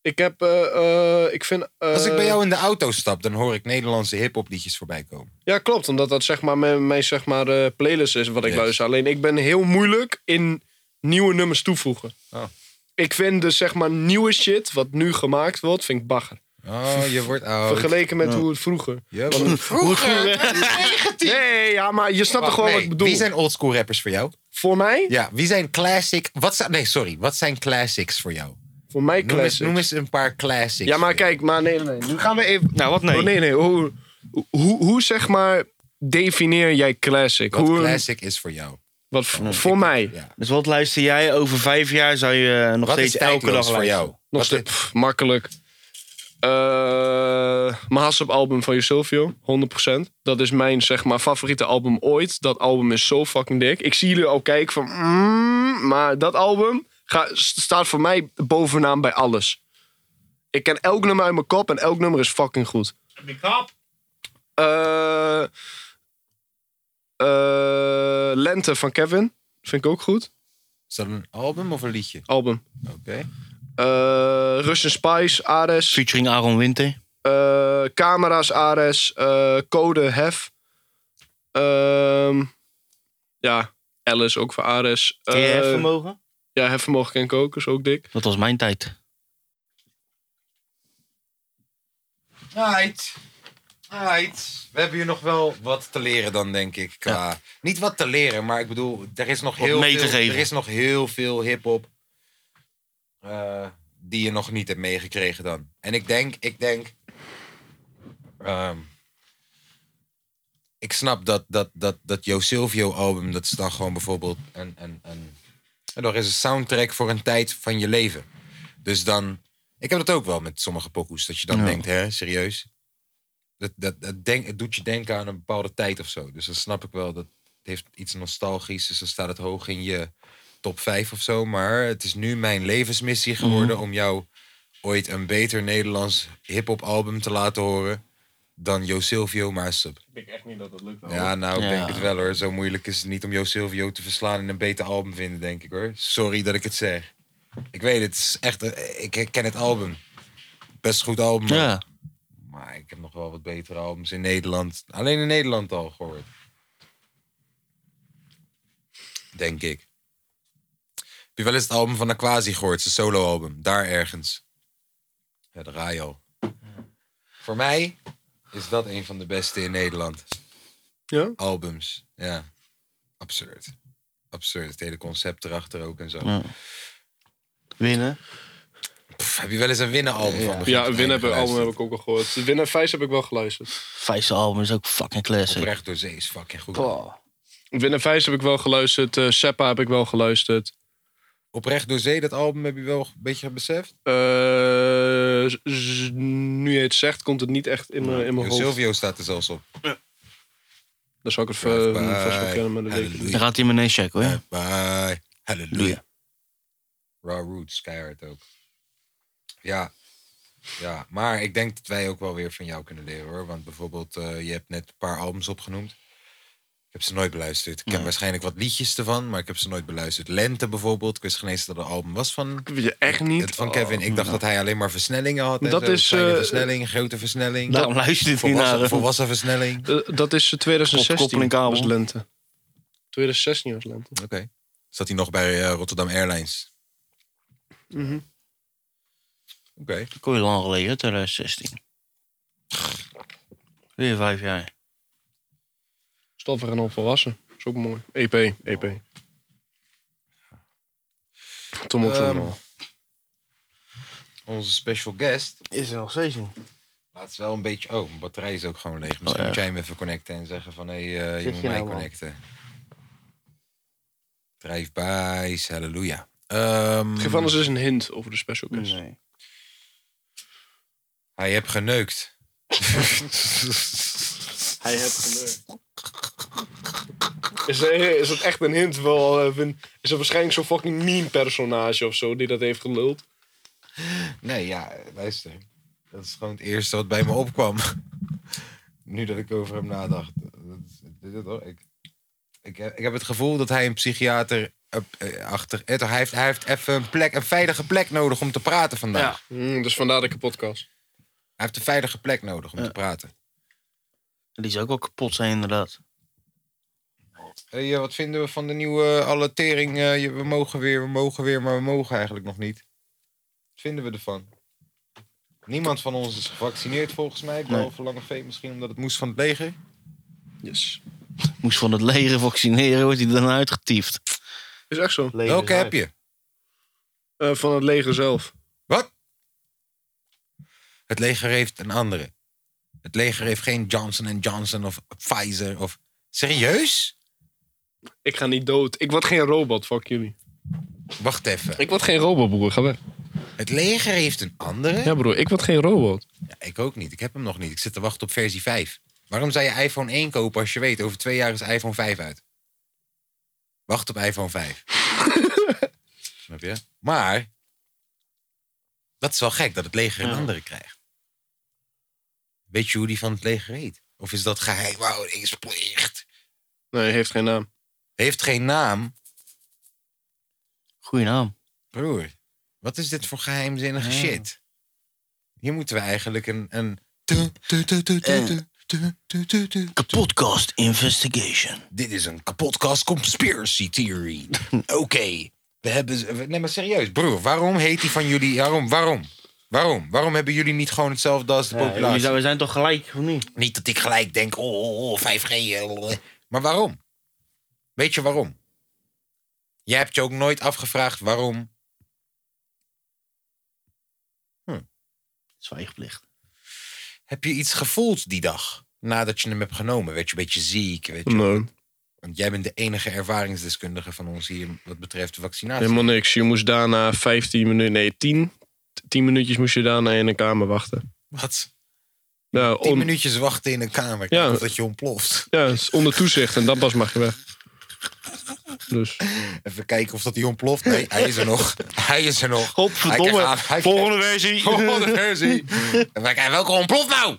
S5: Ik heb, eh, eh, ik vind... eh,
S1: Als ik bij jou in de auto stap, dan hoor ik Nederlandse hip-hop liedjes voorbij komen.
S5: Ja, klopt. Omdat dat zeg maar mijn, mijn zeg maar, eh, playlist is wat ik
S1: Yes.
S5: luister. Alleen ik ben heel moeilijk in nieuwe nummers toevoegen.
S1: Oh.
S5: Ik vind dus zeg maar nieuwe shit wat nu gemaakt wordt, vind ik bagger.
S1: Oh, je wordt oud.
S5: Vergeleken met hoe het vroeger.
S1: Je wordt vroeger.
S5: Nee, ja, maar je snapt toch gewoon
S1: Nee,
S5: wat ik bedoel.
S1: Wie zijn oldschool rappers voor jou?
S5: Voor mij?
S1: Ja, wie zijn classic... Wat zijn, nee, sorry. Wat zijn classics voor jou?
S5: Voor mij
S1: Noem eens,
S5: classic.
S1: noem eens een paar classics.
S5: ja, maar
S1: voor jou.
S3: Oh,
S5: kijk, maar Oh, nee, nee, nee. Nu gaan we even...
S3: Nou, wat nee.
S5: Oh, nee, nee. Hoe, hoe, hoe zeg maar defineer jij classic?
S1: Wat
S5: Hoe,
S1: classic is voor jou.
S5: wat v- voor mij?
S1: Ja.
S3: Dus wat luister jij over vijf jaar? Zou je eh, nog
S1: Wat is
S3: steeds elke dag
S1: tijdloos voor
S3: luisteren?
S1: jou?
S5: Nog
S1: Wat
S5: steeds
S1: is-
S5: pff, makkelijk. Eh mijn Hassop album van Silvio, 100%. Dat is mijn zeg maar, favoriete album ooit. Dat album is zo fucking dik. Ik zie jullie al kijken van... mm, maar dat album ga- st- staat voor mij bovenaan bij alles. Ik ken elk nummer uit mijn kop en elk nummer is fucking goed. Eh eh, Lente van Kevin vind ik ook goed.
S1: Is dat een album of een liedje?
S5: Album.
S1: Oké.
S5: Eh Russian Spice, Ares.
S3: Featuring Aaron Winter.
S5: Eh, camera's, Ares, eh, code, hef. Ehm, ja, Alice ook voor Ares.
S3: Ken je E
S5: Eh,
S3: vermogen?
S5: ja, E hefvermogen ken ik ook, is ook dik.
S3: Dat was mijn tijd.
S1: Right. Right. We hebben hier nog wel wat te leren dan, denk ik. Qua... Niet wat te leren, maar ik bedoel, er is nog
S3: Wat
S1: heel
S3: mee te
S1: veel,
S3: geven.
S1: Er is nog heel veel hip-hop eh, die je nog niet hebt meegekregen dan. En ik denk, ik denk. ehm, ik snap dat dat, dat, dat Yo Silvio album, dat is dan gewoon bijvoorbeeld een, een, een, en er is een soundtrack voor een tijd van je leven. Dus dan. Ik heb dat ook wel met sommige pokoes. Dat je dan
S3: Ja.
S1: denkt, hè, serieus. Dat, dat, dat denk, het doet je denken aan een bepaalde tijd of zo. Dus dan snap ik wel. Dat het heeft iets nostalgisch. Dus dan staat het hoog in je top 5 of zo. Maar het is nu mijn levensmissie geworden
S3: Mhm.
S1: om jou ooit een beter Nederlands hip-hop album te laten horen. Dan Jo Silvio Maasop.
S5: Ik denk echt niet dat dat lukt.
S1: Ja, nou,
S3: Ja.
S1: ik denk het wel hoor. Zo moeilijk is het niet om Jo Silvio te verslaan en een beter album vinden, denk ik hoor. Sorry dat ik het zeg. Ik weet het, het is echt, eh, ik herken het album. Best een goed album. hoor.
S3: Ja.
S1: Maar ik heb nog wel wat betere albums in Nederland. Alleen in Nederland al gehoord. Denk ik. Heb je wel eens het album van Aquasi gehoord? Zijn soloalbum. Daar ergens. Ja, daar ga je al. Voor mij is dat een van de beste in Nederland.
S5: Ja?
S1: Albums. Ja. Absurd. Absurd. Het hele concept erachter ook en zo.
S3: Winnen.
S1: Pff, heb je wel eens een winnen album van begin
S5: Ja,
S1: tot
S5: Win
S1: eind
S5: hebben album
S1: geluisterd?
S5: heb ik ook al gehoord. De Win en Vijs heb ik wel geluisterd.
S3: Vijfde album is ook fucking classic.
S1: Oprecht door zee is fucking goed.
S3: Poh.
S5: Win en Vijs heb ik wel geluisterd. eh Seppa heb ik wel geluisterd.
S1: Oprecht door zee, dat album heb je wel een beetje beseft.
S5: Eh, z- z- nu je het zegt, komt het niet echt in mijn in mijn
S1: Jo
S5: hoofd.
S1: Silvio staat er zelfs op.
S5: Dan zou ik het
S1: Drive
S5: eh, vast wel
S1: by.
S5: kennen, maar dat weet ik niet.
S3: Dan
S1: Hallelujah.
S3: gaat hij me ineens checken hoor.
S1: Bye. Hallelujah.
S3: Doei.
S1: Raw Roots, keihard ook. Ja. Ja, maar ik denk dat wij ook wel weer van jou kunnen leren hoor. Want bijvoorbeeld, eh, je hebt net een paar albums opgenoemd. Ik heb ze nooit beluisterd. Ik ken waarschijnlijk wat liedjes ervan, maar ik heb ze nooit beluisterd. Lente bijvoorbeeld, ik wist geen eens dat het een album was van,
S5: Weet je echt niet? Oh, nou.
S1: van Kevin. Ik dacht dat hij alleen maar versnellingen had. en
S5: Dat
S1: zo.
S5: is,
S1: Kleine
S5: eh, nou,
S1: versnelling, grote versnelling.
S3: Daarom luister je dit niet naar.
S1: volwassen,
S3: hè.
S1: volwassen versnelling.
S5: Eh, dat is eh, 2016.
S3: Koppeling kabel.
S5: was lente. 2016 was lente.
S1: Oké. Zat hij nog bij eh, Rotterdam Airlines?
S5: Mhm.
S1: Oké.
S3: Dat kon je lang geleden, hè, 2016. Weer vijf jaar.
S5: Stoffig en onvolwassen. Is ook mooi. E EP, EP. Tom ook
S1: Ehm,
S5: zo.
S1: Onze special guest.
S3: Is er nog steeds niet?
S1: Laat is wel een beetje. Oh, mijn batterij is ook gewoon leeg. Misschien
S3: Oh,
S1: moet jij hem even connecten en zeggen van hé, hey, eh, je
S3: Zeg
S1: moet
S3: je
S1: mij
S3: nou, man?
S1: connecten. Drijf bij, halleluja. Ehm,
S5: Geef anders eens een hint over de special guest.
S3: Nee.
S1: Hij heeft geneukt.
S5: Hij heeft geluk. Is, er- is dat echt een hint? Wel, eh, vind- is er waarschijnlijk zo'n fucking meme personage of zo die dat heeft geluld?
S1: nee, ja, luister. Dat is gewoon het eerste wat bij me opkwam. nu dat ik over hem nadacht. Dat is- dit is hoor. Ik, ik, heb- ik heb het gevoel dat hij een psychiater eh, eh, achter. eh, toch, Hij heeft, hij heeft even een, plek, een veilige plek nodig om te praten vandaag.
S5: Hmm, dus vandaar dat ik een podcast.
S1: Hij heeft een veilige plek nodig om te praten.
S3: Die zou ook wel kapot zijn, inderdaad.
S1: Hey, eh, wat vinden we van de nieuwe eh, alle tering? eh, je- we mogen weer, we mogen weer, maar we mogen eigenlijk nog niet. Wat vinden we ervan? Niemand van ons is gevaccineerd volgens mij. Behalve Lange V misschien omdat het moest van het leger.
S5: Yes.
S3: Moest van het leger vaccineren, wordt hij daarna uitgetiefd.
S5: Is echt zo.
S1: Welke heb je?
S5: Eh, van het leger zelf.
S1: Wat? Het leger heeft een andere. Het leger heeft geen Johnson Johnson of Pfizer of... Serieus?
S5: Ik ga niet dood. Ik word geen robot, fuck jullie.
S1: Wacht even.
S5: Ik word geen robot, broer. Ga weg.
S1: Het leger heeft een andere?
S5: Ja, broer, ik word geen robot.
S1: Ja, ik ook niet. Ik heb hem nog niet. Ik zit te wachten op versie 5. Waarom zou je iPhone 1 kopen als je weet... over twee jaar is iPhone 5 uit? Wacht op iPhone 5. Snap je? Maar... Dat is wel gek dat het leger een andere krijgt. Weet je hoe die van het leger heet? Of is dat geheimhoudingsplicht?
S5: Nee, hij heeft geen naam.
S1: Heeft geen naam.
S3: Goeie naam.
S1: Broer, wat is dit voor geheimzinnige shit? Hier moeten we eigenlijk een... een... Eh.
S3: De podcast Investigation.
S1: Dit is een kapotkast conspiracy theory. Oké, we hebben... z- Nee, maar serieus, broer. Waarom heet die van jullie... Waarom? Waarom? Waarom? Waarom hebben jullie niet gewoon hetzelfde als de populatie?
S3: we zijn toch gelijk, of niet?
S1: Niet dat ik gelijk denk, oh, oh, oh 5G. eh, Maar waarom? Weet je waarom? Jij hebt je ook nooit afgevraagd waarom.
S3: Zwijgplicht.
S1: Heb je iets gevoeld die dag? Nadat je hem hebt genomen, werd je een beetje ziek. Weet je?
S5: Nee,
S1: Want jij bent de enige ervaringsdeskundige van ons hier wat betreft vaccinatie.
S5: helemaal niks. Je moest daarna 15 minuten, nee, 10. 10 minuutjes moest je daarna in een kamer wachten.
S1: Wat?
S5: Ja,
S1: Tien
S5: on,
S1: minuutjes wachten in een kamer.
S5: Ja.
S1: Ja. Dat je ontploft.
S5: ja het is onder toezicht en dan pas mag je weg. Dus.
S1: Even kijken of dat die ontploft. Nee, hij is er nog. Hij is er nog. Hij
S3: Godverdomme.
S1: krijgt aan- hij krijgt-
S3: Volgende versie.
S1: Volgende versie. Maar kijk, welke ontploft nou?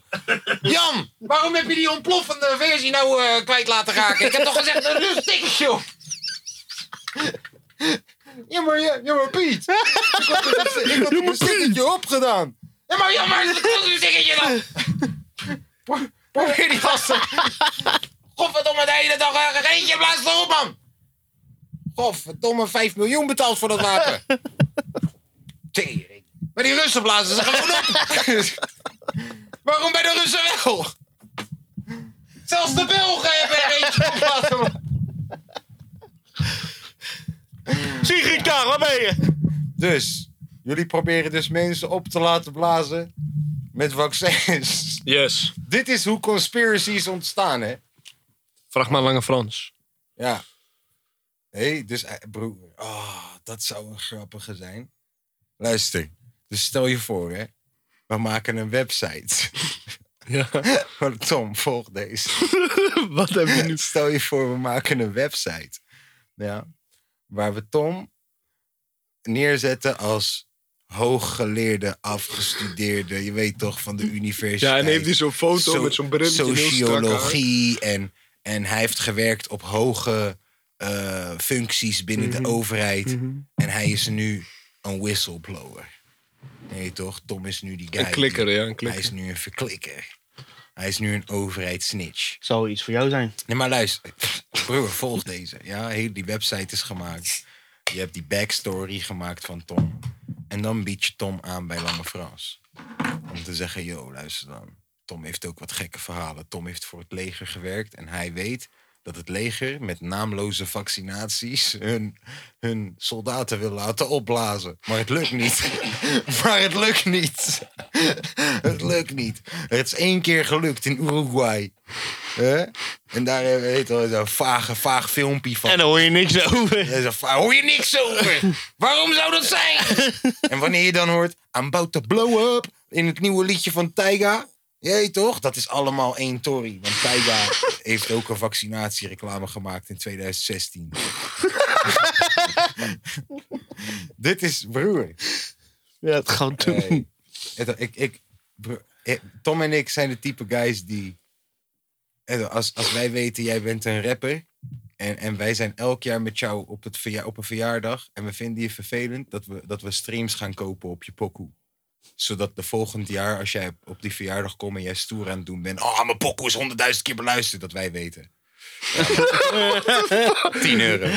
S1: Jan, waarom heb je die ontploffende versie nou eh, kwijt laten raken? Ik heb toch gezegd, er is een stikkertje op. Ja, maar, ja, ja, maar Piet. Ik had er een- ik had er een stikkertje op gedaan. Ja, maar ja, maar er komt een stikkertje dan. Pro- Probeer die gasten. Godverdomme, de hele dag eh, eentje blaast erop, man. Godverdomme, 5 miljoen betaald voor dat wapen. Tering. Maar die Russen blazen ze gewoon op. Waarom bij de Russen wel? Zelfs de Belgen hebben er eentje op laten.
S3: Sigrid Kaag, waar ben je?
S1: Dus, jullie proberen dus mensen op te laten blazen met vaccins.
S5: Yes.
S1: Dit is hoe conspiracies ontstaan, hè?
S5: Vraag maar Lange Frans.
S1: Ja. Hé, dus eh, broer. Oh, dat zou een grappige zijn. Luister, dus stel je voor, hè. We maken een website.
S5: Ja.
S1: Tom, volg deze.
S5: Wat heb je nu?
S1: Stel je voor, we maken een website. Ja. Waar we Tom neerzetten als hooggeleerde, afgestudeerde, je weet toch, van de universiteit.
S5: Ja, en heeft hij zo'n foto
S1: So-
S5: met zo'n brilletje. en heel strak haar.
S1: Sociologie en, en hij heeft gewerkt op hoge eh, functies binnen
S5: Mhm.
S1: de overheid. En hij is nu een whistleblower. Nee toch, Tom is nu die guy.
S5: Een klikker,
S1: die-
S5: ja, een
S1: Hij
S5: klikker.
S1: is nu een verklikker. Hij is nu een overheidssnitch.
S3: Zou iets voor jou zijn.
S1: Nee, maar luister. Broer, volg deze. Ja, heel die website is gemaakt. Je hebt die backstory gemaakt van Tom. En dan bied je Tom aan bij Lange Frans. Om te zeggen, yo, luister dan. Tom heeft ook wat gekke verhalen. Tom heeft voor het leger gewerkt. En hij weet dat het leger met naamloze vaccinaties... hun, hun soldaten wil laten opblazen. Maar het lukt niet. maar het lukt niet. het lukt niet. Het is één keer gelukt in Uruguay. Hè? En daar eh, weet je wel, zo'n vage, vaag filmpje van.
S3: En daar hoor je niks over.
S1: Hij zegt, "Waar hoor je niks over? Waarom zou dat zijn? en wanneer je dan hoort, I'm about to blow up in het nieuwe liedje van Tyga. Jee toch? Dat is allemaal één tory. Want Tyga heeft ook een vaccinatiereclame gemaakt in 2016. Dit is, broer.
S3: Ja, het gaat doen.
S1: Hey. Het- ik, ik, bro- eh, Tom en ik zijn de type guys die. eh, Als, als wij weten, jij bent een rapper. En, en wij zijn elk jaar met jou op, het verja- op een verjaardag. En we vinden je vervelend dat we, dat we streams gaan kopen op je pokoe. Zodat de volgend jaar, als jij op die verjaardag komt en jij stoer aan het doen bent. Oh, mijn pokoe is honderdduizend keer beluisterd. Dat wij weten. 10 euro.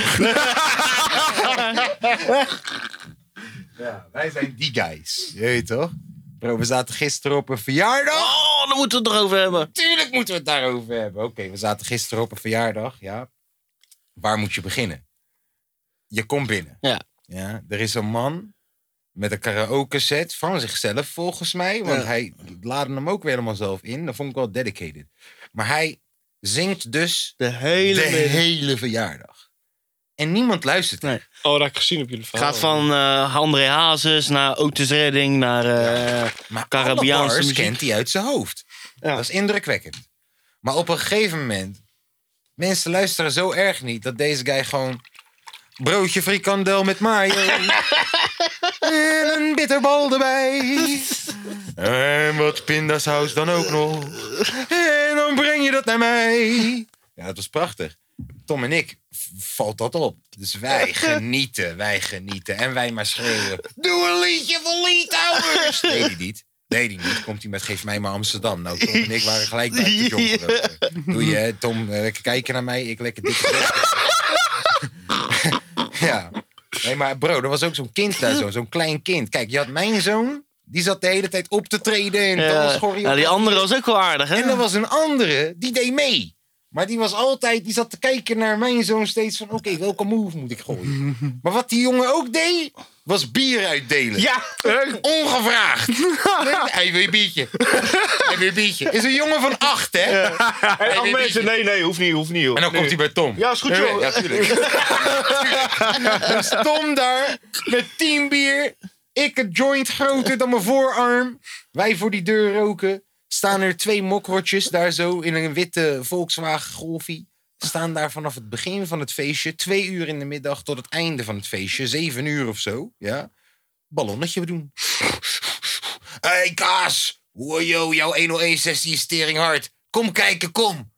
S1: ja, wij zijn die guys. Je weet toch? Bro, we zaten gisteren op een verjaardag.
S3: Oh, daar moeten we het toch over hebben.
S1: Tuurlijk moeten we het daarover hebben. Oké, we zaten gisteren op een verjaardag, ja. Waar moet je beginnen? Je komt binnen.
S3: Ja.
S1: ja. Er is een man met een karaoke set van zichzelf, volgens mij. Want hij laadde hem ook weer helemaal zelf in. Dat vond ik wel dedicated. Maar hij zingt dus
S3: De hele...
S1: de
S3: middag.
S1: hele verjaardag. En niemand luistert.
S3: Nee.
S5: Oh, dat heb ik gezien op jullie verhaal.
S3: Gaat van eh, André Hazes naar Otis Redding naar... eh,
S1: Maar
S3: Caribbeaanse
S1: alle bars
S3: muziek.
S1: kent hij uit zijn hoofd.
S3: Ja.
S1: Dat is indrukwekkend. Maar op een gegeven moment... Mensen luisteren zo erg niet dat deze guy gewoon... Broodje frikandel met mayo. en een bitterbal erbij. en wat pindasaus dan ook nog. En dan breng je dat naar mij. Ja, het was prachtig. Tom en ik, v- valt dat op. Dus wij genieten, wij genieten. En wij maar schreeuwen. Doe een liedje van Lee Towers. Deed hij niet. Deed hij niet. Komt hij met Geef mij maar Amsterdam. Nou, Tom en ik waren gelijk bij de jongeren. Doe je, hè, Tom, eh, lekker kijken naar mij. Ik lekker dik. ja. Nee, maar bro, er was ook zo'n kind daar zo. Zo'n klein kind. Kijk, je had mijn zoon. Die zat de hele tijd op te treden. En
S3: eh,
S1: ja,
S3: ja, die andere was ook wel aardig, hè?
S1: en er was een andere, die deed mee. Maar die was altijd, die zat te kijken naar mijn zoon steeds van... oké, welke move moet ik gooien? Maar wat die jongen ook deed, was bier uitdelen.
S3: Ja!
S1: Ongevraagd. Hij wil je biertje. Hij wil je biertje. Is een jongen van acht, hè?
S6: Hey,
S1: die-
S6: ach, mensen, nee, nee, hoeft niet, hoeft niet. Joh.
S1: En dan komt hij bij Tom.
S6: Ja, is goed, joh.
S1: Ja, tuurlijk. Dan is Tom daar met tien bier. Ik een joint groter dan mijn voorarm. Wij voor die deur roken. Staan er twee mokrotjes daar zo in een witte Volkswagen Golfie. Staan daar vanaf het begin van het feestje. Twee uur in de middag tot het einde van het feestje. Zeven uur of zo. Ja. Ballonnetje doen. Hé, hey, Kaas. Wojo, jouw 101-sessie is tering hard. Kom kijken, kom.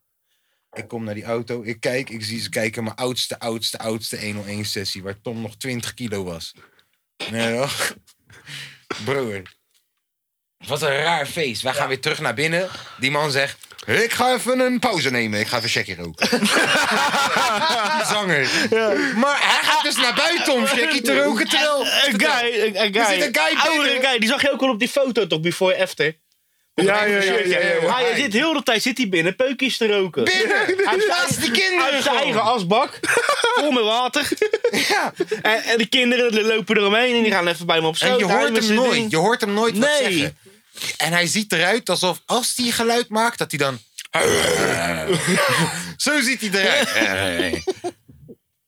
S1: Ik kom naar die auto, ik kijk, ik zie ze kijken. Mijn oudste, oudste, oudste 101-sessie, waar Tom nog 20 kilo was. Nee, toch? Broer. Wat een raar feest. Wij gaan weer terug naar binnen. Die man zegt, ik ga even een pauze nemen. Ik ga even Shaggy roken. die zanger. Maar hij gaat dus naar buiten om Shaggy te roken. Terwijl...
S3: Eh,
S6: Een guy, een, een
S1: Er
S6: guy.
S1: zit een guy
S6: Oudere
S1: binnen.
S6: guy, die zag je ook al op die foto toch, before after.
S5: Ja, ja, ja. ja, ja.
S6: Maar hij zit heel de tijd zit hij binnen peukjes te roken.
S1: Binnen! Hij plaatst die kinderen
S6: Uit zijn eigen
S1: gewoon.
S6: asbak, vol met water.
S1: Ja.
S6: En, en de kinderen die lopen eromheen en die gaan even bij hem op schoot.
S1: En je
S6: Hij
S1: hoort
S6: met
S1: hem
S6: zijn
S1: nooit.
S6: ding.
S1: Je hoort hem nooit wat
S6: Nee.
S1: zeggen. En hij ziet eruit alsof als hij geluid maakt, dat hij dan... Zo ziet hij eruit.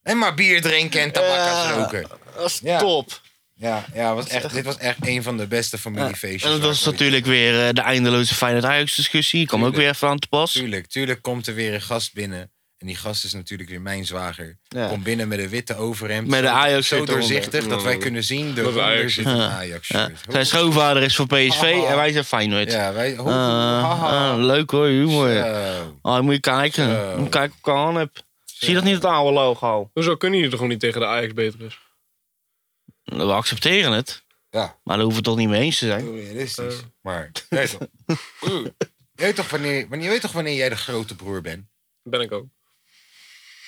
S1: en maar bier drinken en tabak aan roken.
S6: Dat is
S1: Ja.
S6: top.
S1: Ja, ja was echt, dit was echt een van de beste familiefeestjes.
S3: En dat was
S1: waar ik ooit-
S3: natuurlijk weer eh, de eindeloze Feyenoord-Ajax-discussie. Kwam ook weer even aan te pas.
S1: Tuurlijk, tuurlijk komt er weer een gast binnen. En die gast is natuurlijk weer mijn zwager. Komt binnen met een witte overhemd.
S3: Met een
S1: Zo-
S3: Ajax-shirt
S1: Zo
S3: eronder.
S1: doorzichtig dat wij kunnen zien.
S5: een
S1: Daaronder zit
S5: Ajax-shirt.
S1: een Ajax-shirt.
S3: Zijn schoonvader is voor PSV
S1: Ah.
S3: en wij zijn Feyenoord.
S1: Ja, wij...
S3: Ah, ah, leuk hoor, humor.
S1: Zo.
S3: Ah, moet je kijken. Moet je kijken wat ik aan heb. Zie je dat niet, het oude logo?
S5: Hoezo kunnen jullie toch gewoon niet tegen de Ajax beter is?
S3: We accepteren het.
S1: Ja.
S3: Maar daar hoeven we het toch niet mee eens te zijn.
S1: heel realistisch. maar je weet toch, je weet toch wanneer, wanneer, je weet toch wanneer jij de grote broer bent?
S5: Ben ik ook.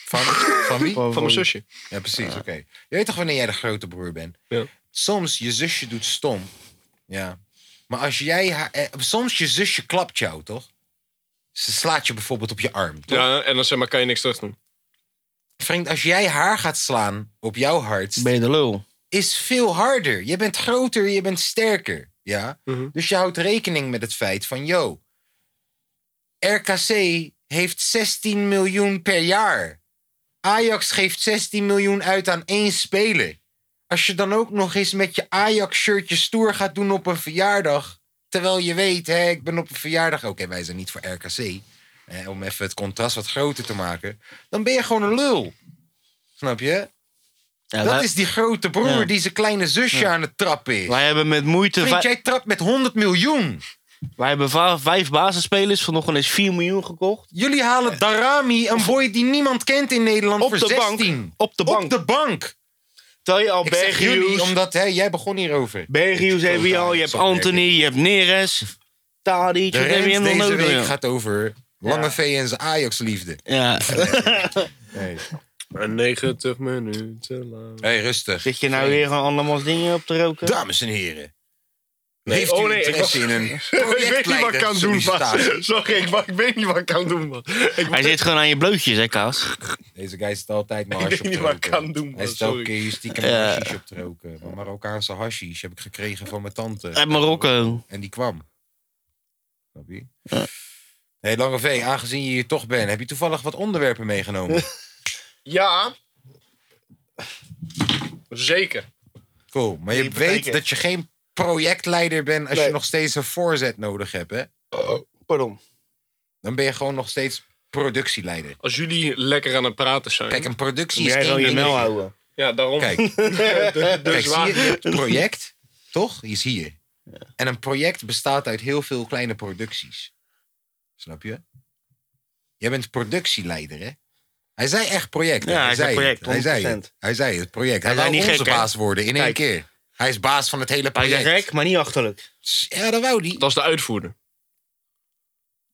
S1: Van, van wie?
S5: Van mijn zusje.
S1: Ja, precies. Oké. Je weet toch wanneer jij de grote broer bent?
S5: Ja.
S1: Soms je zusje doet stom. Ja. Maar als jij haar, eh, soms je zusje klapt jou, toch? Ze slaat je bijvoorbeeld op je arm. Toch?
S5: Ja, en dan zeg maar, kan je niks terug doen.
S1: Vriend, als jij haar gaat slaan op jouw hart,
S3: Ben je de lul?
S1: is veel harder. Je bent groter, je bent sterker. Ja?
S5: Mhm.
S1: Dus je houdt rekening met het feit van, yo, RKC heeft 16 miljoen per jaar. Ajax geeft 16 miljoen uit aan één speler. Als je dan ook nog eens met je Ajax-shirtje stoer gaat doen op een verjaardag. Terwijl je weet, hè, ik ben op een verjaardag. Oké, wij zijn niet voor RKC. Hè, om even het contrast wat groter te maken. Dan ben je gewoon een lul. Snap je?
S3: Ja,
S1: Dat
S3: wij,
S1: is die grote broer
S3: Ja.
S1: die zijn kleine zusje aan het trappen is.
S3: wij hebben met moeite...
S1: Vriend,
S3: vij-
S1: jij trapt met 100 miljoen.
S3: Wij hebben va- vijf basisspelers van nog eens 4 miljoen gekocht.
S1: Jullie halen Darami, een boy die niemand kent in Nederland,
S3: Op
S1: voor
S3: de bank.
S1: 16.
S3: Op de bank.
S1: Op de bank.
S3: Tel je al
S1: Ik zeg jullie,
S3: Bergius.
S1: omdat hè, jij begon hierover.
S3: Bergius heb je al. Je hebt Anthony, je hebt Neres. Tadic.
S1: De
S3: Dat heb je
S1: rent
S3: helemaal
S1: deze
S3: nodig.
S1: week
S3: joh.
S1: gaat over Lange V en zijn Ajax-liefde.
S3: Ja.
S5: 90 minuten lang.
S1: Hé, hey, rustig.
S3: nou Zit je nou weer gewoon andermans dingen op te roken?
S1: Dames en heren.
S5: Nee,
S1: Heeft
S5: oh
S1: u
S5: nee, ik
S1: interesse
S5: was-
S1: in een
S5: ik weet niet wat ik kan doen, man.
S1: projectleidersollicitatie?
S5: Sorry, ik, wa- ik weet niet wat ik kan doen, man. Ik
S3: Hij zit gewoon aan je blootjes, hè, Kaas?
S1: Deze guy zit altijd maar
S5: Ik
S1: hasje
S5: weet niet
S1: op te
S5: wat ik
S1: roken.
S5: kan doen,
S1: Hij
S5: man,
S1: zit elke
S5: sorry.
S1: keer hier stiekem
S3: Ja.
S1: hashish op te roken. Maar Marokkaanse hashish heb ik gekregen van mijn tante.
S3: Uit Marokko.
S1: En die kwam. Snap je? hey, Lange V, aangezien je hier toch bent, heb je toevallig wat onderwerpen meegenomen?
S5: Ja. Zeker.
S1: Cool. Maar je
S6: Die
S1: weet
S6: betekent-
S1: dat je geen projectleider bent als je
S6: Nee.
S1: nog steeds een voorzet nodig hebt, hè?
S5: Oh,
S6: Pardon.
S1: Dan ben je gewoon nog steeds productieleider.
S5: Als jullie lekker aan het praten zijn.
S1: Kijk, een productie
S6: Moet
S1: is
S6: jij
S1: één
S6: gewoon je
S1: ding.
S6: mel houden.
S5: Ja, daarom.
S1: Kijk,
S5: dus
S1: Kijk, zie
S5: waar-
S1: je, je hebt het project, toch? Die is hier. En een project bestaat uit heel veel kleine producties. Snap je? Jij bent productieleider, hè? Hij zei echt project. hè?
S3: Ja, hij zei project,
S1: het. Hij zei, het.
S3: 100%.
S1: hij zei het project. Hij,
S3: Hij zei
S1: wou
S3: niet
S1: onze
S3: gek, hè?
S1: baas worden in één
S3: Kijk.
S1: keer. Hij is baas van het hele
S3: Hij is
S1: project.
S3: gek, maar niet achterlijk.
S1: Ja, dat wou hij.
S5: Dat is de uitvoerder.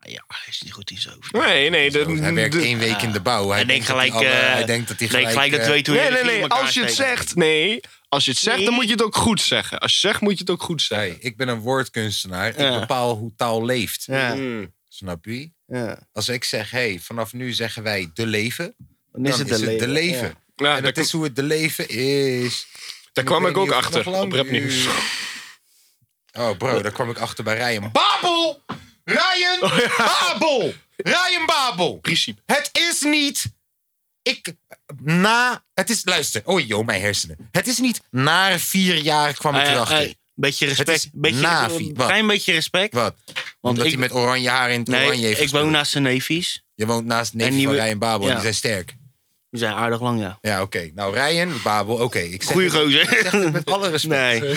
S3: Ja, hij is niet goed in zijn hoofd.
S5: Nee, nee. De,
S1: Hij werkt
S5: de-
S1: één week in de bouw. Hij
S3: Hij denkt
S1: dat hij
S3: gelijk,
S1: alle-
S3: eh,
S1: hij denkt dat hij
S3: Nee,
S1: gelijk...
S3: gelijk dat
S1: eh,
S3: weet hoe je
S5: Nee,
S3: de
S5: nee,
S3: vier
S5: nee.
S3: in elkaar
S5: Als je het
S3: steekt.
S5: zegt, nee. Als je het zegt, dan
S3: Nee.
S5: moet je het ook goed zeggen. Als je het zegt, moet je het ook goed
S1: hey,
S5: zeggen.
S1: ik ben een woordkunstenaar.
S3: Ja.
S1: Ik bepaal hoe taal leeft.
S3: Ja,
S1: Hmm.
S5: Mm.
S1: Snap je?
S3: ja.
S1: Als ik zeg, hey, vanaf nu zeggen wij de leven.
S3: Dan is het de leven.
S1: leven.
S5: Ja, daar,
S1: en dat is hoe het de leven is.
S5: daar kwam
S1: weet
S5: ik
S1: niet
S5: ook
S1: of het nog
S5: achter
S1: lang
S5: op Rap Nieuws.
S1: duurt. Oh bro, daar kwam ik achter bij Ryan. Babel! Ryan
S3: Oh,
S1: Babel! Ryan Babel!
S5: Principe.
S1: Het is niet... Ik... Na... Het is... Luister. Oh joh, mijn hersenen. Het is niet na vier jaar kwam ik
S3: Eh,
S1: erachter.
S3: eh, beetje
S1: Het is
S3: respect. Beetje,
S1: navi.
S3: een
S1: Wat?
S3: klein beetje respect.
S1: Wat? Omdat
S3: ik-
S1: hij met oranje haar in het oranje
S3: Nee,
S1: heeft
S3: ik woon
S1: gespeeld.
S3: naast de neefjes.
S1: Je woont naast neef
S3: En die
S1: van
S3: we-
S1: Ryan Babel.
S3: Ja.
S1: Die zijn sterk.
S3: Die zijn aardig lang, ja.
S1: Ja, oké. Nou, Ryan Babel, oké. ik zeg
S3: Goeie
S1: het- Ik zeg het
S3: gozer.
S1: met alle respect.
S3: Nee.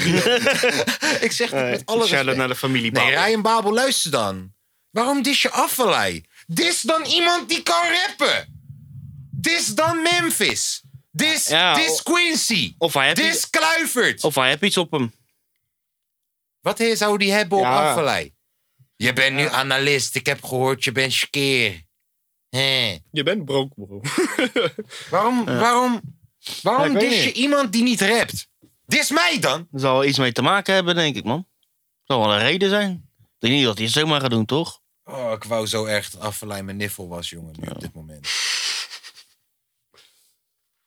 S1: Ik zeg het met alle
S3: Shout-out
S1: respect.
S3: naar de familie.
S1: Nee,
S3: Babel.
S1: Ryan Babel, luister dan. Waarom dis je Afvalai? Dis dan iemand die kan rappen. Dis dan Memphis. Dis,
S3: Ja,
S1: dis Quincy.
S3: Of hij, heeft iets,
S1: Dis Kluivert.
S3: of hij heeft iets op hem.
S1: Wat he- zou die hebben op
S3: Ja.
S1: Afvalai? Je bent nu analist. Ik heb gehoord, je bent skeer. Hè.
S5: Je bent broek, bro.
S1: Waarom, waarom, waarom
S3: Ja, ik weet
S1: dis je
S3: niet.
S1: iemand die niet rapt? Dis mij dan.
S3: Er zal wel iets mee te maken hebben, denk ik, man. Zal wel een reden zijn. Ik denk niet dat hij het zomaar gaat doen, toch?
S1: Oh, ik wou zo echt dat Affelijn mijn niffel was, jongen, nu op dit moment.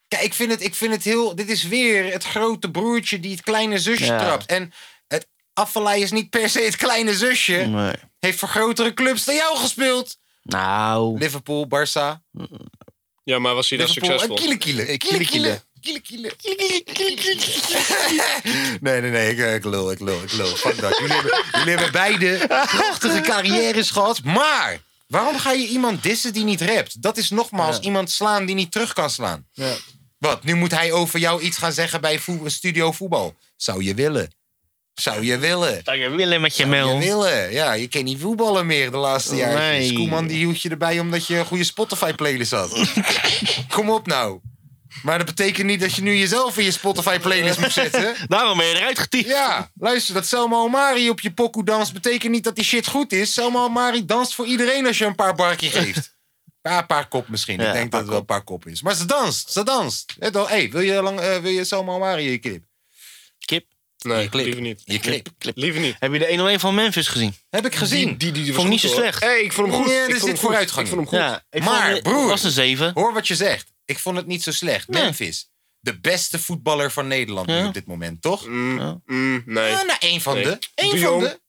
S1: Kijk, ik vind, het, ik vind het heel... Dit is weer het grote broertje die het kleine zusje
S3: Ja.
S1: trapt. En het Affelijn is niet per se het kleine zusje.
S3: Nee.
S1: Heeft voor grotere clubs dan jou gespeeld.
S3: Nou,
S1: Liverpool, Barça,
S5: Ja, maar was hij dat
S1: Liverpool eh, en
S5: succesvol?
S1: kiele kiele. Kiele kiele. Kiele kiele. Nee, nee, nee, ik, ik lul, ik lul, ik lul. Fuck dat. Jullie hebben, jullie hebben beide prachtige carrières gehad. Maar waarom ga je iemand dissen die niet rapt? Dat is nogmaals iemand slaan die niet terug kan slaan. Wat, nu moet hij over jou iets gaan zeggen bij voe- studio voetbal? Zou je willen? Zou je willen?
S3: zou je willen met je
S1: Zou
S3: mel?
S1: je willen? Ja, je kan niet voetballen meer de laatste jaren.
S3: Nee.
S1: Koeman die hield je erbij omdat je een goede Spotify-playlist had. Kom op nou. Maar dat betekent niet dat je nu jezelf in je Spotify-playlist moet zetten.
S3: Daarom ben je eruit getiefd.
S1: Ja, luister, dat Selma Omari op je pokoe danst... betekent niet dat die shit goed is. Selma Omari danst voor iedereen als je een paar barkie geeft. Ja, een paar kop misschien.
S3: Ja,
S1: Ik denk
S3: een
S1: dat
S3: paar
S1: het wel een paar kop is. Maar ze danst, ze danst. Hé, hey, wil, je lang, eh, wil je Selma Omari in je clip?
S3: Kip.
S5: Nee, liever niet.
S1: Je clip.
S5: Liever niet.
S3: Heb je de 101 van Memphis gezien?
S1: Heb ik gezien.
S5: Die, die, die was
S3: Vond ik niet
S5: goed,
S3: zo
S5: hoor.
S3: slecht.
S5: Hey, ik vond hem goed. Ik
S1: Nee, er
S5: vond
S1: zit
S5: hem goed.
S1: vooruitgang.
S5: Ik vond hem goed.
S3: Ja. ik
S1: Maar,
S3: vond het-
S1: broer.
S3: was een 7.
S1: Hoor wat je zegt. Ik vond het niet zo slecht.
S3: Nee.
S1: Memphis. De beste voetballer van Nederland nu
S3: Ja.
S1: op dit moment, toch?
S5: Mm,
S3: Ja.
S5: mm, nee.
S1: Ja, nou, één van
S5: Nee.
S1: de. Één
S5: De
S1: van
S5: Jong.
S1: de.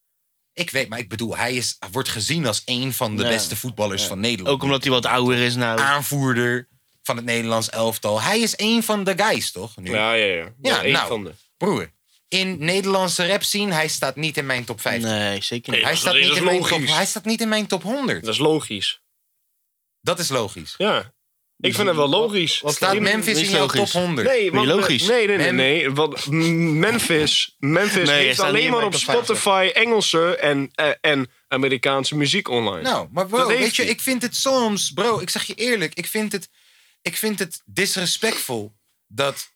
S1: Ik weet, maar ik bedoel, hij is, hij wordt gezien als één van de
S3: Ja.
S1: beste voetballers van Nederland.
S3: Ook omdat hij wat ouder is nou.
S1: Ah, Aanvoerder van het Nederlands elftal. Hij is één van de guys, toch? Nu?
S5: Ja, ja, ja.
S1: Ja,
S5: Ja, één
S1: nou.
S5: van de.
S1: Broer, in Nederlandse rap scene, hij staat niet in mijn top 5.
S3: Nee, zeker niet.
S5: Nee.
S1: Hij
S5: dat
S1: staat,
S5: is
S1: niet in mijn top,
S5: logisch.
S1: hij staat niet in mijn top 100.
S5: Dat is logisch.
S1: Dat is logisch.
S5: Ja. Ik vind het wel logisch.
S1: Staat Memphis
S3: is
S1: in jouw
S3: logisch.
S1: top 100?
S5: Nee,
S3: Vind
S5: want, eh,
S3: je logisch?
S5: Nee, nee, nee.
S1: Mem-
S5: nee. Want mm, Memphis, Memphis
S3: hij
S5: heeft
S3: staat niet
S5: alleen
S3: in
S5: maar
S3: mijn
S5: op
S3: top 50.
S5: Spotify Engelse en, eh, en Amerikaanse muziek online.
S1: Nou, maar bro,
S5: Dat heeft
S1: weet je,
S5: hij.
S1: ik vind het soms, bro, ik zeg je eerlijk, ik vind het, ik vind het disrespectvol dat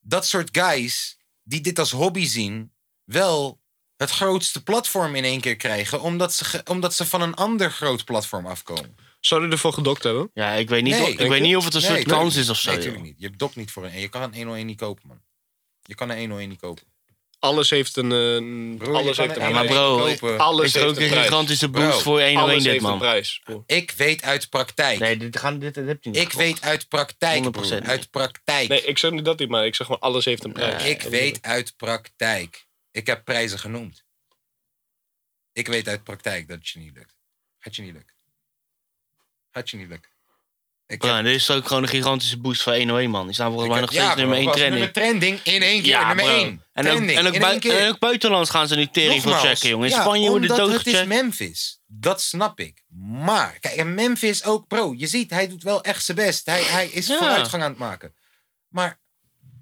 S1: dat soort guys die dit als hobby zien, wel het grootste platform in één keer krijgen, omdat ze, ge- omdat ze van een ander groot platform afkomen.
S5: Zou hij ervoor gedokt hebben?
S3: Ja, ik weet niet,
S1: Nee,
S3: of,
S1: denk
S3: ik weet niet of het een soort
S1: tuurlijk
S3: kans
S1: niet.
S3: is of zo.
S1: Nee,
S3: joh.
S1: natuurlijk niet. Je dokt niet voor een, je kan een 101 niet kopen, man. Je kan een 101 niet kopen.
S5: Alles heeft een... eh, een-
S1: Broer, je
S5: alles
S1: kan
S5: heeft
S1: er
S5: een
S1: één
S3: maar
S5: prijs.
S3: bro,
S1: kopen.
S3: ik-
S5: Alles
S3: Ik er
S5: heeft
S3: ook
S5: een
S3: een
S5: prijs.
S3: gigantische boost
S1: Bro,
S3: voor 1
S5: Alles
S3: dit,
S5: heeft een
S3: man.
S5: prijs. broer.
S1: Ik weet uit praktijk.
S3: Nee, dit, gaan, dit, dit heb je niet.
S1: ik weet uit praktijk, broer.
S3: 100%
S1: Uit praktijk.
S5: Nee, ik zeg niet dat niet, maar ik zeg maar alles heeft een prijs.
S1: ik weet uit praktijk. Ik heb prijzen genoemd. Ik weet uit praktijk dat het je niet lukt. Gaat je niet lukken. Gaat je niet lukken. Ik
S3: Ja, dit is ook gewoon een gigantische boost voor 101, man. Die staan volgens mij nog steeds
S1: bro,
S3: nummer 1
S1: was
S3: trending.
S1: Nummer trending in één keer. nummer
S3: bro.
S1: één.
S3: En ook,
S1: Trending
S3: en, ook
S1: in
S3: bui-
S1: één keer.
S3: en ook buitenlands gaan ze nu tering van
S1: Nogmaals,
S3: checken, jongen. In
S1: ja,
S3: Spanje wordt het
S1: omdat het is
S3: doodgecheckt.
S1: Memphis. Dat snap ik. Maar, kijk, en Memphis ook pro. Je ziet, hij doet wel echt zijn best. Hij, hij is
S3: Ja.
S1: vooruitgang aan het maken. Maar,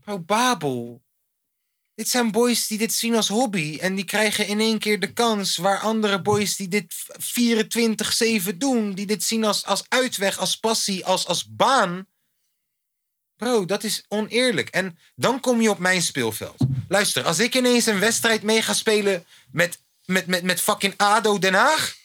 S1: bro, Babel. Dit zijn boys die dit zien als hobby. En die krijgen in één keer de kans waar andere boys die dit 24-7 doen. Die dit zien als, als uitweg, als passie, als, als baan. Bro, dat is oneerlijk. En dan kom je op mijn speelveld. Luister, als ik ineens een wedstrijd mee ga spelen met, met, met, met fucking ADO Den Haag,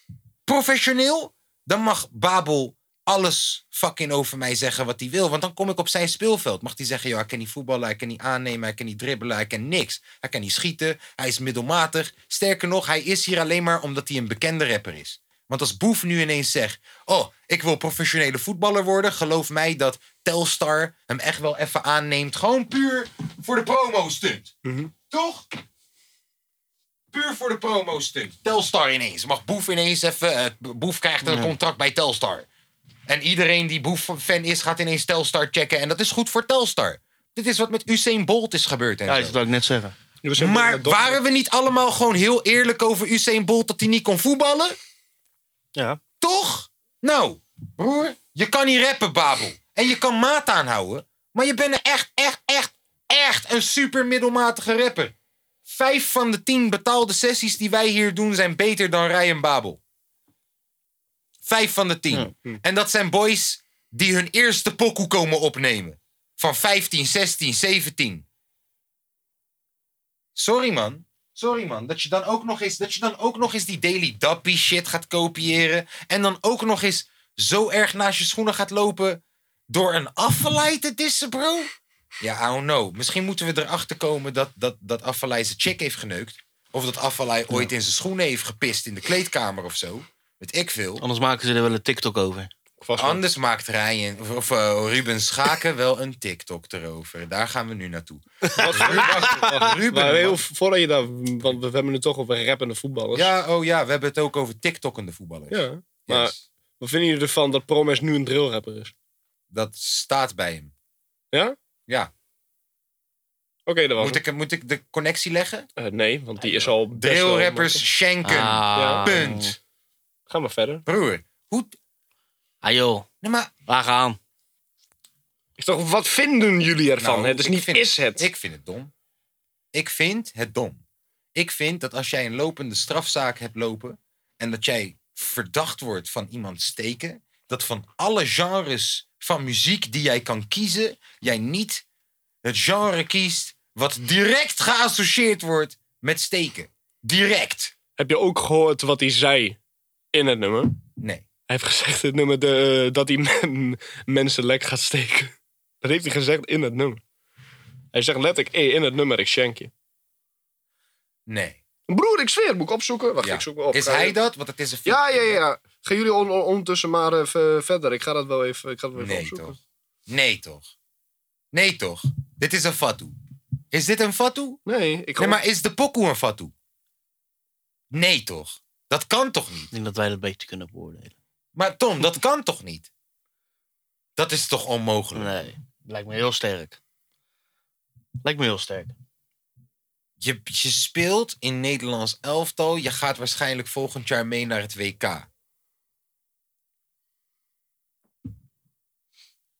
S1: professioneel, dan mag Babel alles fucking over mij zeggen wat hij wil. Want dan kom ik op zijn speelveld. Mag hij zeggen, joh, hij kan niet voetballen, hij kan niet aannemen, hij kan niet dribbelen, hij kan niks. Hij kan niet schieten, hij is middelmatig. Sterker nog, hij is hier alleen maar omdat hij een bekende rapper is. Want als Boef nu ineens zegt, oh, ik wil professionele voetballer worden, geloof mij dat Telstar hem echt wel even aanneemt. Gewoon puur voor de promo-stunt. Toch? Puur voor de promo-stunt. Telstar ineens. Mag Boef ineens even. eh, Boef krijgt een contract bij Telstar. En iedereen die Boef-fan is, gaat ineens Telstar checken. En dat is goed voor Telstar. Dit is wat met Usain Bolt is gebeurd. En
S3: Ja,
S1: zo.
S3: dat wil ik net zeggen.
S5: Je was helemaal
S1: Maar
S5: naar Dortmund.
S1: waren we niet allemaal gewoon heel eerlijk over Usain Bolt dat hij niet kon voetballen?
S3: Ja.
S1: Toch? Nou, broer, je kan niet rappen, Babel. En je kan maat aanhouden. Maar je bent een echt, echt, echt, echt een super middelmatige rapper. Vijf van de tien betaalde sessies die wij hier doen zijn beter dan Ryan Babel. Vijf van de tien. En dat zijn boys die hun eerste pokoe komen opnemen. Van 15, 16, 17. Sorry man. Sorry man, dat je dan ook nog eens, dat je dan ook nog eens die Daily Dappy shit gaat kopiëren. En dan ook nog eens zo erg naast je schoenen gaat lopen door een afvallei te dissen, bro. Ja, I don't know. Misschien moeten we erachter komen dat, dat, dat afvallei zijn chick heeft geneukt. Of dat afvallei ooit in zijn schoenen heeft gepist in de kleedkamer of zo. Weet ik veel.
S3: Anders maken ze er wel een TikTok over.
S5: Vast wel.
S1: Anders maakt Ryan, of, of eh, Ruben Schaken wel een TikTok erover. Daar gaan we nu naartoe.
S5: Wat voor- wacht, wacht.
S1: Ruben,
S5: Maar heel,
S1: wat-
S5: voordat je daar... Want we hebben het toch over rappende voetballers.
S1: Ja, oh ja, we hebben het ook over TikTokkende voetballers.
S5: Ja.
S1: Yes.
S5: Maar wat vinden jullie ervan dat Promes nu een drillrapper is?
S1: Dat staat bij hem.
S5: Ja?
S1: Ja.
S5: Oké, dat was
S1: Moet ik, moet ik de connectie leggen?
S5: hem. Eh, nee, want die is al... best wel-
S1: Drillrappers schenken.
S3: Ah,
S1: Punt.
S5: Ga maar verder.
S1: Broer, hoe...
S3: Ah joh,
S1: Nee, maar...
S3: waar gaan?
S5: Ik dacht, wat vinden jullie ervan?
S1: nou,
S5: het is
S1: ik
S5: dus niet
S1: vind
S5: is het.
S1: Ik vind het dom. Ik vind het dom. Ik vind dat als jij een lopende strafzaak hebt lopen... en dat jij verdacht wordt van iemand steken... dat van alle genres van muziek die jij kan kiezen... jij niet het genre kiest wat direct geassocieerd wordt met steken. Direct.
S5: Heb je ook gehoord wat hij zei in het nummer?
S1: Nee.
S5: Hij heeft gezegd het nummer de, eh, dat hij men- mensen lek gaat steken. Dat heeft hij gezegd in het nummer. Hij zegt letterlijk, hey, in het nummer, ik schenk je.
S1: Nee.
S5: Broer, ik zweer, moet ik opzoeken? Wacht,
S1: Ja.
S5: ik zoek wel op.
S1: Is
S5: Ga je-
S1: hij dat? Want het is een
S5: Ja, ja,
S1: fictie, hè?
S5: ja. Gaan jullie on- on- ondertussen maar even verder. Ik ga dat wel even, ik ga dat wel even
S1: Nee
S5: opzoeken.
S1: toch? Nee toch? Nee toch? Dit is een fatu. Is dit een fatu?
S5: Nee, ik
S1: Nee,
S5: nee,
S1: maar is de pokoe een fatu? Nee toch? Dat kan toch niet?
S3: Ik denk dat wij dat beter kunnen beoordelen.
S1: Maar Tom, dat kan toch niet? Dat is toch onmogelijk?
S3: Nee, lijkt me heel sterk. Lijkt me heel sterk.
S1: Je, je speelt in Nederlands elftal. Je gaat waarschijnlijk volgend jaar mee naar het WK.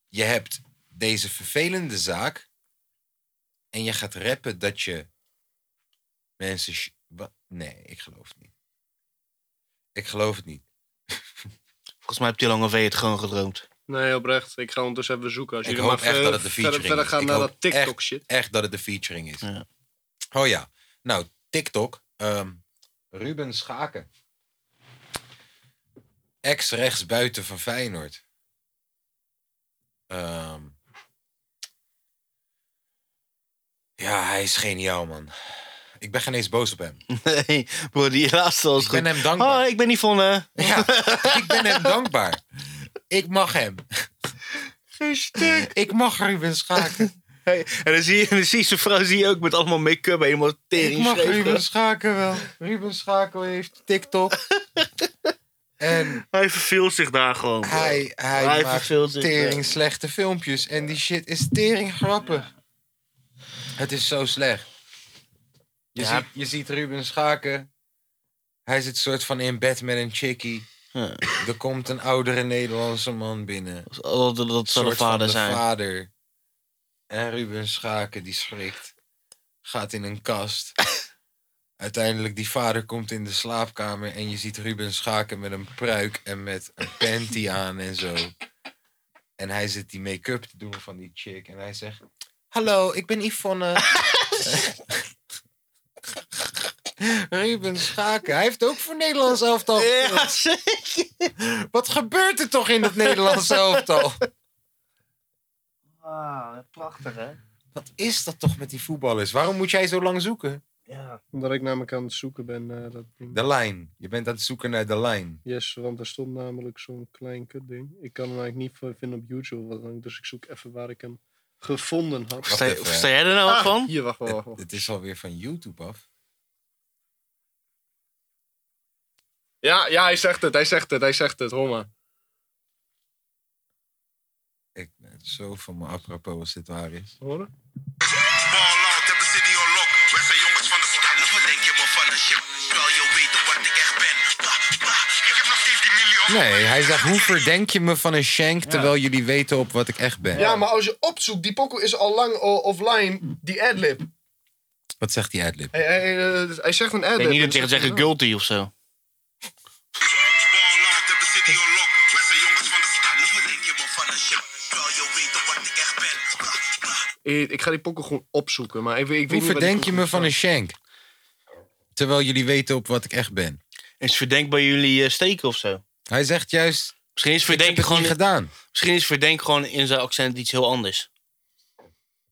S1: Je hebt deze vervelende zaak. En je gaat rappen dat je mensen. sh- Wa- Nee, ik geloof het niet. Ik geloof het niet.
S3: Volgens mij heeft die lange V het gewoon gedroomd.
S5: nee, oprecht. Ik ga ondertussen even zoeken. Als
S1: Ik
S5: jullie
S1: hoop
S5: maar
S1: echt
S5: ver-
S1: dat het de featuring
S5: verder, verder
S1: is.
S5: gaan
S1: Ik
S5: naar
S1: hoop
S5: dat TikTok
S1: echt-
S5: shit.
S1: Echt dat het de featuring is.
S3: Ja.
S1: Oh ja. Nou, TikTok. ehm, Ruben Schaken. Ex-rechtsbuiten van Feyenoord. Ehm, ja, hij is geniaal, man. Ik ben geen eens boos op hem.
S3: Nee, bro, die laatste was
S1: Ik
S3: goed.
S1: ben hem dankbaar.
S3: Oh, ik ben Yvonne.
S1: Ja, ik ben hem dankbaar. Ik mag hem. Ik mag Ruben Schaken.
S3: Hey, en dan zie je, dan zie je zijn vrouw zie je ook met allemaal make-up helemaal
S1: Ik
S3: tering
S1: mag
S3: scheef.
S1: Ruben Schaken wel. Ruben Schaken heeft TikTok. En
S3: Hij verveelt zich daar gewoon. bro.
S1: hij, hij,
S3: Hij verveelt
S1: maakt
S3: zich,
S1: tering slechte filmpjes. En die shit is tering grappig. Het is zo slecht. Je,
S3: Ja.
S1: ziet, je ziet Ruben Schaken. Hij zit soort van in bed met een chickie.
S3: Ja.
S1: Er komt een oudere Nederlandse man binnen.
S3: Dat, dat, dat zou de
S1: soort van
S3: vader zijn.
S1: vader. En Ruben Schaken, die schrikt. Gaat in een kast. Uiteindelijk, die vader komt in de slaapkamer en je ziet Ruben Schaken met een pruik en met een panty aan en zo. En hij zit die make-up te doen van die chick en hij zegt... Hallo, ik ben Yvonne. Ruben Schaken, hij heeft ook voor Nederlands elftal
S3: Ja,
S1: gespeeld.
S3: zeker.
S1: Wat gebeurt er toch in het Nederlands elftal?
S3: prachtig, hè?
S1: Wat is dat toch met die voetballers? Waarom moet jij zo lang zoeken?
S3: Ja.
S7: Omdat ik namelijk aan het zoeken ben. eh, dat ding.
S1: De lijn. Je bent aan het zoeken naar de lijn.
S7: Yes, want er stond namelijk zo'n klein kutding. Ik kan hem eigenlijk niet v- vinden op YouTube. Wat dan ook, dus ik zoek even waar ik hem gevonden had.
S1: Wacht
S3: Versta,
S1: even.
S3: versta jij er nou wat van?
S7: Hier, wacht, wacht, wacht,
S5: Oh.
S1: Het,
S7: wacht.
S1: het is alweer van YouTube af.
S5: Ja, ja, hij zegt het, hij zegt het, hij zegt het. Hoor maar.
S1: Ik ben zo van me apropos als dit waar is.
S4: Ball
S7: Horen?
S4: out, hebben ze niet on lock. Wij zijn jongens van de stad, wat denk je me van een shit? Wil je weten wat ik echt ben? Bah, bah. Ik heb nog steeds die miljoen.
S1: Nee, hij zegt, hoe verdenk je me van een shank terwijl jullie weten op wat ik echt ben?
S7: Ja, maar als je opzoekt, die pokoe is al lang o- offline. Die adlib.
S1: Wat zegt die adlib?
S7: Hij, hij, eh, hij zegt een
S3: Ik
S7: adlib.
S3: denk niet
S7: en
S3: dat je
S7: zegt
S3: gaat
S7: hij
S3: zeggen
S7: wel.
S3: guilty of zo.
S4: Ball out, hebben ze niet on lock. Wij zijn jongens van de stad, wat denk je me van een shit? Wil je weten wat ik echt ben? Bah, bah.
S7: Ik, ik ga die pokoe gewoon opzoeken. Maar ik, weet- ik weet niet
S1: Hoe
S7: waar die
S1: verdenk je
S7: pokoe
S1: me van een shank? Terwijl jullie weten op wat ik echt ben.
S3: Is verdenk bij jullie eh, steken of zo?
S1: Hij zegt juist,
S3: Misschien is
S1: ik heb
S3: verdenk,
S1: het
S3: gewoon,
S1: niet gedaan.
S3: misschien is verdenk gewoon in zijn accent iets heel anders.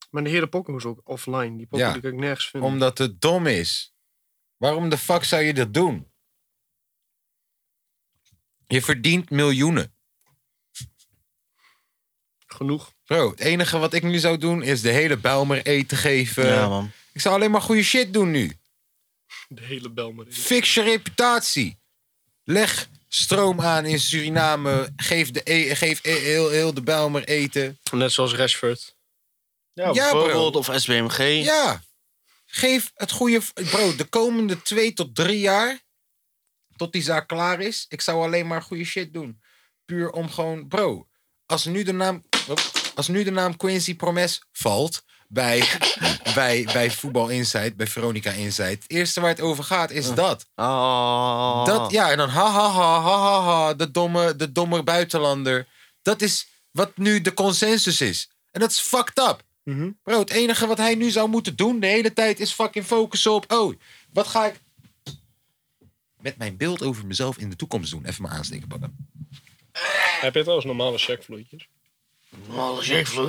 S7: Maar de hele Pokémon is ook offline. Die
S1: Ja.
S7: Pokémon die kan ik nergens vinden.
S1: Omdat het dom is. Waarom de fuck zou je dat doen? Je verdient miljoenen.
S7: Genoeg.
S1: Bro, het enige wat ik nu zou doen is de hele Bijlmer eten geven.
S3: man.
S1: ik zou alleen maar goede shit doen nu.
S7: De hele Belmer. in.
S1: Fix je reputatie. Leg stroom aan in Suriname. Geef, de e- geef e- heel, heel de Bijlmer eten.
S7: Net zoals Rashford.
S3: Ja,
S1: Ja, bro.
S3: bijvoorbeeld of SBMG.
S1: Ja. Geef het goede. Bro, de komende twee tot drie jaar. Tot die zaak klaar is. Ik zou alleen maar goede shit doen. Puur om gewoon. Bro, als nu de naam. Als nu de naam Quincy Promes valt. Bij, bij, bij Voetbal Insight. Bij Veronica Insight. Het eerste waar het over gaat is dat.
S3: Oh.
S1: Dat, ja, en dan ha ha ha ha ha ha, de domme, de domme buitenlander. Dat is wat nu de consensus is. En dat is fucked up.
S7: Mhm.
S1: Bro, het enige wat hij nu zou moeten doen de hele tijd is fucking focussen op... Oh, wat ga ik met mijn beeld over mezelf in de toekomst doen? Even mijn aansteken pakken.
S5: Heb je trouwens normale checkvloeitjes?
S3: Oh,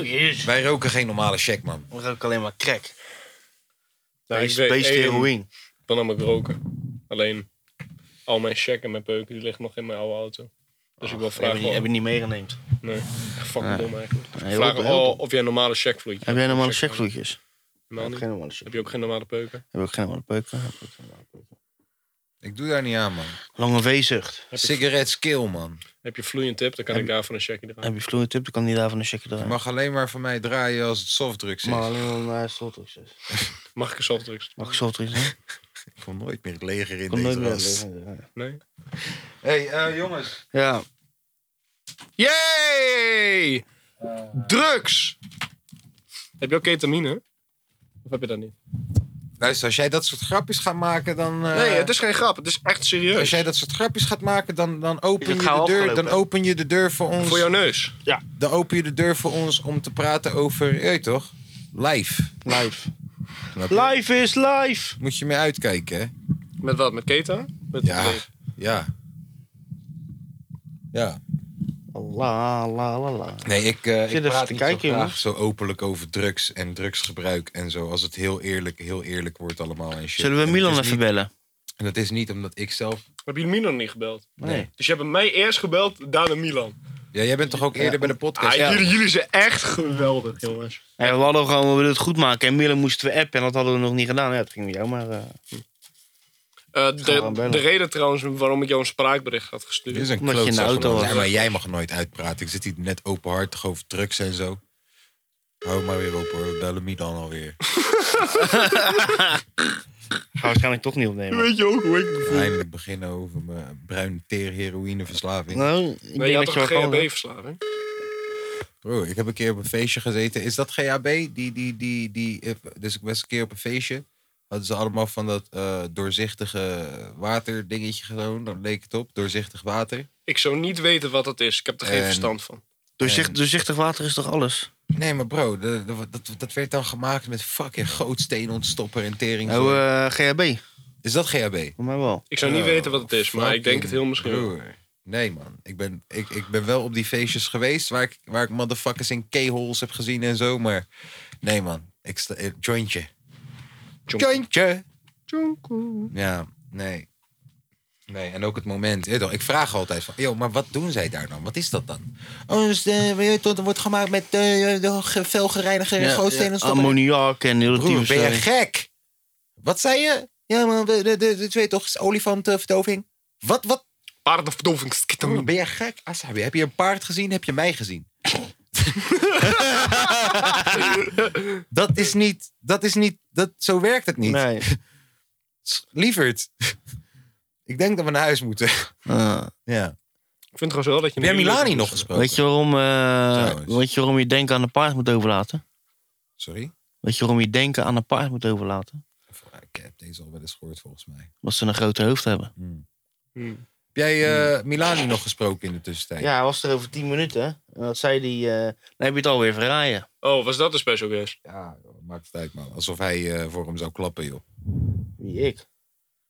S3: is.
S1: Wij roken geen normale check, man.
S3: Dan ga ik alleen maar crack.
S5: Nou,
S3: Beest- Beest heroïne.
S5: Ik ben namelijk roken. Alleen, al mijn check en mijn peuken, die liggen nog in mijn oude auto. Dus ik wil
S3: Heb je,
S5: vragen...
S3: niet-
S5: of-
S3: heb je niet meegeneemd?
S5: Nee, echt fucking dom eigenlijk. Dus ik
S3: Nee,
S5: vraag
S3: heel-
S5: al
S3: heel-
S5: of jij een normale checkvloeitje
S3: Heb jij normale
S5: checkvloeitjes?
S3: checkvloeitjes?
S5: Helemaal niet.
S3: normale check.
S5: Heb je ook geen normale peuken?
S3: Heb ik geen normale peuken?
S1: Ik doe daar niet aan, man.
S3: Lange weezucht.
S1: Cigarettes kill, man.
S5: Heb je vloeiend tip, dan kan ik daarvan een checkje draaien.
S3: Heb je vloeiend tip, dan kan die daarvan een checkje
S1: Je
S3: draaien.
S1: mag alleen maar van mij draaien als het softdrugs is.
S3: Maar alleen maar eh, dus. naar softdrugs. is.
S5: Mag ik een softdrugs?
S3: Mag ik softdrugs doen?
S1: Ik kom nooit meer het leger in
S3: Kom nooit
S1: deze
S3: meer.
S1: ras.
S5: Nee?
S1: hey, eh, jongens.
S3: Ja.
S5: Yay! Drugs! Heb je ook ketamine? Of heb je dat niet?
S1: Luister, als jij dat soort grapjes gaat maken, dan... eh,
S5: Nee, het is geen grap. Het is echt serieus.
S1: Als jij dat soort grapjes gaat maken, dan, dan,
S3: Is
S1: open,
S3: het
S1: je
S3: gauw
S1: de deur,
S3: afgelopen?
S1: dan open je de deur voor ons.
S5: Voor jouw neus.
S1: Dan open je de deur voor ons om te praten over, je weet toch? Live.
S3: Live.
S1: Snap je?
S3: Live is live!
S1: Moet je mee uitkijken, hè?
S5: Met wat? Met keta? Met
S1: Ja. Ja. Ja.
S3: La la la la.
S1: Nee, ik, eh,
S3: Zit
S1: ik
S3: even
S1: praat
S3: te
S1: niet
S3: kijken,
S1: zo graag
S3: jongens.
S1: zo openlijk over drugs en drugsgebruik en zo. Als het heel eerlijk, heel eerlijk wordt allemaal en shit.
S3: Zullen
S1: En
S3: we
S1: het is
S3: Milan
S1: niet-
S3: even bellen?
S1: En dat is niet omdat ik zelf...
S5: Heb je Milan niet gebeld?
S3: Nee.
S5: Dus je hebt mij eerst gebeld, daarna Milan.
S1: Ja, jij bent toch ook eerder bij de podcast?
S5: Ah,
S1: Ja.
S5: jullie, jullie zijn echt geweldig, jongens.
S3: Hey, we hadden gewoon, we willen het goed maken. En Milan moesten we appen en dat hadden we nog niet gedaan. Ja, dat ging met jou, maar... eh,
S5: Eh,
S3: Gaan we
S5: de,
S3: bellen.
S5: de reden trouwens waarom ik jou een spraakbericht had
S1: Dit
S5: gestuurd.
S1: is een
S3: Omdat je in de
S1: klootzak
S3: auto
S1: van ons.
S3: was.
S1: Ja, maar jij mag nooit uitpraten. Ik zit hier net openhartig over drugs en zo. Hou maar weer op hoor, we bellen Milan alweer.
S3: Ga waarschijnlijk toch niet opnemen.
S5: Weet je ook hoe ik me voel?
S1: Eindelijk beginnen over mijn bruine teer heroïne verslaving.
S3: Nou, ik
S5: Nee, je
S3: denk
S5: had
S3: dat
S5: toch
S3: je wel
S5: een
S3: kan, hè?
S5: GHB-verslaving?
S1: Bro, ik heb een keer op een feestje gezeten. Is dat GHB? Die, die, die, die, eh, dus ik was een keer op een feestje. Hadden ze allemaal van dat eh, doorzichtige waterdingetje gewoon. Dan leek het op, doorzichtig water.
S5: Ik zou niet weten wat dat is. Ik heb er geen
S1: En-
S5: verstand van.
S3: Doorzicht, doorzichtig water is toch alles?
S1: Nee, maar bro, de- de- dat, dat werd dan gemaakt met fucking gootsteenontstopper en tering.
S3: Nou, eh, GHB.
S1: is dat GHB?
S3: Voor mij wel.
S5: Ik zou niet
S1: Oh,
S5: weten wat het is, maar ik denk het heel misschien wel.
S1: Fucking broer. Nee, man. Ik ben, ik, ik ben wel op die feestjes geweest waar ik, waar ik motherfuckers in keyholes heb gezien en zo. Maar nee, man. Ik sta, eh, jointje. Jointje. Ja, nee. Nee, en ook het moment. Je weet toch, Ik vraag altijd van, joh, maar wat doen zij daar dan? Wat is dat dan? Oh, dus, eh, weet je, het wordt gemaakt met eh eh, ge- fel gereinigde
S3: Ja,
S1: gootsteen
S3: ja,
S1: en stoppen.
S3: Ammoniak en heel
S1: Broer,
S3: die
S1: ben je gek? Wat zei je? Ja, man, de, de, de, weet je toch, is olifantvertoving. Wat, wat,
S5: Paardenverdovingskitten.
S1: ben je gek? Asabi, heb je een paard gezien? Heb je mij gezien? dat is niet, dat is niet, dat, zo werkt het niet.
S3: Nee.
S1: S- Lieverd, ik denk dat we naar huis moeten.
S3: Ah.
S1: Ja.
S5: Ik vind trouwens wel dat je...
S1: Heb jij
S5: een-
S1: Milani nog gesproken?
S3: Weet je waarom, eh,
S1: Trouwens.
S3: weet je waarom je denken aan een paard moet overlaten?
S1: Sorry?
S3: Weet je waarom je denken aan een paard moet overlaten?
S1: Ik heb deze al wel eens gehoord volgens mij.
S3: Omdat ze een grote hoofd hebben.
S1: Heb jij eh, Milani nog gesproken in de tussentijd?
S3: Ja, hij was er over 10 minuten. En dat zei eh, die. dan heb je het alweer verraaien.
S5: Oh, was dat een special guest?
S1: Ja, joh, maakt het uit man. Alsof hij eh, voor hem zou klappen joh.
S3: Wie ik?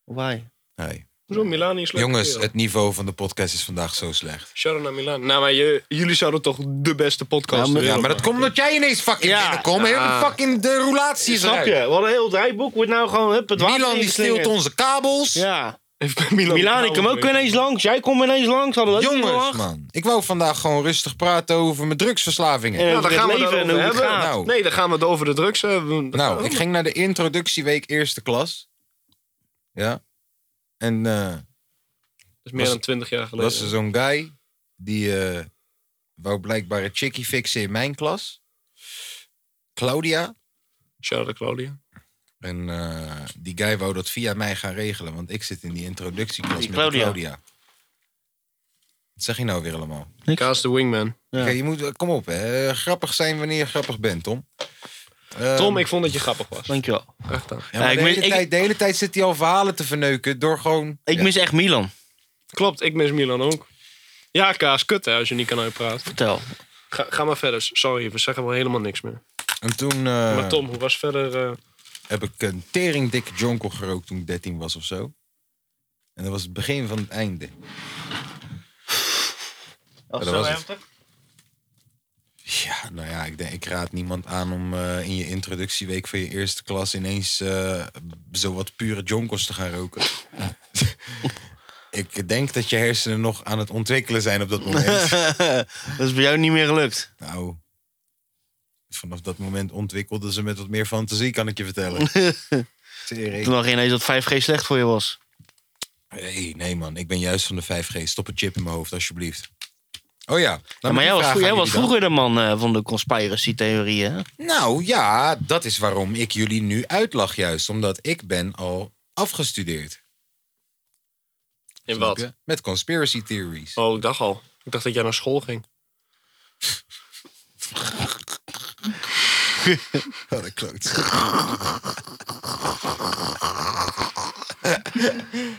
S3: Of hij?
S1: Hey.
S5: Hoezo, Milani is leuk.
S1: Jongens, het niveau van de podcast is vandaag zo slecht.
S5: Shout-out naar Milan. Nou, maar je- jullie zouden toch de beste podcast
S3: Ja, maar-
S1: Ja, maar dat komt omdat jij ineens fucking
S3: Ja.
S1: binnenkomt. Heel de fucking de roulatie is
S3: Snap
S1: eruit.
S3: je? Wat een heel draaiboek wordt nou gewoon. Hup, het water
S1: Milan die
S3: ingeslingerd.
S1: steelt onze kabels.
S3: Ja.
S5: komt... Milan, nou
S3: Milan, ik kom ook ineens langs. Jij komt ineens langs. Hadden we ook niet
S1: Jongens,
S3: verwacht.
S1: man. Ik wou vandaag gewoon rustig praten over mijn drugsverslavingen.
S3: En
S5: Ja,
S3: over
S5: Nou, dan
S3: het
S5: gaan we
S3: leven en
S5: daarover
S3: hoe het
S5: hebben.
S3: gaat.
S1: Nou.
S5: Nee, dan gaan we het over de drugs eh, hebben.
S1: Nou, ik ging naar de introductieweek eerste klas. Ja. En eh
S5: Dat is meer dan twintig jaar geleden.
S1: was er zo'n guy die eh, wou blijkbaar een chickie fixen in mijn klas. Claudia.
S5: Shout-out Claudia.
S1: En eh, die guy wou dat via mij gaan regelen, want ik zit in die introductieklas
S3: Die
S1: met
S3: Claudia.
S1: Claudia. Claudia. Wat zeg je nou weer allemaal?
S5: Kaas de wingman.
S3: Ja.
S1: Oké, je moet, eh, kom op, hè. grappig zijn wanneer je grappig bent, Tom. Ehm,
S5: Tom, ik vond dat je grappig was.
S3: Dankjewel.
S5: Echt dan.
S1: ja,
S3: Ja,
S1: maar
S3: ik
S1: de,
S3: mis-
S1: hele
S3: ik-
S1: tijd, de hele tijd zit hij al verhalen te verneuken door gewoon...
S3: Ik
S1: Ja.
S3: mis echt Milan.
S5: Klopt, ik mis Milan ook. Ja, Kaas, kut hè, als je niet kan uitpraten.
S3: Vertel.
S5: Ga, ga maar verder. Sorry, we zeggen wel helemaal niks meer.
S1: En toen eh,
S5: Maar Tom, hoe was verder... eh,
S1: heb ik een teringdikke jonkel gerookt toen ik 13 was of zo. En dat was het begin van het einde.
S3: Dat
S1: zo was het. Ja, nou ja, ik, denk, ik raad niemand aan om eh, in je introductieweek van je eerste klas ineens eh zo wat pure jonkels te gaan roken. ik denk dat je hersenen nog aan het ontwikkelen zijn op dat moment.
S3: dat is bij jou niet meer gelukt.
S1: nou, vanaf dat moment ontwikkelden ze met wat meer fantasie, kan ik je vertellen. Tering.
S3: Toen dacht je ineens dat 5G slecht voor je was.
S1: Nee, nee man, ik ben juist van de 5G. Stop een chip in mijn hoofd, alsjeblieft. Oh ja. nou
S3: Ja,
S1: moet
S3: maar
S1: ik
S3: jij was,
S1: vragen
S3: vroeger- jij
S1: aan
S3: was
S1: jullie
S3: vroeger
S1: dan.
S3: de man eh, van de conspiracy-theorieën. hè?
S1: Nou ja, dat is waarom ik jullie nu uitlag juist. Omdat ik ben al afgestudeerd.
S5: in
S1: Snap
S5: wat?
S1: je? Met conspiracy theories.
S5: Oh, ik dacht al. Ik dacht dat jij naar school ging.
S1: Oh, dat klopt.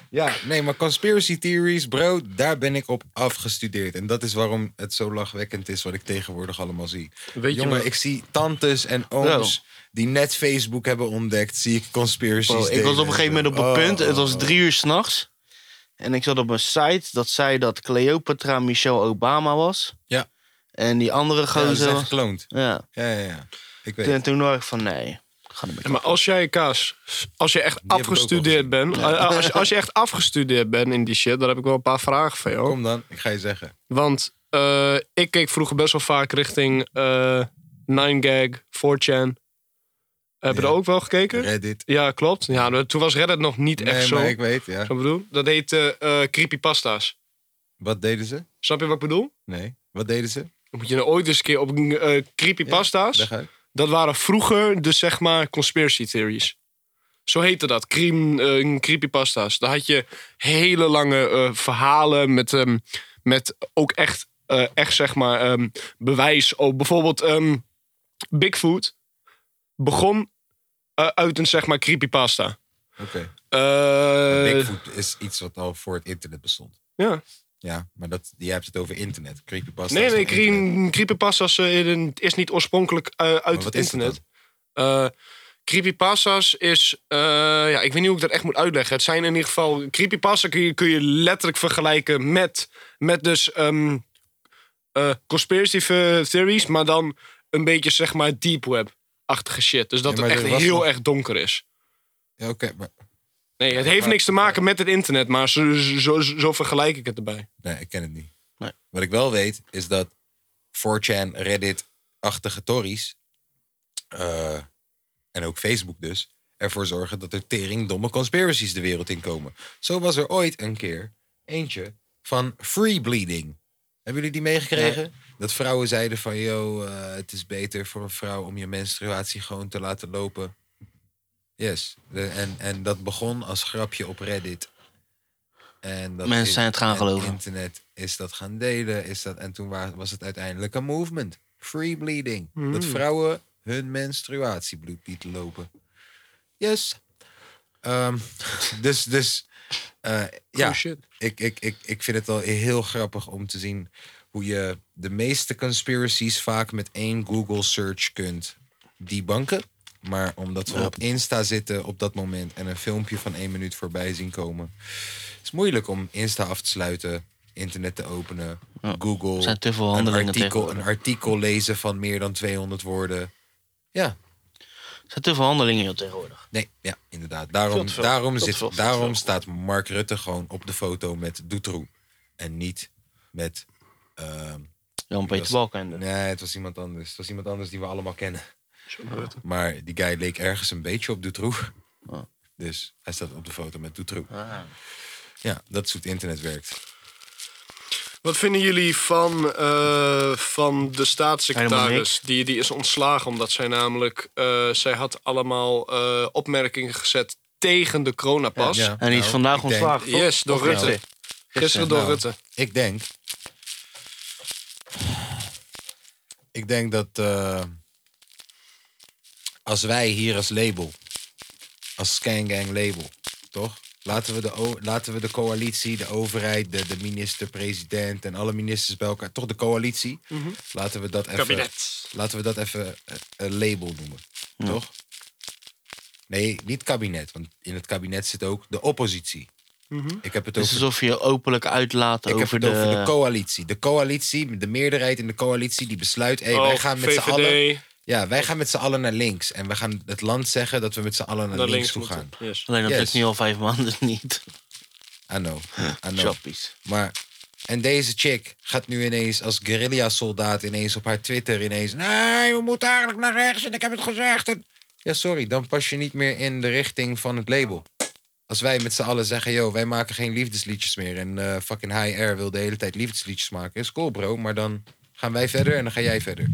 S1: ja, nee, maar conspiracy theories, bro, daar ben ik op afgestudeerd. En dat is waarom het zo lachwekkend is wat ik tegenwoordig allemaal zie.
S5: Weet je
S1: Jongen,
S5: wat?
S1: ik zie tantes en ooms die net Facebook hebben ontdekt, zie ik conspiracies Oh.
S3: Bro, ik was op een gegeven moment op een punt, het was drie uur s'nachts. En ik zat op een site dat zei dat Cleopatra Michelle Obama was.
S1: Ja.
S3: En die andere
S1: Ja, dat is
S3: gozer
S1: echt
S3: was...
S1: gekloond.
S3: Ja.
S1: Ja, ja, ja. Ik weet
S3: En toen dacht ik van, nee. ik Ga er
S5: Ja, maar als jij, Kaas, als je echt
S1: ik ook
S5: afgestudeerd bent... eh, Als, je- als je echt afgestudeerd bent in die shit, dan heb ik wel een paar vragen voor jou.
S1: Kom dan, ik ga je zeggen.
S5: Want eh, ik keek vroeger best wel vaak richting eh 9gag, 4chan. Heb je
S1: Ja.
S5: er ook wel gekeken?
S1: Reddit.
S5: Ja, klopt. Ja, maar toen was Reddit nog niet echt
S1: Nee,
S5: zo.
S1: maar ik weet, ja.
S5: Zo bedoel? Dat heette eh creepypasta's.
S1: Wat deden ze?
S5: Snap je wat ik bedoel?
S1: Nee. Wat deden ze?
S5: Dan moet je nou ooit eens een keer op eh creepypasta's.
S1: Leg uit.
S5: dat waren vroeger de zeg maar conspiracy theories. Zo heette dat, cream, eh, creepypasta's. Daar had je hele lange eh, verhalen met, ehm, met ook echt, eh, echt zeg maar ehm, bewijs. Oh, bijvoorbeeld ehm, Bigfoot begon eh, uit een zeg maar creepypasta.
S1: Oké.
S5: Eh,
S1: Bigfoot is iets wat al voor het internet bestond.
S5: Ja.
S1: Ja, maar dat, jij hebt het over internet. Creepypasta.
S5: Nee,
S1: is
S5: nee,
S1: van internet.
S5: cream, creepypasta's eh, is niet oorspronkelijk eh, uit
S1: Maar
S5: het
S1: wat is dat
S5: internet. Eh, creepypasta's is... eh, ja, ik weet niet hoe ik dat echt moet uitleggen. Het zijn in ieder geval... Creepypasta kun je, kun je letterlijk vergelijken met... Met dus ehm, eh, conspiracy the- theories, maar dan een beetje zeg maar deep web-achtige shit. Dus dat
S1: Ja, maar
S5: het
S1: er
S5: echt
S1: was
S5: heel
S1: nog-
S5: erg donker is.
S1: Ja, Oké, maar
S5: Nee, het heeft
S1: maar-
S5: niks te maken met het internet, maar zo, zo, zo vergelijk ik het erbij.
S1: nee, ik ken het niet.
S3: Nee.
S1: Wat ik wel weet, is dat 4chan, Reddit-achtige Tories... eh, en ook Facebook dus... ervoor zorgen dat er tering domme conspiracies de wereld in komen. Zo was er ooit een keer eentje van free bleeding. Hebben jullie die meegekregen? Dat vrouwen zeiden van, yo, eh, het is beter voor een vrouw om je menstruatie gewoon te laten lopen. Yes. De- en, en dat begon als grapje op Reddit. En dat
S3: Mensen
S1: is-
S3: zijn het gaan
S1: en
S3: geloven.
S1: Internet is dat gaan delen. Is dat, en toen wa- was het uiteindelijk een movement. Free bleeding. Dat vrouwen hun menstruatiebloed lieten lopen. Yes. Ehm, dus dus eh, ja,
S5: Oh shit.
S1: ik, ik, ik, ik vind het al heel grappig om te zien hoe je de meeste conspiracies vaak met één Google search kunt debanken. Maar omdat we op Insta zitten op dat moment en een filmpje van één minuut voorbij zien komen, is het moeilijk om Insta af te sluiten, internet te openen,
S3: Ja,
S1: Google,
S3: zijn te veel
S1: een,
S3: handelingen
S1: artikel, een
S3: tegenwoordig.
S1: artikel lezen van meer dan 200 woorden. Ja,
S3: Er zijn te veel handelingen heel tegenwoordig.
S1: Nee, ja, inderdaad. Daarom,
S6: Veel te veel.
S1: daarom,
S6: Veel te
S1: zit,
S6: veel, veel te
S1: daarom
S6: veel.
S1: staat Mark Rutte gewoon op de foto met Dutroux. En niet met... ehm,
S3: Jan-Peter
S1: was-
S3: Balkenende.
S1: nee, het was iemand anders. Het was iemand anders die we allemaal kennen. Maar die guy leek ergens een beetje op Dutroux.
S3: Oh.
S1: Dus hij staat op de foto met Dutroux.
S3: Ah.
S1: Ja, dat is hoe het internet werkt.
S5: Wat vinden jullie van, eh, van de
S3: Helemaal
S5: staatssecretaris?
S3: niks.
S5: Die, die is ontslagen omdat zij namelijk... eh, zij had allemaal eh, opmerkingen gezet tegen de coronapas.
S1: Ja,
S3: En die is
S1: nou,
S3: vandaag
S1: ik denk-
S3: ontslagen. toch?
S5: Yes, door
S3: Of
S5: Rutte.
S3: nou?
S5: Gisteren door
S1: Nou.
S5: Rutte.
S1: Ik denk... Ik denk dat... eh, als wij hier als label... Als Scangang label, toch? Laten we de, o- laten we de coalitie, de overheid, de, de minister-president... en alle ministers bij elkaar... Toch de coalitie? Laten we dat even...
S5: Kabinet.
S1: Laten we dat even eh, een label noemen, toch? Nee, niet kabinet. Want in het kabinet zit ook de oppositie. Ik heb het
S3: Het
S1: over
S3: is alsof je openlijk uitlaat
S1: ik
S3: over,
S1: heb het
S3: de...
S1: over de coalitie. De coalitie, de meerderheid in de coalitie die besluit... Hey, wij
S5: Oh,
S1: gaan met z'n
S5: VVD.
S1: allen... Ja, wij gaan met z'n allen naar links. En we gaan het land zeggen dat we met z'n allen naar,
S5: naar
S1: links
S5: links
S1: toe gaan.
S5: moeten. Yes.
S3: Alleen dat
S1: Yes.
S3: lukt nu al vijf maanden niet.
S1: I know. I know.
S3: Chappies.
S1: Maar... En deze chick gaat nu ineens als guerrilla-soldaat ineens op haar Twitter ineens... Nee, we moeten eigenlijk naar rechts en ik heb het gezegd. En... Ja, sorry, dan pas je niet meer in de richting van het label. Als wij met z'n allen zeggen, yo, wij maken geen liefdesliedjes meer... en eh, fucking High Air wil de hele tijd liefdesliedjes maken... is cool, bro, maar dan gaan wij verder en dan ga jij verder.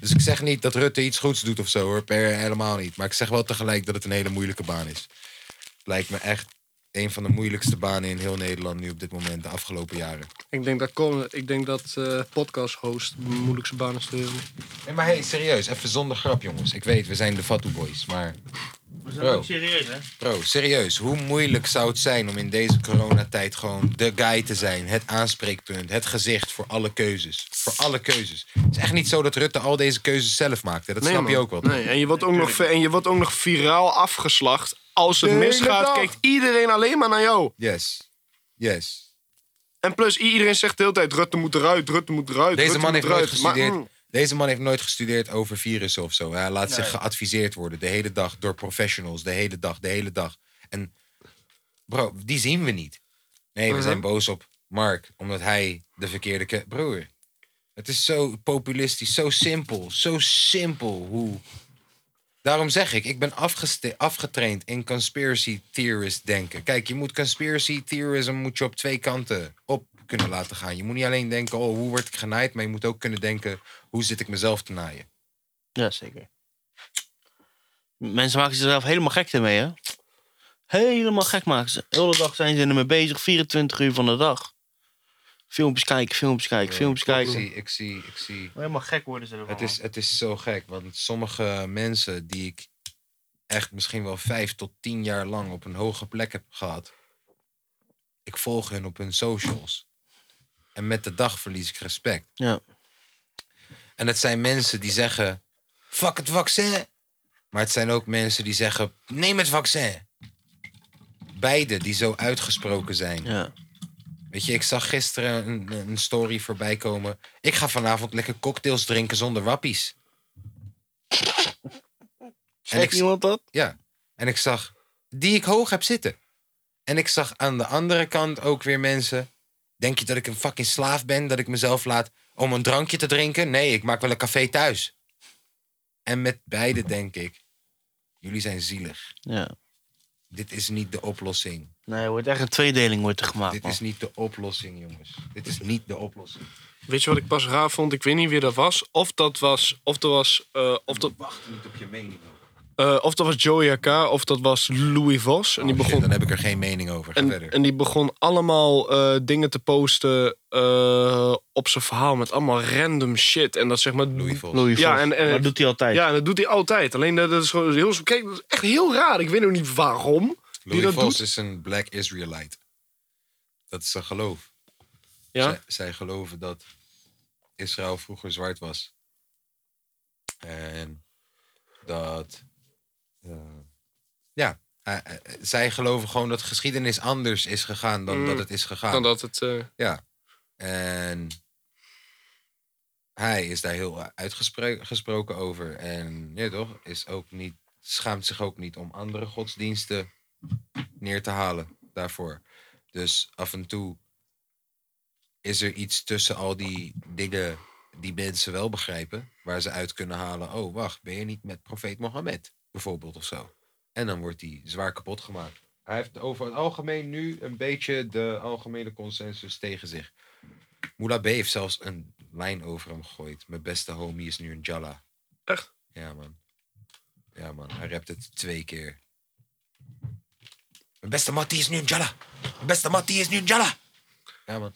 S1: Dus ik zeg niet dat Rutte iets goeds doet of zo, hoor. Per helemaal niet. Maar ik zeg wel tegelijk dat het een hele moeilijke baan is. Lijkt me echt een van de moeilijkste banen in heel Nederland nu op dit moment... de afgelopen jaren.
S7: Ik denk dat, column- ik denk dat eh, podcast host de moeilijkste baan is te hebben.
S1: Nee, maar hey, serieus, even zonder grap, jongens. Ik weet, we zijn de Fatou Boys, maar
S3: We zijn
S1: Zo.
S3: ook serieus, hè?
S1: Bro, serieus, hoe moeilijk zou het zijn om in deze coronatijd gewoon de guy te zijn? Het aanspreekpunt, het gezicht voor alle keuzes. Voor alle keuzes. Het is echt niet zo dat Rutte al deze keuzes zelf maakte. Dat snap je ook wel.
S5: Nee, en je wordt ook, nog, vi- en je wordt ook nog viraal afgeslacht. Als het
S1: De hele
S5: misgaat,
S1: dag.
S5: kijkt iedereen alleen maar naar jou.
S1: Yes. Yes.
S5: En plus, i- iedereen zegt de hele tijd: Rutte moet eruit, Rutte moet eruit.
S1: Deze
S5: Rutte
S1: man
S5: moet
S1: heeft nooit
S5: eruit. Maar,
S1: gestudeerd.
S5: mm,
S1: Deze man heeft nooit gestudeerd over virussen of zo. Hij laat zich geadviseerd worden de hele dag door professionals. De hele dag, de hele dag. En bro, die zien we niet. Nee, we zijn boos op Mark. Omdat hij de verkeerde... ke- Broer, het is zo populistisch, zo simpel. Zo simpel hoe... Daarom zeg ik, ik ben afgeste- afgetraind in conspiracy theorist denken. Kijk, je moet conspiracy theorism moet je op twee kanten op kunnen laten gaan. Je moet niet alleen denken, oh, hoe word ik genaaid? Maar je moet ook kunnen denken, hoe zit ik mezelf te naaien?
S3: Ja, zeker. Mensen maken zichzelf helemaal gek ermee, hè? Helemaal gek maken ze. De hele dag zijn ze ermee bezig, 24 uur van de dag. Filmpjes kijken, filmpjes kijken, filmpjes
S1: Eh, Ik
S3: kijken.
S1: zie, ik zie, ik zie.
S3: Helemaal gek worden ze ervan.
S1: Het is, het is zo gek, want sommige mensen die ik echt misschien wel vijf tot tien jaar lang op een hoge plek heb gehad, ik volg hun op hun socials. En met de dag verlies ik respect.
S3: Ja.
S1: En het zijn mensen die zeggen: fuck het vaccin. Maar het zijn ook mensen die zeggen: neem het vaccin. Beide die zo uitgesproken zijn.
S3: Ja.
S1: Weet je, ik zag gisteren een, een story voorbij komen. Ik ga vanavond lekker cocktails drinken zonder wappies. En
S3: Zegt
S1: ik,
S3: iemand dat?
S1: ja, en ik zag die ik hoog heb zitten. En ik zag aan de andere kant ook weer mensen. Denk je dat ik een fucking slaaf ben? Dat ik mezelf laat om een drankje te drinken? Nee, ik maak wel een café thuis. En met beide denk ik, jullie zijn zielig.
S3: Ja.
S1: Dit is niet de oplossing.
S3: Nee, er wordt echt een tweedeling wordt er gemaakt,
S1: Dit
S3: man.
S1: is niet de oplossing, jongens. Dit is niet de oplossing.
S5: weet je wat ik pas raar vond? Ik weet niet wie dat was. Of dat was, of dat was, eh, of dat,
S1: Wacht niet op je mening.
S5: eh, of dat was Joey AK, of dat was Louis Vos. En die begon
S1: Oh, dan heb ik er geen mening over. Ga
S5: En,
S1: verder.
S5: en die begon allemaal eh, dingen te posten eh, op zijn verhaal met allemaal random shit. En dat zeg maar.
S1: Louis Vos.
S3: Louis
S5: Ja,
S3: Vos.
S5: en- en-
S3: dat doet hij altijd.
S5: Ja, en dat doet hij altijd. Alleen dat, dat is gewoon heel. Kijk, dat is echt heel raar. Ik weet nog niet waarom.
S1: Louis
S5: dat
S1: Vos
S5: doet?
S1: is een black Israelite. Dat is zijn geloof.
S5: Ja?
S1: Zij, zij geloven dat Israël vroeger zwart was. En dat. eh, ja, eh, eh, zij geloven gewoon dat geschiedenis anders is gegaan dan
S5: Mm.
S1: dat het is gegaan.
S5: Dan dat het. eh,
S1: En hij is daar heel uitgesproken over. En ja, toch? Is ook niet, schaamt zich ook niet om andere godsdiensten neer te halen daarvoor. Dus af en toe is er iets tussen al die dingen die mensen wel begrijpen, waar ze uit kunnen halen. Oh, wacht, ben je niet met profeet Mohammed bijvoorbeeld of zo? En dan wordt die zwaar kapot gemaakt. Hij heeft over het algemeen nu een beetje de algemene consensus tegen zich. Moula B heeft zelfs een lijn over hem gegooid. Mijn beste homie is nu een Jalla.
S5: Echt?
S1: Ja, man. Ja, man. Hij rapt het twee keer. Mijn beste Mattie is nu een Jalla. Mijn beste Mattie is nu een Jalla. Ja, man.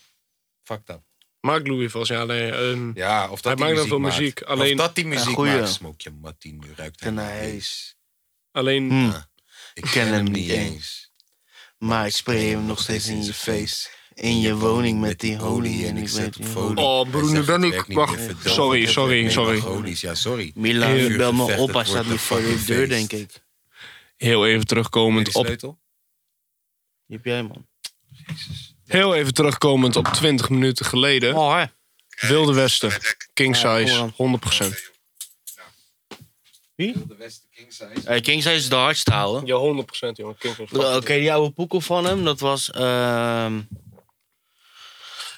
S1: Fuck dat.
S5: maakt Louis Vos. Ja, nee. ehm,
S1: Ja, of dat
S5: Hij
S1: die
S5: maakt dan wel
S1: muziek maakt.
S5: muziek, alleen-
S1: Of dat die muziek
S3: goeie.
S1: maakt. Smoke je Mattie, nu ruikt hij naar
S3: Nice.
S1: hees.
S5: alleen.
S3: Hm,
S1: Ik ken hem niet eens.
S3: maar ik spray hem nog steeds in je face. In je woning met die holy en ik weet niet hoe.
S5: Oh, broer, nu ben ik- wacht, sorry, sorry, sorry.
S1: Holies, ja, sorry.
S3: Milan,
S1: Vuurgevecht,
S3: bel me
S1: het
S3: op, hij staat
S1: wordt
S3: nu
S1: een
S3: voor je
S1: fucking
S3: deur,
S1: feest.
S3: denk ik.
S5: Heel even terugkomend
S1: Die
S5: op.
S1: sleutel?
S3: Die heb jij, man.
S5: Heel even terugkomend op 20 minuten geleden. Wilde Westen. King
S3: Oh. Ja,
S5: size.
S3: vooraan.
S5: 100%.
S1: Wilde Westen King Size.
S3: Hey, Eh, King size is de hardste, ouwe.
S5: Ja, 100% jongen. King
S3: Oké, die oude poekel van hem, dat was... ehm,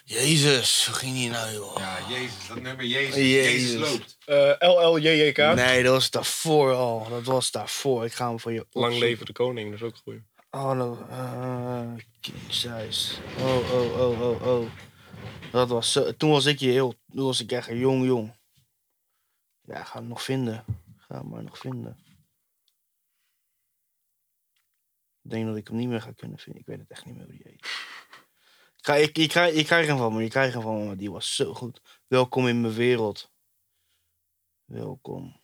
S3: Jezus, hoe ging die nou, joh?
S1: Ja, Jezus, dat nummer Jezus.
S3: Jezus.
S1: Jezus, loopt.
S5: Eh, LLJJK.
S3: Nee, dat was daarvoor al. Dat was daarvoor. Ik ga hem voor je
S5: Lang
S3: opzoeken.
S5: leven de koning. Dat is ook goed.
S3: Oh, no. eh, King size. Oh, oh, oh, oh, oh. Dat was zo... Toen was ik je heel... Toen was ik echt een jong, jong. Ja, ga hem nog vinden. Ga hem maar nog vinden. Ik denk dat ik hem niet meer ga kunnen vinden. Ik weet het echt niet meer hoe die heet. Ik, ga, ik, ik, krijg, ik krijg hem van me. Ik krijg hem van me. Die was zo goed. Welkom in mijn wereld. Welkom.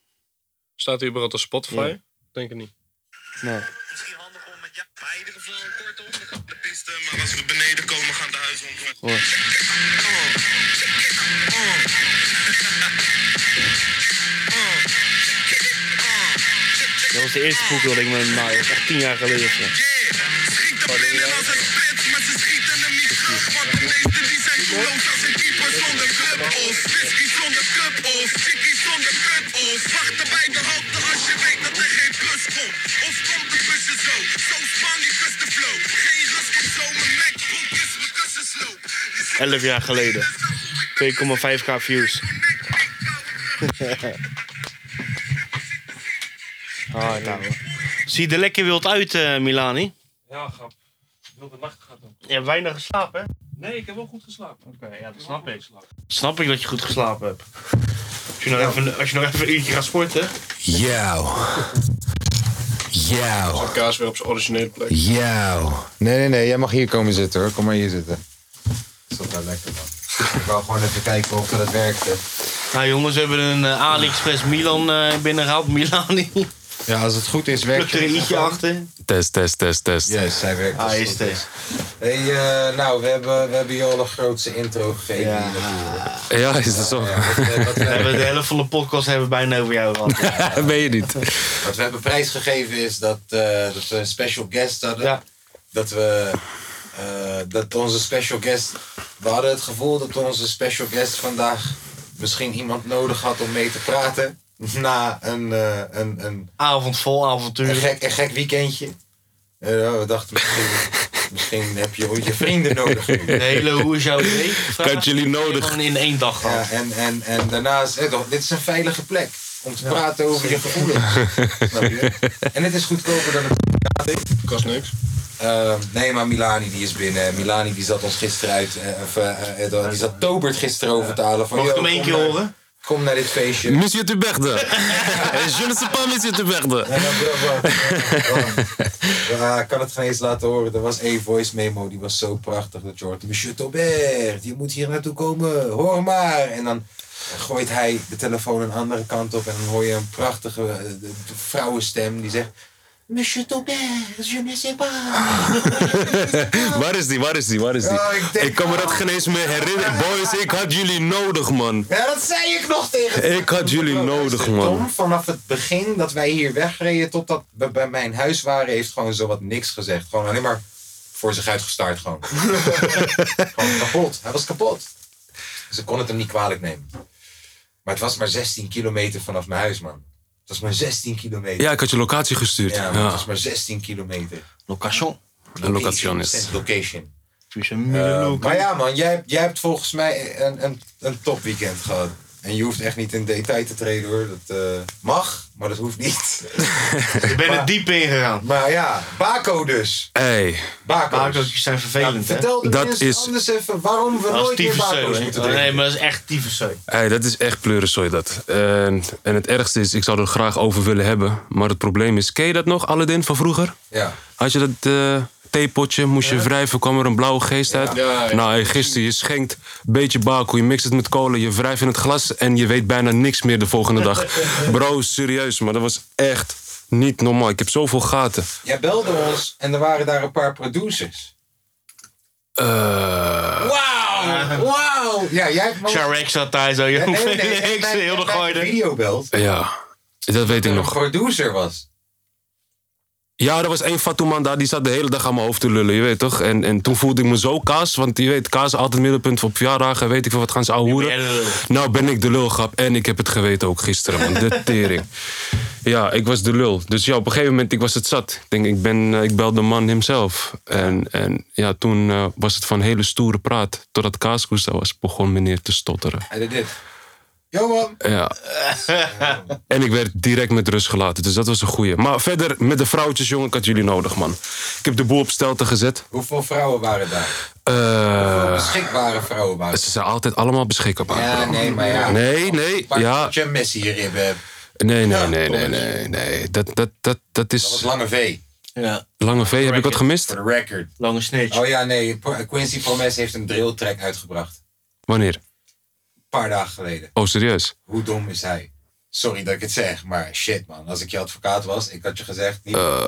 S5: Staat hij überhaupt op Spotify?
S3: Ja.
S5: Denk het niet.
S4: Misschien handig om met jou. Maar in ieder geval kortom, we gaan de piste. Maar als we beneden komen, gaan de huizen onder.
S3: Dat was de eerste boek dat ik me maakte. Dat is echt tien jaar geleden. of zo.
S4: Schiet de binnen als een pit, maar ze schieten hem niet terug. Want de meesten die zijn doelloos als een keeper zonder club of whisky zonder cup of chickie zonder cup of wachten bij de hoogte als je weet dat er geen bus komt. Of komt de busje zo, zo span je kust de flow. Geen rust op zo, mijn MacBook is mijn kussen slow. Je ziet
S3: 11 jaar geleden. 2,5k views. Ah, nou. Zie je er lekker wild uit, eh, Milani?
S6: Ja, grap. Ik wilde nacht gaan doen.
S3: Je hebt weinig geslapen, hè?
S6: Nee, ik heb wel goed geslapen. Oké, ja, dat snap ik.
S3: Snap ik dat je goed geslapen hebt. nou
S6: Als je nog even, als je nog even een uurtje gaat sporten.
S8: Jou. Jou.
S5: Kaas weer op zijn originele plek.
S8: Jou.
S1: Nee, nee, nee. Jij mag hier komen zitten hoor. Kom maar hier zitten. Is dat wel lekker man. Ik wou gewoon even kijken of dat werkte.
S3: Nou jongens, we hebben een eh, AliExpress Milan eh, binnengehaald. Milani.
S1: Ja, als het goed is,
S3: Pluk
S1: werkt
S3: er een i'tje achter.
S9: Test, test, test, test.
S1: Yes, zij werkt.
S3: Ah,
S1: als het
S3: is
S1: goed
S3: het.
S1: Hey, eh, nou, we hebben, we hebben je al de grootste intro gegeven. Ja.
S9: Ja, is dat zo?
S1: wat, we- wat we-
S3: Ah, We hebben de helft van de podcast hebben we bijna over jou gehad.
S9: ben je niet.
S1: Wat we hebben prijsgegeven is dat, eh, dat we een special guest hadden.
S3: Ja.
S1: Dat we. eh, dat onze special guest. We hadden het gevoel dat onze special guest vandaag misschien iemand nodig had om mee te praten. Na een, eh, een, een,
S3: Avond vol
S1: een,
S3: avontuur.
S1: gek, een gek weekendje. Eh, we dachten misschien, misschien heb je je vrienden nodig.
S3: De hele hoe is jouw week? Vraag.
S9: Kijk jullie nodig.
S3: Gewoon in één dag gehad.
S1: Ja, en, en, en daarnaast, eh, toch, dit is een veilige plek om te praten over je gevoelens. Snap je? En het is goedkoper dan het
S5: Kost niks.
S1: Eh, nee, maar Milani die is binnen. Milani die zat ons gisteren uit. eh, of, eh, eh, die zat Tobert gisteren over te halen. Van,
S3: Mag ik
S1: "Yo,
S3: hem één
S1: kom
S3: keer
S1: naar-
S3: horen?
S1: Kom naar dit feestje.
S9: Monsieur Tuberde. Je ne sais pas Monsieur Tuberde.
S1: Ja, nou, maar bro, bro, bro, bro. Ja, ik kan het geen eens laten horen. Er was één voice memo, die was zo prachtig. Dat je hoort, Monsieur Tobert, je moet hier naartoe komen, hoor maar. En dan gooit hij de telefoon een andere kant op en dan hoor je een prachtige eh, de- de vrouwenstem die zegt... Monsieur Tobert, je ne sais pas.
S9: Waar is die, waar is die, waar is die?
S1: Ja, ik denk-
S9: Ik kan me dat geen eens meer herinneren. Boys, ik had jullie nodig, man.
S1: Ja, dat zei ik nog tegen
S9: Ik had jullie nodig, man.
S1: Tom, vanaf het begin dat wij hier wegreden totdat we bij mijn huis waren, heeft gewoon zowat niks gezegd. Gewoon alleen maar voor zich uitgestaard gewoon. gewoon kapot. Hij was kapot. Ze kon het hem niet kwalijk nemen. Maar het was maar 16 kilometer vanaf mijn huis, man. Het was maar 16 kilometer.
S9: Ja, ik had je locatie gestuurd.
S1: Ja, man, het
S9: Ja.
S1: was maar 16 kilometer.
S3: Location.
S9: Een location is.
S1: Cent Location.
S3: Eh,
S1: Eh, maar ja, man, jij, jij hebt volgens mij een, een, een topweekend gehad. En je hoeft echt niet in detail te treden hoor. Dat eh, mag, maar dat hoeft niet.
S3: Ik ben er diep in gegaan.
S1: Maar ja, Baco dus.
S9: Hey,
S1: Baco's.
S3: Bakootjes zijn vervelend, hè?
S1: Vertel de
S9: Dat
S1: mensen
S9: is-
S1: anders even waarom we
S3: Dat is
S1: nooit meer
S3: tyfuszooi.
S1: Baco's
S3: hè?
S1: moeten
S3: Oh,
S1: drinken. Oh.
S3: Nee, maar dat is echt tyfuszooi.
S9: hey, dat is echt pleurenzooi dat. En, en het ergste is, ik zou er graag over willen hebben. Maar het probleem is, ken je dat nog, Aladdin van vroeger?
S1: Ja.
S9: Had je dat eh, theepotje, moest je wrijven, kwam er een blauwe geest uit.
S5: Ja, ja.
S9: Nou, hey, gisteren, je schenkt een beetje bakel, je mixt het met kolen, je wrijft in het glas en je weet bijna niks meer de volgende dag. Bro, serieus, maar dat was echt niet normaal. Ik heb zoveel gaten.
S1: Jij belde ons en er waren daar een paar producers.
S9: Eh,
S1: Wauw! Wauw! Ah. Ja, jij hebt me-
S3: Sharek zat daar zo,
S1: Ja,
S3: joh.
S1: nee, nee, nee, jij
S3: Niks,
S1: hebt mij-
S3: heel de
S1: jij hebt mij
S3: gooide.
S1: video belt.
S9: Ja, dat weet ik
S1: Dat er
S9: nog.
S1: een producer was.
S9: Ja, er was één Fatouman daar, die zat de hele dag aan mijn hoofd te lullen, je weet toch? En, en toen voelde ik me zo kaas, want je weet, kaas is altijd middelpunt op verjaardagen, weet ik veel, wat gaan ze ouwe hoeren. Nou ben ik de lulgap en ik heb het geweten ook gisteren, man. De tering. Ja, ik was de lul. Dus ja, op een gegeven moment, ik was het zat. Ik denk, ik, ben, eh, ik bel de man hemzelf. En, en ja, toen eh, was het van hele stoere praat. Totdat Kaaskoes daar was, begon meneer te stotteren.
S1: Hij deed dit. Johan,
S9: Ja. En ik werd direct met rust gelaten, dus dat was een goeie. Maar verder, met de vrouwtjes, jongen, ik had jullie nodig, man. Ik heb de boel op stelte gezet.
S1: hoeveel vrouwen waren daar?
S9: Eh,
S1: Hoeveel beschikbare vrouwen waren
S9: ze zijn altijd allemaal beschikbaar.
S1: daar? Ja, nee, maar ja.
S9: Nee, nee,
S1: Pak
S9: ja.
S1: dat je een Messi eh, hierin hebt.
S9: Nee, nee, nee, nee, nee. nee. Dat, dat, dat, dat
S1: Dat was
S9: is...
S1: Lange V,
S3: Ja,
S9: Lange V, heb ik wat gemist?
S1: voor de record.
S3: lange snitch.
S1: Oh ja, nee. Pro- Quincy Promes heeft een drilltrack uitgebracht.
S9: Wanneer?
S1: Een paar dagen geleden.
S9: Oh, serieus?
S1: Hoe dom is hij? Sorry dat ik het zeg, maar shit man. Als ik je advocaat was, ik had je gezegd... niet-
S9: Eh,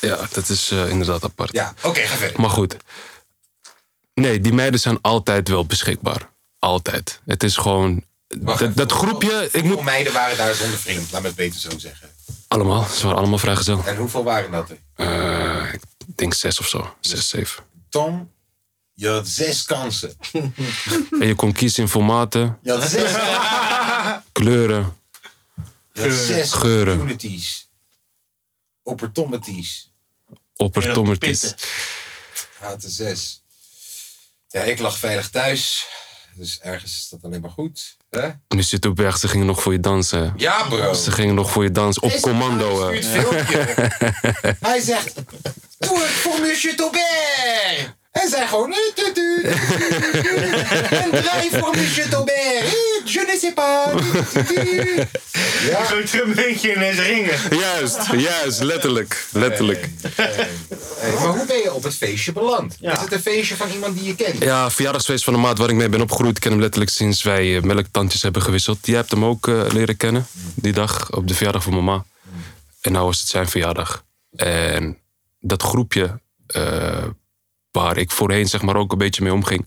S9: ja, dat is eh, inderdaad apart.
S1: Ja, oké, ga verder.
S9: Maar goed. Nee, die meiden zijn altijd wel beschikbaar. Altijd. Het is gewoon... Dat, dat groepje... Ik moet...
S1: meiden waren daar zonder vriend, laat me het beter zo zeggen.
S9: Allemaal. Ze waren allemaal vrijgezel.
S1: En hoeveel waren dat er?
S9: Eh, ik denk zes of zo. Zes, zeven.
S1: Tom, je had zes kansen.
S9: En je kon kiezen in formaten,
S1: Je had zes
S9: kleuren.
S1: Je had zes
S9: Geuren.
S1: opportunities. Opportunities.
S9: Opportunities.
S1: Haat de zes. Ja, ik lag veilig thuis. Dus ergens is dat alleen maar goed. Hè?
S9: Nu zit op weg, ze gingen nog voor je dansen.
S1: Ja, bro.
S9: Ze gingen nog voor je dansen. Op
S1: Deze
S9: commando.
S1: man
S9: hè.
S1: stuurt Hij zegt... Doe het voor Monsieur Taubert! En zij gewoon... "Eh, tu, tu, tu, tu, tu, tu." En draai voor Monsieur Taubert! Eh, Je ne sais pas! Tu, tu, tu, tu. Ja.
S6: Zo'n trumbeentje in deze ringen.
S9: Juist, juist, letterlijk. Letterlijk.
S1: Hey, maar hoe ben je op het feestje beland? Is het een feestje van iemand die je kent?
S9: Ja, verjaardagsfeest van de maat waar ik mee ben opgegroeid. Ik ken hem letterlijk sinds wij eh, melktandjes hebben gewisseld. Jij hebt hem ook eh, leren kennen, die dag, op de verjaardag van mama. En nou was het zijn verjaardag. En dat groepje eh, waar ik voorheen zeg maar ook een beetje mee omging...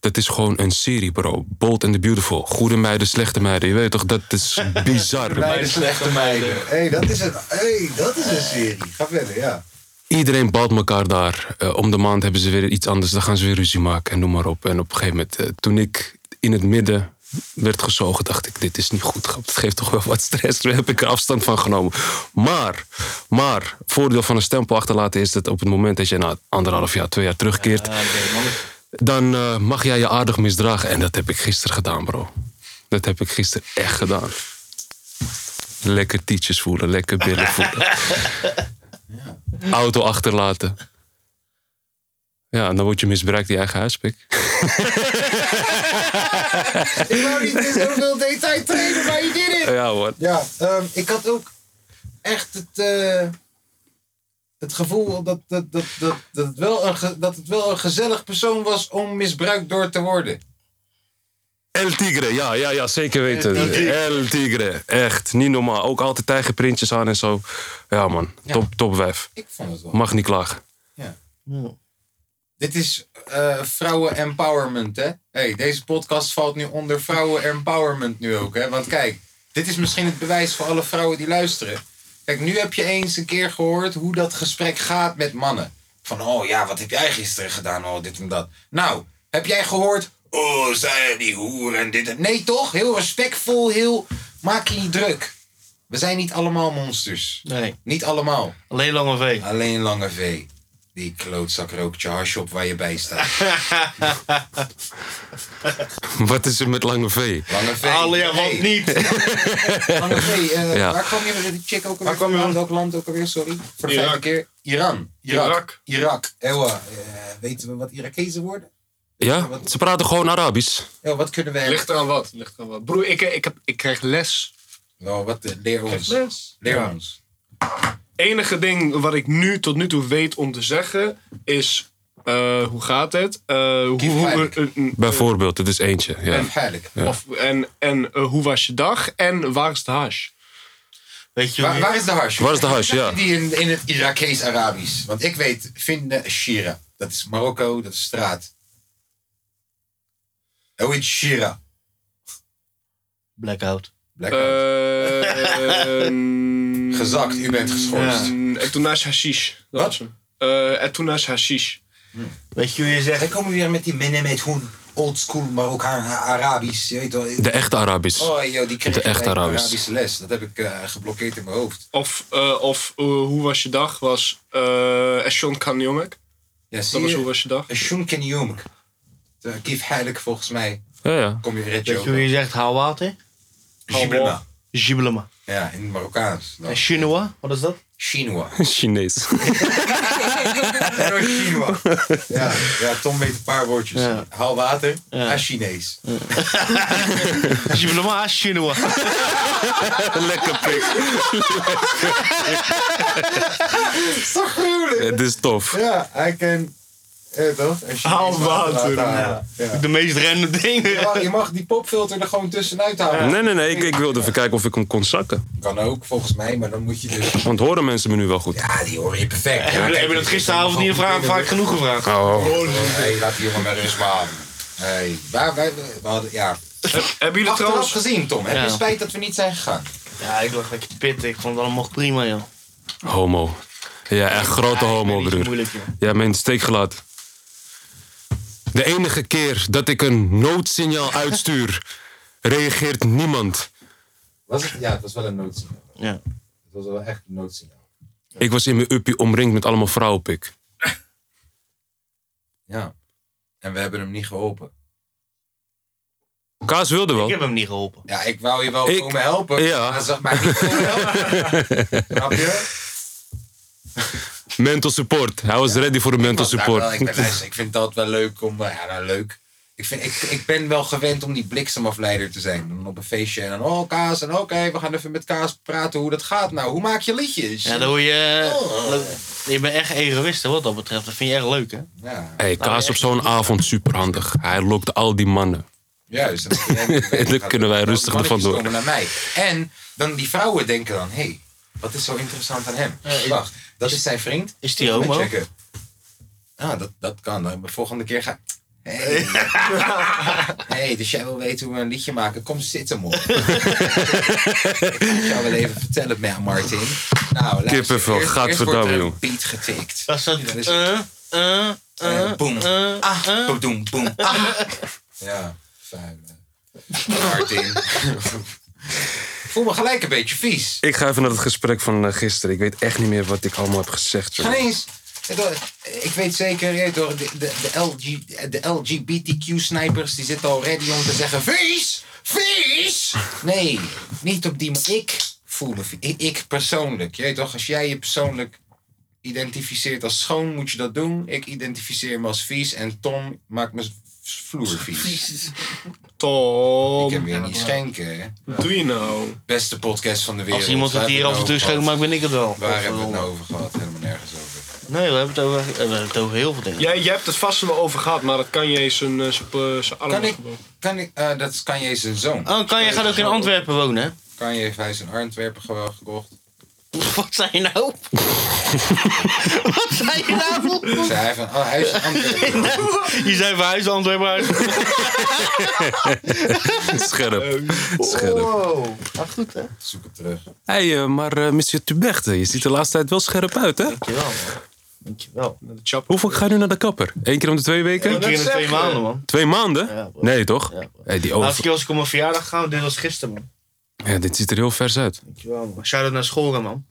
S9: dat is gewoon een serie, bro. Bold and the Beautiful. Goede meiden, slechte meiden. Je weet toch, dat is bizar.
S1: Meiden, slechte meiden. hey, dat, is een, hey, dat is een serie. Ga verder, ja.
S9: Iedereen balt elkaar daar. Eh, om de maand hebben ze weer iets anders. Dan gaan ze weer ruzie maken en noem maar op. En op een gegeven moment, eh, toen ik in het midden werd gezogen, dacht ik: dit is niet goed. grap. Het geeft toch wel wat stress. Daar heb ik er afstand van genomen. Maar, maar, voordeel van een stempel achterlaten is dat op het moment dat je na anderhalf jaar, twee jaar terugkeert, dan eh, mag jij je aardig misdragen. En dat heb ik gisteren gedaan, bro. Dat heb ik gisteren echt gedaan. Lekker tietjes voelen, lekker billen voelen. Auto achterlaten. Ja, en dan word je misbruikt in je eigen huispik.
S1: Ik wou niet in zoveel detail treden, maar je did it.
S9: Ja, hoor.
S1: Ja, ehm, ik had ook echt het, eh, het gevoel dat, dat, dat, dat, dat, het wel een ge- dat het wel een gezellig persoon was om misbruikt door te worden.
S9: El Tigre, ja, ja, ja zeker weten. El Tigre, echt. Niet normaal. Ook altijd tijgerprintjes aan en zo. Ja, man. Top, top wijf.
S1: vond het wel.
S9: Mag niet klagen.
S1: Dit is eh, vrouwen empowerment, hè? hey, deze podcast valt nu onder vrouwen empowerment nu ook, hè? Want kijk, dit is misschien het bewijs voor alle vrouwen die luisteren. Kijk, nu heb je eens een keer gehoord hoe dat gesprek gaat met mannen. Van, oh ja, wat heb jij gisteren gedaan? Oh, dit en dat. Nou, heb jij gehoord? Oh, zij die hoer en dit en... Nee, toch? Heel respectvol, heel... Maak je niet druk. We zijn niet allemaal monsters.
S3: Nee.
S1: Niet allemaal.
S3: Alleen Lange V.
S1: Alleen Lange V. Die klootzak rookt je hash op waar je bij staat.
S9: Wat is er met Lange V?
S1: Lange V.
S3: Alle ja, wat
S1: Hey.
S3: Ah, niet.
S1: Lange V, eh,
S9: Ja.
S1: waar kwam je met die chick ook alweer
S3: kwam je
S1: vandaan? Welk land ook alweer, sorry? Voor de
S6: Irak.
S1: vijfde keer. Iran. Irak.
S6: Irak.
S1: Irak. Ewa, eh, weten we wat Irakezen worden?
S9: Ja? Ze praten gewoon Arabisch.
S1: Ewa, wat kunnen wij...
S10: Ligt eraan wat. Ligt eraan wat. Broer, ik, ik, heb, ik krijg les.
S1: Nou, wat eh, leer ons.
S10: les.
S1: Leer
S10: Ja.
S1: ons.
S10: Enige ding wat ik nu tot nu toe weet om te zeggen is... eh, hoe gaat het? Eh, hoe, hoe,
S1: veilig.
S10: eh, eh,
S9: Bijvoorbeeld, het is eentje. Ja.
S1: Veilig.
S10: Of, en en eh, hoe was je dag? En waar is de hash?
S3: Weet je
S1: Waar, waar is de hash?
S9: Waar is de hash, ja.
S1: Die in, in het Irakees-Arabisch. Want ik weet, vinden Shira. Dat is Marokko, dat is straat. Oh, het is Shira.
S3: Blackout.
S1: Blackout.
S10: Eh, ehm,
S1: Gezakt, u bent geschorst.
S10: ehm, En toen naast hashish. Dat
S1: Wat?
S10: was hem. Eh, en toen naast hashish.
S3: Weet je hoe je zegt?
S1: Wij komen weer met die mennen met hoen. Oldschool Marokkaan Arabisch. Je weet wel.
S9: De echte Arabisch.
S1: Oh joh, die kreeg
S9: De echte
S1: gelijk een
S9: Arabisch.
S1: Arabische les. Dat heb ik eh, geblokkeerd in mijn hoofd.
S10: Of, eh, of eh, hoe was je dag? Was eh Eshon Kanyomek.
S1: Ja, zie
S10: Dat was hoe
S1: je?
S10: was je dag?
S1: Shun ken Jung. De Kief Heilig volgens mij.
S9: Ja, ja.
S1: Kom je
S3: Weet je hoe
S1: Redjo.
S3: je zegt? Haal water.
S1: Jibrima.
S3: Jiblema.
S1: Ja, in het Marokkaans. Dan.
S3: En Chinoa, wat is dat?
S1: Chinoa.
S9: Chinees.
S1: Oh, Chinoa. Ja, ja, Tom weet een paar woordjes.
S3: Ja.
S1: Haal water.
S3: Ja.
S1: Ah, Chinees.
S3: Jiblema, Chinoa.
S9: Lekker pik.
S1: Dat is toch gruwelijk?
S9: Het is tof.
S1: Ja, hij kan... Ja, eh, toch? En Chinees
S3: Haal water.
S1: Ja. Ja.
S3: De meest random dingen.
S1: Je mag, je mag die popfilter er gewoon tussenuit halen.
S9: Nee, nee, nee. Ik, ik wilde even kijken of ik hem kon zakken.
S1: Kan ook, volgens mij, maar dan moet je dus...
S9: Want horen mensen me nu wel goed?
S1: Ja, die hoor je perfect.
S3: Hebben we- hebben we dat gisteravond niet gevraagd? Vaak genoeg gevraagd.
S9: Oh.
S1: hey, laat die jongen maar rust maar aan. Hey, waar, wij, we hadden, ja.
S10: Hebben
S1: jullie
S3: trouwens-
S1: gezien, Tom? Heb
S3: Ja.
S1: je spijt dat we niet zijn gegaan?
S3: Ja, ik lag lekker pitten. Ik vond het allemaal prima, joh.
S9: Homo. Ja, echt grote homo, broer. Ja, mijn steek gelaten. De enige keer dat ik een noodsignaal uitstuur, reageert niemand.
S1: Was het? Ja, het was wel een noodsignaal.
S3: Ja. Het
S1: was wel echt een noodsignaal.
S9: Ik was in mijn uppie omringd met allemaal vrouwenpik.
S1: Ja. En we hebben hem niet geholpen.
S9: Kaas wilde wel.
S3: Ik heb hem niet geholpen.
S1: Ja, ik wou je wel komen helpen.
S9: ja.
S1: Maar, ze- maar niet komen helpen. Snap je?
S9: Mental support. Hij was ready voor de mental
S1: Nou, wel,
S9: support.
S1: ik, ben, luister, ik vind dat wel leuk om... eh, Ja, nou, leuk. Ik, vind, ik, ik ben wel gewend om die bliksemafleider te zijn. Dan op een feestje en dan... Oh, Kaas. En oké, we gaan even met Kaas praten hoe dat gaat. Nou, hoe maak je liedjes?
S3: Ja, dan hoor je... Je bent echt egoïst, hè, wat dat betreft. Dat vind je echt leuk, hè?
S1: Ja.
S9: Hey, Kaas op zo'n avond superhandig. Hij lokte al die mannen.
S1: Juist. dan kun jij-
S9: Dan kunnen wij
S1: Dan
S9: rustig
S1: "Oh, mannetjes
S9: ervan door.
S1: komen naar mij. En dan die vrouwen denken dan... Hé, hey, wat is zo interessant aan hem? Wacht, dat is zijn vriend.
S3: Is die
S1: Even
S3: homo?
S1: checken. Ah, dat, dat kan. Dan De volgende keer ga Hey. hey, dus jij wil weten hoe we een liedje maken? Kom zitten, man. ik zal wel even vertellen, met Martin. Nou, luister,
S9: Kippenvel,
S1: eerst-
S9: gaat
S1: eerst wordt
S9: verdamme,
S1: er
S9: joh.
S1: een beat getikt.
S3: Dat is dat...
S1: Ja, dat is-
S3: eh, eh, eh,
S1: Eh, boem.
S3: eh, eh.
S1: Ah, boem, boem. Ah. Ja, fijn. Martin. Ik voel me gelijk een beetje vies.
S9: Ik ga even naar het gesprek van eh, gisteren. Ik weet echt niet meer wat ik allemaal heb gezegd. joh.
S1: Geen eens. Ik weet zeker, eh, door de, de, de, LG, de LGBTQ-snipers die zitten al ready om te zeggen: Vies! Vies! Nee, niet op die manier. Ik voel me vies. Ik, ik persoonlijk. Je weet toch, als jij je persoonlijk identificeert als schoon, moet je dat doen. Ik identificeer me als vies en Tom maakt me vloer vies.
S10: Tom.
S1: Ik heb weer niet schenken. hè.
S10: Wat doe je nou?
S1: Beste podcast van de wereld.
S3: Als iemand het
S1: Waar
S3: hier af en
S1: hebben
S3: toe
S1: we het
S3: schoonmaakt, ben ik het nou wel.
S1: Waar hebben we het nou over gehad? Helemaal nergens over.
S3: Nee, we hebben het over, we hebben het over heel veel dingen.
S10: Jij, jij hebt het vast wel over gehad, maar dat kan je eens een eh, arm
S1: Kan ik, kan ik, eh, dat is Kanye zijn zoon.
S3: Oh, Kanye gaat ook in Antwerpen wonen, hè?
S1: Kanye heeft hij zijn Antwerpen gewoon gekocht.
S3: Wat zei je nou? Wat zei je nou?
S1: Zei hij van, oh, hij is in Antwerpen.
S3: Je zei verhuis Antwerpen uit.
S9: Scherp. Scherp.
S3: Maar goed, hè?
S1: Zoek het terug.
S9: Hey, eh, maar eh monsieur Tubechte, je ziet de laatste tijd wel scherp uit, hè?
S3: Dankjewel, man. Dankjewel.
S9: Hoe vaak ga je nu naar de kapper? Eén keer om de twee weken?
S3: Eén keer in de twee maanden, man.
S9: Twee maanden? nee, toch? hey, die
S3: Laatste
S9: over...
S3: keer was ik op mijn verjaardag gegaan, dit was gisteren, man.
S9: ja, dit ziet er heel vers uit.
S3: Dankjewel, man. Shout-out naar Schoren, man.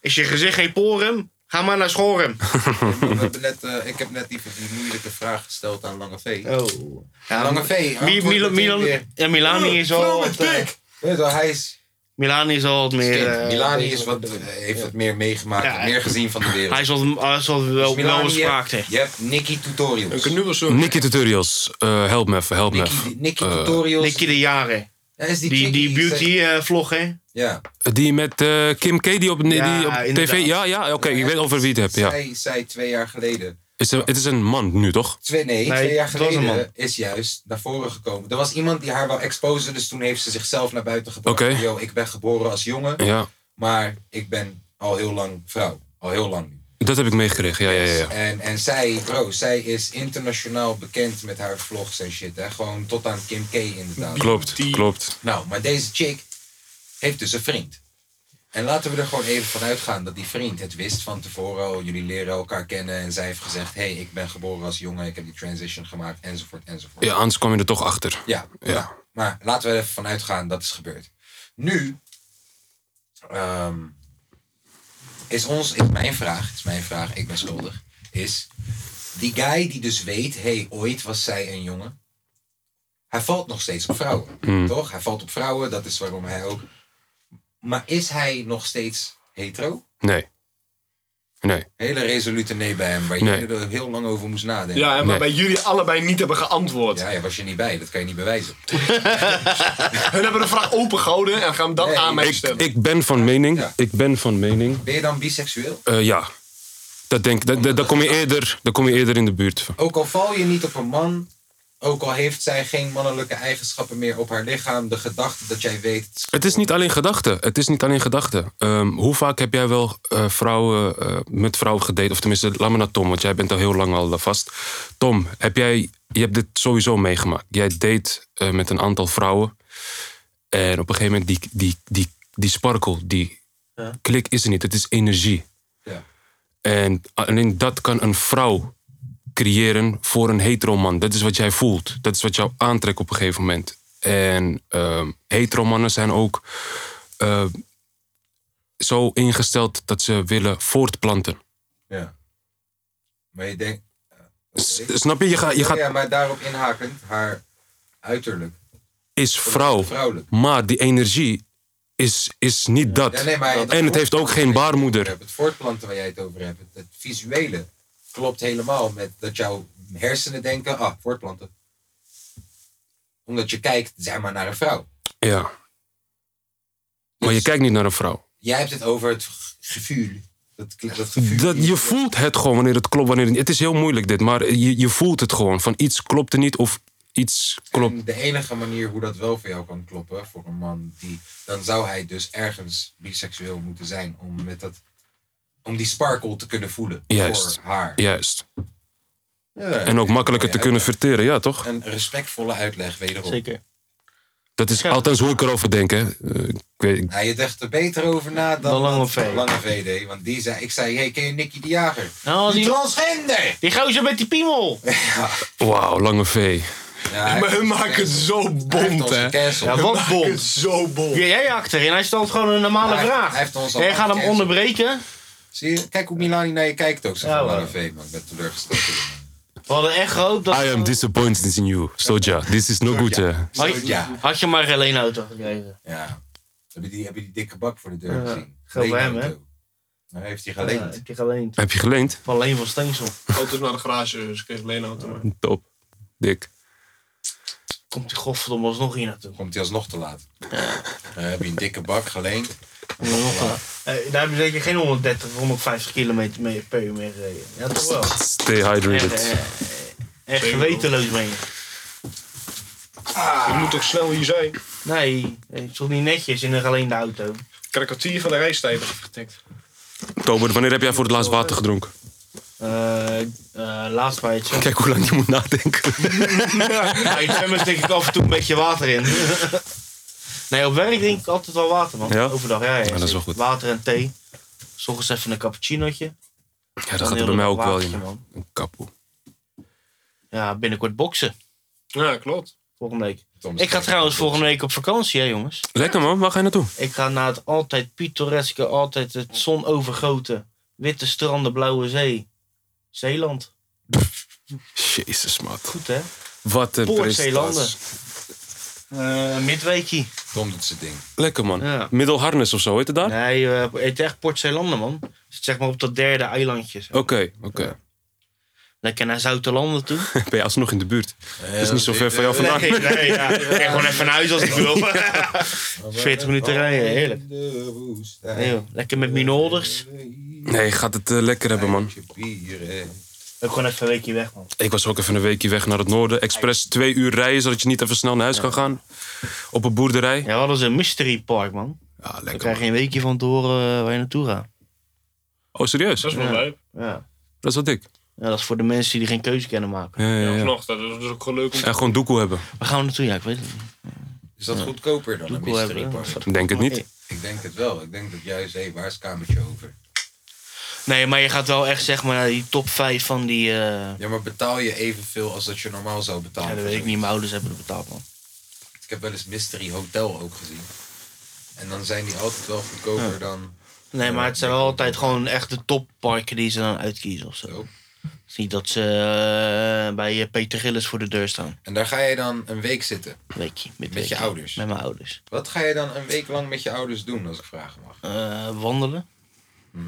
S3: Is je gezicht geen poren? Ga maar naar Schoren.
S1: We hebben net, eh, ik heb net die, die moeilijke vraag gesteld aan Lange V.
S3: Oh.
S1: Lange V.
S3: Mi-
S1: antwoord
S3: Milan,
S1: meteen
S3: Milan,
S1: weer.
S3: ja, Milani is al wat... eh,
S1: Weet je wel, hij is...
S3: Milani is al wat meer... eh,
S1: Milani is wat, heeft wat meer meegemaakt,
S3: Ja.
S1: meer gezien van de wereld.
S3: Hij is wat, hij is wat wel,
S1: Dus
S3: wel
S1: Milani, je
S3: bespraakt, hè.
S1: hebt- Je hebt Nicky Tutorials. Ik nu wel zo.
S9: Nicky Tutorials, eh, help me even, help me
S1: Nicky,
S9: even.
S1: Nicky
S9: Eh,
S1: Tutorials.
S3: Nicky de Jaren.
S1: Dat is die
S3: Die, die
S1: chickie
S3: beauty eh, vlog, hè?
S1: Ja.
S9: Die met eh, Kim K, die op, nee, die op
S3: inderdaad.
S9: tv... Ja, ja, oké, ik weet over wie het hebt, ja.
S1: Zij, zij twee jaar geleden.
S9: Is een- het is een man nu, toch?
S1: Twee, nee,
S3: Nee,
S1: twee jaar
S3: het was een
S1: geleden
S3: man.
S1: is juist naar voren gekomen. Er was iemand die haar wou exposen, dus toen heeft ze zichzelf naar buiten gebracht.
S9: Oké.
S1: Yo, ik ben geboren als jongen,
S9: Ja,
S1: maar ik ben al heel lang vrouw. Al heel lang nu.
S9: dat heb ik meegekregen, ja, ja, ja. ja.
S1: En, en zij, bro, zij is internationaal bekend met haar vlogs en shit. Hè? Gewoon tot aan Kim K inderdaad.
S9: Klopt, klopt.
S1: Nou, maar deze chick heeft dus een vriend. En laten we er gewoon even van uitgaan dat die vriend het wist van tevoren al. Jullie leren elkaar kennen en zij heeft gezegd... hé, hey, ik ben geboren als jongen, ik heb die transition gemaakt, enzovoort, enzovoort.
S9: Ja, anders kwam je er toch achter.
S1: Ja, nou, maar laten we er even van uitgaan dat is gebeurd. Nu ehm, is ons, is mijn vraag, is mijn vraag, ik ben schuldig, is die guy die dus weet, hé, hey, ooit was zij een jongen. Hij valt nog steeds op vrouwen,
S9: Hmm.
S1: toch? Hij valt op vrouwen, dat is waarom hij ook. Maar is hij nog steeds hetero?
S9: Nee. Nee.
S1: Hele resolute nee bij hem, waar
S9: Nee.
S1: je er heel lang over moest nadenken.
S10: Ja, maar
S9: Nee.
S10: bij jullie allebei niet hebben geantwoord.
S1: Ja, ja, was je niet bij, dat kan je niet bewijzen.
S10: Hun hebben de vraag opengehouden en gaan hem dan aan mij
S9: Ik,
S10: stemmen.
S9: ik ben van mening, ik ben van mening.
S1: Ben je dan biseksueel?
S9: Eh, ja. Dat denk, dat, dat, daar kom je eerder, daar kom je eerder in de buurt van.
S1: Ook al val je niet op een man, ook al heeft zij geen mannelijke eigenschappen meer op haar lichaam, de gedachte dat jij weet.
S9: Het is niet alleen gedachten. Het is niet alleen gedachten. Ehm, hoe vaak heb jij wel eh, vrouwen eh, met vrouwen gedate? Of tenminste, laat me naar Tom, want jij bent al heel lang al eh, vast. Tom, heb jij, je hebt dit sowieso meegemaakt. Jij date eh, met een aantal vrouwen. En op een gegeven moment, die, die, die, die sparkle, die
S1: Ja.
S9: klik is er niet. Het is energie.
S1: Ja.
S9: En ah, alleen dat kan een vrouw creëren voor een heteroman. Dat is wat jij voelt. Dat is wat jou aantrekt op een gegeven moment. En ehm heteromannen zijn ook eh, zo ingesteld dat ze willen voortplanten.
S1: Ja. Maar je denkt.
S9: S- Snap je? Je, gaat- je
S1: Ja,
S9: gaat,
S1: Ja, maar daarop inhakend, haar uiterlijk.
S9: is vrouw.
S1: vrouwelijk.
S9: Maar die energie is, is niet dat.
S1: Ja, nee, maar dat
S9: en het
S1: voelt-
S9: heeft ook geen baarmoeder.
S1: Het voortplanten waar jij het over hebt, het visuele, klopt helemaal met dat jouw hersenen denken: ah, voortplanten. Omdat je kijkt, zeg maar, naar een vrouw.
S9: Ja. Maar je kijkt niet naar een vrouw.
S1: Jij hebt het over het g- gevoel. Dat, kle- dat gevoel.
S9: Dat, je voelt het gewoon wanneer het klopt. Wanneer het, het is heel moeilijk dit, maar je, je voelt het gewoon. Van iets klopt er niet of iets klopt.
S1: En De enige manier hoe dat wel voor jou kan kloppen, voor een man, die, dan zou hij dus ergens biseksueel moeten zijn om, met dat, om die sparkle te kunnen voelen
S9: Juist.
S1: voor haar.
S9: Juist.
S1: Ja,
S9: En ook makkelijker te kunnen verteren, ja toch?
S1: Een respectvolle uitleg wederom.
S3: Zeker.
S9: Dat is althans hoe ik erover denk. Hè. Eh, ik weet,
S1: Nou, je dacht er beter over na dan,
S3: Dan Lange
S1: dat
S3: V.
S1: Lange V deed, Want die zei, ik zei, hey, ken je Nicky de Jager?
S3: Nou,
S1: die,
S3: die-
S1: transgender!
S3: Die gozer met die piemel.
S9: Wauw, lange V.
S10: maar hun maken het zo bont, hè?
S3: Ja,
S10: Hun
S3: wat
S10: maken het
S3: bond.
S10: zo bont.
S3: Ja, jij achterin. Hij stelt gewoon een normale
S1: Hij-
S3: vraag.
S1: hij heeft ons al
S3: en jij gaat hem
S1: gecanceld.
S3: onderbreken.
S1: Zie je? Kijk hoe Milani naar je kijkt ook. Zo van Lange V, man. Ik ben teleurgesteld.
S3: We hadden echt gehoopt dat...
S9: I am disappointed in you. Soja, this is no good. hè.
S3: Had,
S1: Ja.
S3: had je maar alleen auto gekregen.
S1: Ja. Heb je die, heb je die dikke bak voor de deur
S3: Ja.
S1: gezien?
S3: Geld bij hem, hè?
S1: Dan heeft Nou,
S3: Ja,
S1: hij geleend.
S3: heb je geleend.
S9: Heb je geleend?
S3: Van Leen van Steensel.
S10: Auto's naar de garage, dus ik kreeg alleen een auto.
S9: Top. Dik.
S3: Komt die godverdomme alsnog hier naartoe.
S1: Komt hij alsnog te laat. Dan heb je een dikke bak geleend.
S3: Nog, eh, daar hebben ze zeker geen 130 150 kilometer mee- per uur mee gereden. Ja, toch wel.
S9: Stay hydrated.
S3: Echt, eh, echt gewetenloos ben je.
S1: Ah.
S10: Je moet toch snel hier zijn?
S3: Nee, eh, het is toch niet netjes in een geleende auto.
S10: Krakatier van de reistijd getikt.
S9: Tober, wanneer heb jij voor het laatst water gedronken?
S3: Eh, eh, laatst bij het zwemmen.
S9: Kijk hoe lang je moet nadenken.
S3: ja, in het zwemmen stik ik af en toe een beetje water in. nee, op werk drink ik altijd wel water, man.
S9: Ja? Ah,
S3: Overdag, ja. ja,
S9: dat is wel goed.
S3: Water en thee. Soms even een cappuccinootje.
S9: Ja,
S3: Dan
S9: dat gaat er
S3: heel
S9: bij mij
S3: leuk
S9: ook wel
S3: watertje,
S9: in.
S3: man.
S9: Een kapoe.
S3: Ja, binnenkort boksen.
S10: Ja, klopt.
S3: Volgende week. Ik ga trouwens volgende week op vakantie, hè, jongens.
S9: Lekker man, waar ga je naartoe?
S3: Ik ga naar het altijd pittoreske, altijd het zonovergoten, witte stranden, blauwe zee. Zeeland.
S9: Jezus, man.
S3: Goed, hè?
S9: Wat een
S3: Poortzeelanden.
S9: prestatie.
S3: Eh midweekie.
S1: Tom doet zijn ding.
S9: Lekker man.
S3: Ja.
S9: Middelharnis of zo, heet het daar?
S3: Nee, eh, het is echt Port Zeelanden, man. Het zit zeg maar op dat derde eilandje. zo.
S9: Oké, oké.
S3: Lekker naar Zoutelanden toe.
S9: Ben je alsnog in de buurt? Het is niet zo ver van jou vandaan.
S3: Nee, nee, ja. Ik ga gewoon even naar huis als ik wil. 40 minuten rijden, heerlijk.
S1: De woestijn.
S3: Nee, joh. Lekker met minolders.
S9: Nee, gaat het eh, lekker hebben, man.
S1: Bieren.
S3: Ook gewoon even een weekje weg, man.
S9: Ik was ook even een weekje weg naar het noorden. Express twee uur rijden, zodat je niet even snel naar huis kan gaan. Op een boerderij.
S3: Ja, wat is een mystery park, man.
S9: Ja,
S3: Dan
S9: lekker.
S3: krijg
S9: man.
S3: je een weekje van tevoren eh, waar je naartoe gaat.
S9: Oh, serieus?
S10: Dat is wel
S3: Ja.
S10: leuk.
S3: Ja.
S9: Dat is wat dik.
S3: ja, dat is voor de mensen die geen keuze kunnen maken.
S9: Ja, ja, ja.
S10: Alsnog, dat is dus ook gewoon leuk om
S9: En gewoon doekoe hebben.
S3: Waar gaan we naartoe? Ja, ik weet het niet.
S1: Is dat goedkoper dan een
S3: Doekoe hebben,
S1: mystery
S3: hè?
S1: park?
S9: Ik denk het niet.
S1: Ik denk het wel. Ik denk dat juist, hé, waar is het kamertje over?
S3: Nee, maar je gaat wel echt zeg maar naar die top 5 van die... eh,
S1: Ja, maar betaal je evenveel als dat je normaal zou betalen?
S3: Ja, dat weet ik niet. Mijn ouders hebben het betaald, man.
S1: Ik heb wel eens Mystery Hotel ook gezien. En dan zijn die altijd wel goedkoper dan...
S3: Nee, maar het zijn wel altijd gewoon echt de topparken die ze dan uitkiezen of zo.
S1: Zo.
S3: Het is niet dat ze eh, bij eh, Peter Gillis voor de deur staan.
S1: En daar ga je dan een week zitten.
S3: Weekje, met,
S1: Met je ouders?
S3: Met mijn ouders.
S1: Wat ga je dan een week lang met je ouders doen, als ik vragen mag?
S3: Eh, wandelen.
S1: Mhm.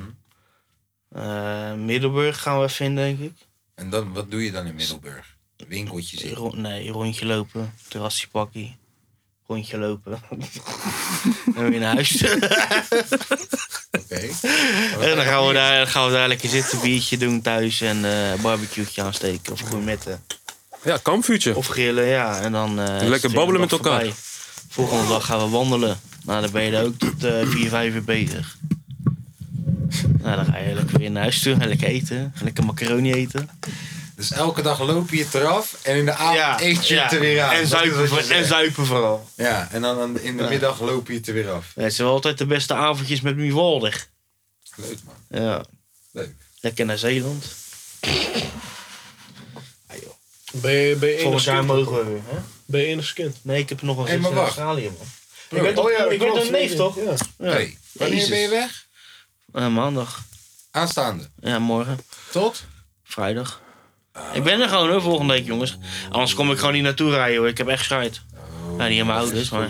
S3: Eh, Middelburg gaan we even in, denk ik.
S1: En dan, wat doe je dan in Middelburg? Winkeltjes in.
S3: Ro- nee, rondje lopen. Terrasje pakkie. rondje lopen. en weer naar huis. En dan gaan, we daar, dan gaan we daar lekker zitten, biertje doen thuis en eh barbecueetje aansteken of gourmetten.
S9: Ja, kampvuurtje.
S3: Of grillen, ja. En dan, eh, is de
S9: Lekker babbelen met
S3: dag
S9: elkaar.
S3: voorbij. Volgende dag gaan we wandelen. Nou, dan ben je daar ook tot eh 4, 5 uur bezig. Nou, dan ga je lekker weer naar huis toe, ga lekker eten, ga lekker macaroni eten.
S1: Dus elke dag loop je het eraf en in de avond eet je het er weer aan.
S3: En
S1: Dat is
S3: zuipen,
S1: wat je
S3: voor- en
S1: zegt.
S3: zuipen vooral.
S1: Ja, en dan aan de- in de
S3: Ja.
S1: middag loop je het er weer af.
S3: Ja, het zijn wel altijd de beste avondjes met Miewaldig.
S1: Leuk man.
S3: Ja.
S1: Leuk.
S3: Lekker naar Zeeland.
S7: Ben je, ben je
S3: Volgend
S7: enig
S3: jaar
S7: kind?
S3: mogen we weer, hè?
S7: Ben je enig kind?
S3: Nee, ik heb nog een
S7: Hey,
S3: zus
S7: maar
S3: in
S7: wacht.
S3: Australië, man.
S7: Bro.
S3: Ik ben, toch-
S7: Oh ja,
S3: ik ben
S7: klopt.
S3: een neef, toch?
S7: Ja.
S1: Hey, wanneer ben je weg?
S3: Eh, maandag.
S1: Aanstaande?
S3: Ja, morgen.
S1: Tot?
S3: Vrijdag.
S1: Ah.
S3: ik ben er gewoon hoor, volgende week, jongens. Anders kom ik gewoon niet naartoe rijden, hoor. Ik heb echt schijt. nou, niet aan mijn ouders, maar...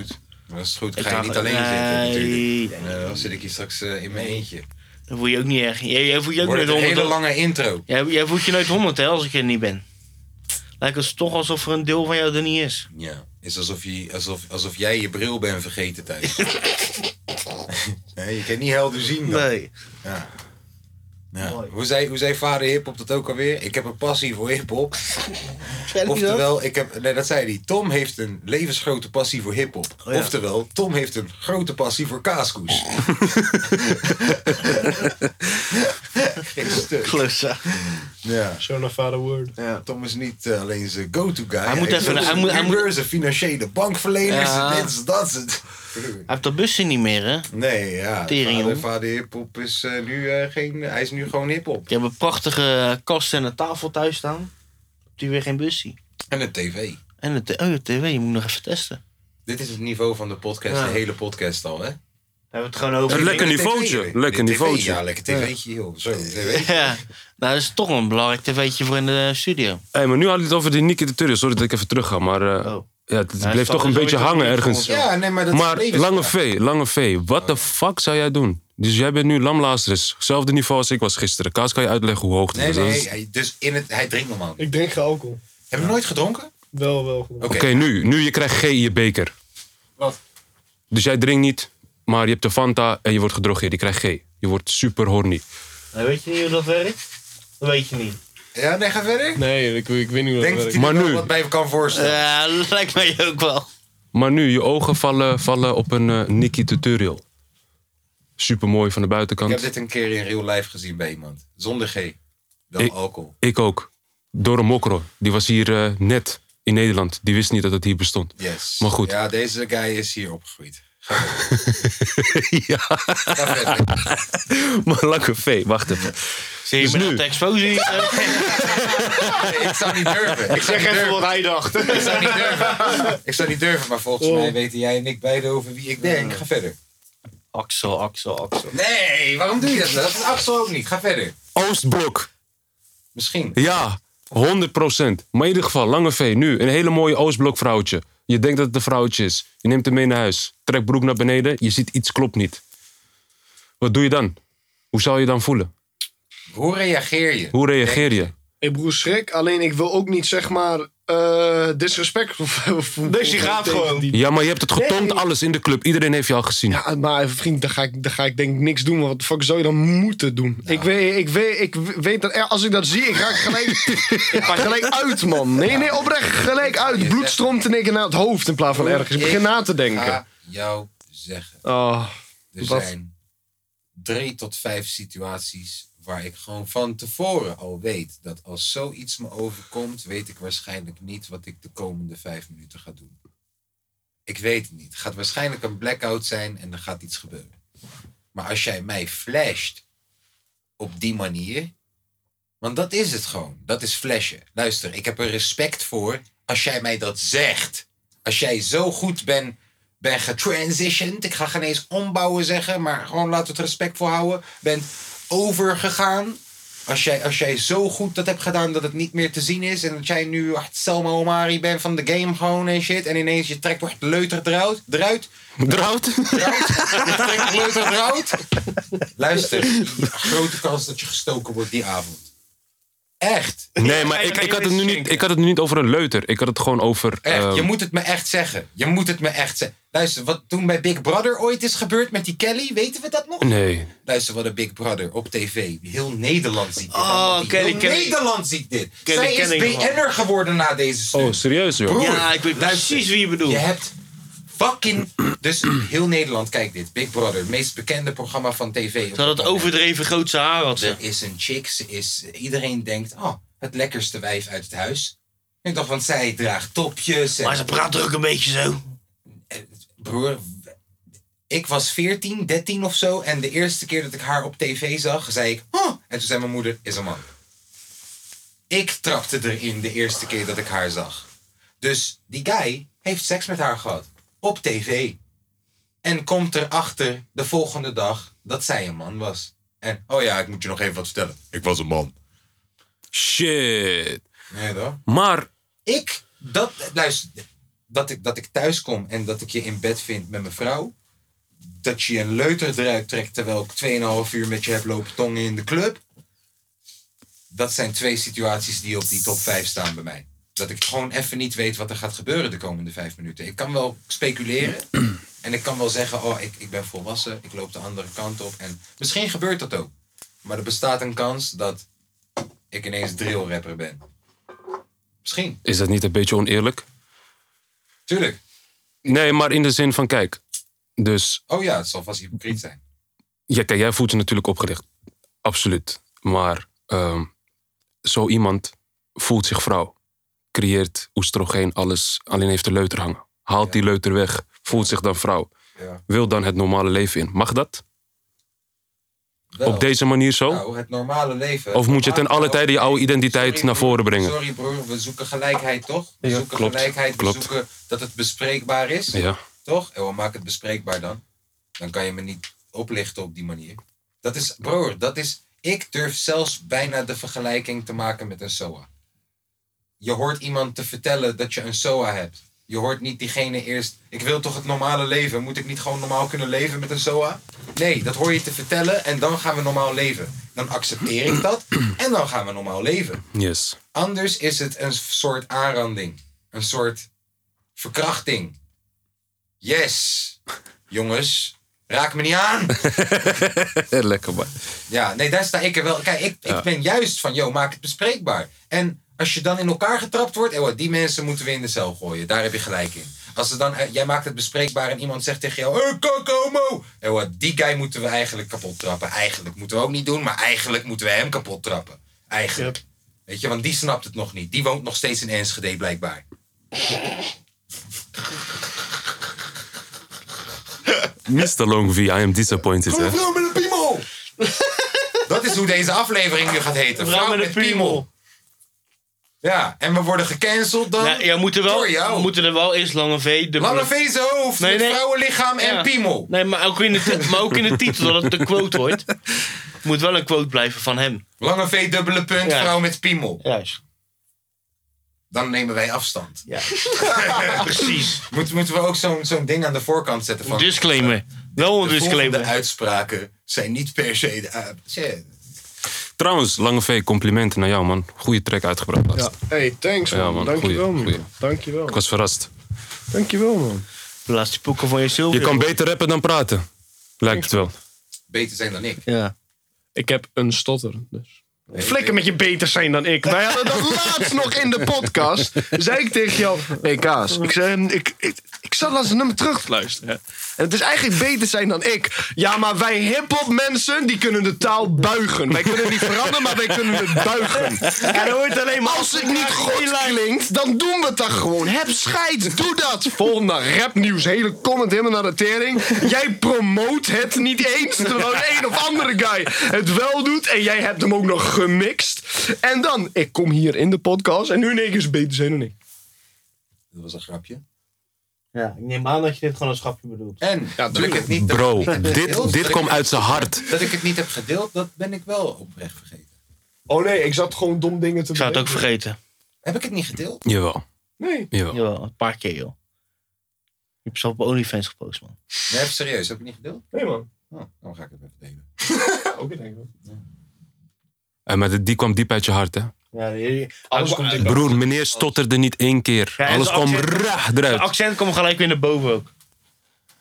S1: Maar dat is Oh, goed,
S3: Ik
S1: ga je
S3: ga
S1: niet
S3: gewoon-
S1: alleen zitten
S3: Nee.
S1: natuurlijk. Nee, dan zit ik hier straks eh, in mijn eentje.
S3: Dat voel je ook niet erg. Jij, jij voelt je ook
S1: Wordt
S3: nooit
S1: het
S3: honderd.
S1: een hele lange intro.
S3: Jij, jij voelt je nooit honderd, hè, als ik er niet ben. Lijkt het toch alsof er een deel van jou er niet is.
S1: Ja, is alsof, je, alsof, alsof jij je bril bent vergeten thuis. nee, je kan niet helder zien dan.
S3: Nee.
S1: Ja. Ja. Hoe, zei, hoe zei vader hiphop dat ook alweer? Ik heb een passie voor hiphop. Oftewel, ik heb, nee, dat zei hij. Tom heeft een levensgrote passie voor hiphop.
S3: ja.
S1: Oftewel, Tom heeft een grote passie voor kaaskoes. Geen stuk.
S3: Klussen.
S1: Ja.
S7: Zo naar vader word.
S1: Ja, Tom is niet eh, alleen zijn go-to guy.
S3: Hij moet
S1: is
S3: even-
S1: ook
S3: hij
S1: een
S3: moet- hij moet-
S1: Uber, zijn financiële bankverlener,
S3: Ja.
S1: zijn dit, zijn dat. zijn-
S3: Hij heeft dat bussen niet meer, hè?
S1: Nee, ja.
S3: Tering,
S1: vader,
S3: jongen.
S1: vader hiphop is eh, nu eh, geen... Hij is nu gewoon hiphop.
S3: Ik heb een prachtige kast en een tafel thuis staan. Heb je weer geen bussie?
S1: En een tv.
S3: En de, t- oh, de tv, je moet nog even testen.
S1: Dit is het niveau van de podcast,
S3: Ja.
S1: de hele podcast al, hè? Hebben
S3: we het gewoon over- Een lekker niveautje, lekker niveautje.
S1: Ja, lekker tv'tje, joh. Zo, tv.
S3: Ja, nou, dat is toch een belangrijk tv'tje voor in de studio.
S9: Hé, maar nu had je het over die Nicky de Turner. Sorry dat ik even terug ga, maar eh, ja, het
S3: Oh. hij
S9: bleef
S3: staat
S9: toch een
S3: er
S9: beetje
S3: sowieso
S9: hangen
S3: niet
S9: ergens.
S3: voor ons, ja. Ja, nee, maar dat is levensvraag.
S9: Lange V, Lange V, wat de fuck zou jij doen? Dus jij bent nu Lam Lazarus. Hetzelfde niveau als ik was gisteren. Kaas, kan je uitleggen hoe hoog het
S1: Nee,
S9: was?
S1: nee, hij- dus in het, hij drinkt normaal.
S7: Ik drink geen alcohol.
S1: Hebben we nooit gedronken?
S7: Wel, wel. Oké,
S9: Oké, nu. Nu je krijgt G in je beker.
S7: Wat?
S9: Dus jij drinkt niet, maar je hebt de Fanta en je wordt gedrogeerd. Je krijgt G. Je wordt super horny.
S3: Nou, weet je niet hoe dat werkt? Dat weet je niet.
S1: Ja, nee, ga verder.
S9: Nee, ik, weet niet
S1: Denk dat hij er wel wat bij kan voorstellen.
S3: Ja, lijkt mij ook wel.
S9: Maar nu, je ogen vallen, vallen op een eh, Nicky tutorial. Super mooi van de
S1: Ik
S9: buitenkant.
S1: heb dit een keer in real life gezien bij iemand. Zonder G. Dan alcohol.
S9: Ik ook. Doro Mokro. Die was hier eh, net in Nederland. Die wist niet dat het hier bestond.
S1: Yes.
S9: Maar goed.
S1: Ja, deze guy is hier opgegroeid.
S9: ja. maar Lange V, wacht even.
S3: Zie je me nou te exposen?
S1: ik zou niet durven.
S3: Ik zeg even wat hij
S1: dacht. Ik zou niet durven. Ik zou niet durven, maar volgens
S7: Oh.
S1: mij weten jij en ik beiden over wie ik denk. Ga verder.
S3: Axel, Axel, Axel.
S1: Nee, waarom doe je dat? nou? Dat is Axel ook niet. Ga verder.
S9: Oostblok.
S1: Misschien.
S9: Ja, 100 Maar in ieder geval, Lange V, nu. Een hele mooie Oostblokvrouwtje. Je denkt dat het een vrouwtje is. Je neemt hem mee naar huis. Trek broek naar beneden. Je ziet iets klopt niet. Wat doe je dan? Hoe zou je dan voelen?
S1: Hoe reageer je?
S9: Hoe reageer je?
S7: Ik broer schrik, alleen ik wil ook niet zeg maar eh disrespectvol.
S9: Dus je gaat gewoon. Ja, maar je hebt het getoond, alles in de club. Iedereen heeft je al gezien.
S7: Ja, Ah, maar vriend, daar ga, ik, daar ga ik denk ik niks doen. want Wat de fuck zou je dan moeten doen? Ik, weet, ik, weet, ik weet dat er- als ik dat zie, ik raak gelijk, ik ga gelijk uit, man. Nee, nee, oprecht gelijk uit. Bloed stroomt in één keer naar het hoofd in plaats van ergens. Ik begin na te denken.
S1: ga jou zeggen.
S7: Oh,
S1: Er
S7: wat-
S1: zijn drie tot vijf situaties waar ik gewoon van tevoren al weet dat als zoiets me overkomt, weet ik waarschijnlijk niet wat ik de komende vijf minuten ga doen. Ik weet het niet. Het gaat waarschijnlijk een blackout zijn en er gaat iets gebeuren. Maar als jij mij flasht op die manier, want dat is het gewoon. Dat is flashen. Luister, ik heb er respect voor als jij mij dat zegt. Als jij zo goed bent ben getransitioned. Ik ga geen eens ombouwen zeggen, maar gewoon laten we het respect voor houden. Bent overgegaan. Als jij, als jij zo goed dat hebt gedaan dat het niet meer te zien is. En dat jij nu echt Selma Omari bent van de game gewoon en shit. En ineens je trekt echt leuter eruit. Eruit.
S9: Eruit?
S1: Je trekt leuter eruit. Luister, grote kans dat je gestoken wordt die avond. Echt?
S9: Nee, maar ik, ik, had het nu niet, ik had het nu niet over een leuter. Ik had het gewoon over...
S1: Echt,
S9: ehm,
S1: je moet het me echt zeggen. Je moet het me echt zeggen. Luister, wat toen bij Big Brother ooit is gebeurd met die Kelly, weten we dat nog?
S9: Nee.
S1: Luister, wat een Big Brother op tv. Heel Nederland ziet dit.
S3: Oh,
S1: Heel
S3: Kelly, Kelly.
S1: Nederland ziet dit.
S3: Kelly,
S1: Zij
S3: ken ik
S1: is
S3: nog wel.
S1: BN'er geworden na deze stunt.
S9: Oh, serieus joh?
S1: Broer,
S3: Ja, ik weet precies wie je bedoelt.
S1: Je hebt fucking... Dus heel Nederland kijkt dit. Big Brother, het meest bekende programma van tv. op
S3: Ze had het overdreven grootse haar had ze.
S1: er is een chick, ze is, iedereen denkt, oh, het lekkerste wijf uit het huis. Ik dacht, want zij draagt topjes.
S3: Maar ze praat ook een beetje zo.
S1: Broer, ik was 14, 13 of zo. En de eerste keer dat ik haar op tv zag, zei ik, oh. En toen zei mijn moeder, is een man. Ik trapte erin de eerste keer dat ik haar zag. Dus die guy heeft seks met haar gehad. Op tv. En komt erachter de volgende dag dat zij een man was. En, oh ja, ik moet je nog even wat vertellen. Ik was een man.
S9: Shit.
S1: Nee, toch?
S9: Maar...
S1: Ik, dat, luister, dat ik, dat ik thuis kom en dat ik je in bed vind met mijn vrouw. Dat je een leuter eruit trekt terwijl ik 2,5 uur met je heb lopen tongen in de club. Dat zijn twee situaties die op die top 5 staan bij mij. Dat ik gewoon even niet weet wat er gaat gebeuren de komende vijf minuten. Ik kan wel speculeren. En ik kan wel zeggen, oh, ik, ik ben volwassen. Ik loop de andere kant op. En misschien gebeurt dat ook. Maar er bestaat een kans dat ik ineens drillrapper ben. Misschien.
S9: Is dat niet een beetje oneerlijk?
S1: Tuurlijk.
S9: Nee, maar in de zin van, kijk. Dus,
S1: Oh ja, het zal vast hypocriet zijn.
S9: ja, kijk, jij voelt je natuurlijk opgericht. Absoluut. Maar ehm, zo iemand voelt zich vrouw. Creëert oestrogeen, alles. Alleen heeft de leuter hangen. Haalt die leuter weg. Voelt zich dan vrouw.
S1: Ja.
S9: Wil dan het normale leven in. Mag dat? Op deze manier zo?
S1: Nou, het normale leven.
S9: Of moet je ten alle
S1: Normaal-
S9: tijde je oude identiteit naar voren brengen?
S1: Sorry broer, we zoeken gelijkheid toch? We
S9: Ja,
S1: zoeken
S9: klopt,
S1: gelijkheid, we
S9: klopt.
S1: zoeken dat het bespreekbaar is.
S9: Ja.
S1: Toch? En we maken het bespreekbaar dan. Dan kan je me niet oplichten op die manier. Dat is, broer, dat is... Ik durf zelfs bijna de vergelijking te maken met een SOA. Je hoort iemand te vertellen dat je een SOA hebt. Je hoort niet diegene eerst... Ik wil toch het normale leven? Moet ik niet gewoon normaal kunnen leven met een SOA? Nee, dat hoor je te vertellen en dan gaan we normaal leven. Dan accepteer ik dat en dan gaan we normaal leven.
S9: Yes.
S1: Anders is het een soort aanranding. Een soort verkrachting. Yes. Jongens, raak me niet aan.
S9: Lekker man.
S1: Ja, nee, daar sta ik er wel. Kijk, ik,
S9: Ja.
S1: ik ben juist van, yo, maak het bespreekbaar. En als je dan in elkaar getrapt wordt, ewa, die mensen moeten we in de cel gooien. Daar heb je gelijk in. Als er dan, eh, jij maakt het bespreekbaar en iemand zegt tegen jou, "Eh, hey, kak, homo. Ewa, Eh, die guy moeten we eigenlijk kapot trappen. Eigenlijk moeten we ook niet doen, maar eigenlijk moeten we hem kapot trappen. Eigenlijk. Weet je, want die snapt het nog niet. Die woont nog steeds in Enschede, blijkbaar.
S9: Mr. Longvi, I am disappointed. Hè?
S1: vrouw met een piemel! Dat is hoe deze aflevering nu gaat heten. Vrouw, met een piemel. Ja, en we worden gecanceld dan
S3: Ja, moet er wel,
S1: door jou.
S3: we moeten er wel eerst Lange V... De
S1: Lange V zijn hoofd, met vrouwenlichaam en piemel.
S3: Nee, maar ook, in de, ti- maar ook in de titel, dat het een quote wordt. Moet wel een quote blijven van hem.
S1: Lange V, dubbele punt,
S3: Ja.
S1: vrouw met piemel.
S3: Juist.
S1: Dan nemen wij afstand.
S3: Ja. Precies.
S1: Moeten, moeten we ook zo'n zo'n ding aan de voorkant zetten van...
S3: Disclaimer. Wel een
S1: de volgende
S3: disclaimer.
S1: uitspraken zijn niet per se de... eh, shit.
S9: Trouwens, Lange V, complimenten naar jou man. Goede track uitgebracht. laatst.
S7: Ja. Hey, thanks man.
S9: Ja, man,
S7: Dankjewel
S9: goeie,
S7: man.
S9: goeie.
S7: Dankjewel.
S9: Ik was verrast.
S7: Dankjewel man.
S3: Laat die poeken van je zilver.
S9: Je kan beter rappen dan praten. Lijkt het wel.
S1: Beter zijn dan ik.
S3: Ja.
S5: Ik heb een stotter. Dus.
S7: Flikker met je beter zijn dan ik. Wij hadden dat laatst nog in de podcast. Zei ik tegen jou. Hé Kaas, ik, zei, ik, ik, ik zat laatst een nummer terug te luisteren. En het is eigenlijk beter zijn dan ik. Ja, maar wij hip-hop mensen die kunnen de taal buigen. Wij kunnen niet veranderen, maar wij kunnen het buigen. En hoort alleen maar. Als het niet goed klinkt, dan doen we het dan gewoon. Heb scheid, doe dat. Volgende rapnieuws, hele comment helemaal naar de tering. Jij promoot het niet eens, terwijl de een of andere guy het wel doet. En jij hebt hem ook nog gemixt. En dan, ik kom hier in de podcast en nu in één keer is het beter zijn dan ik.
S1: Dat was een grapje.
S3: Ja, ik neem aan dat je dit gewoon als grapje bedoelt.
S1: En dat ik het niet... dat
S9: Bro,
S1: ik het niet heb
S9: dit,
S1: gedeeld,
S9: dit
S1: dat
S9: kwam
S1: ik-
S9: uit zijn hart.
S1: Dat ik het niet heb gedeeld, dat ben ik wel oprecht vergeten.
S7: Oh nee, ik zat gewoon dom dingen te
S3: Ik zou het ook vergeten.
S1: Heb ik het niet gedeeld?
S9: Jawel.
S7: Nee.
S9: Jawel.
S3: een paar keer joh. Je hebt zelf op OnlyFans gepost man.
S1: Nee, even serieus, heb ik het niet gedeeld?
S7: Nee man.
S1: Oh, dan ga ik het even delen.
S7: Ook in Engeland.
S9: Eh, maar die kwam diep uit je hart, hè?
S3: Ja, die-
S9: Alles
S3: Ook-
S9: komt Broer, meneer stotterde niet één keer.
S3: Ja, en
S9: Alles
S3: de
S9: kwam
S3: accent-
S9: raar
S3: De
S9: eruit.
S3: accent komt gelijk weer naar boven ook.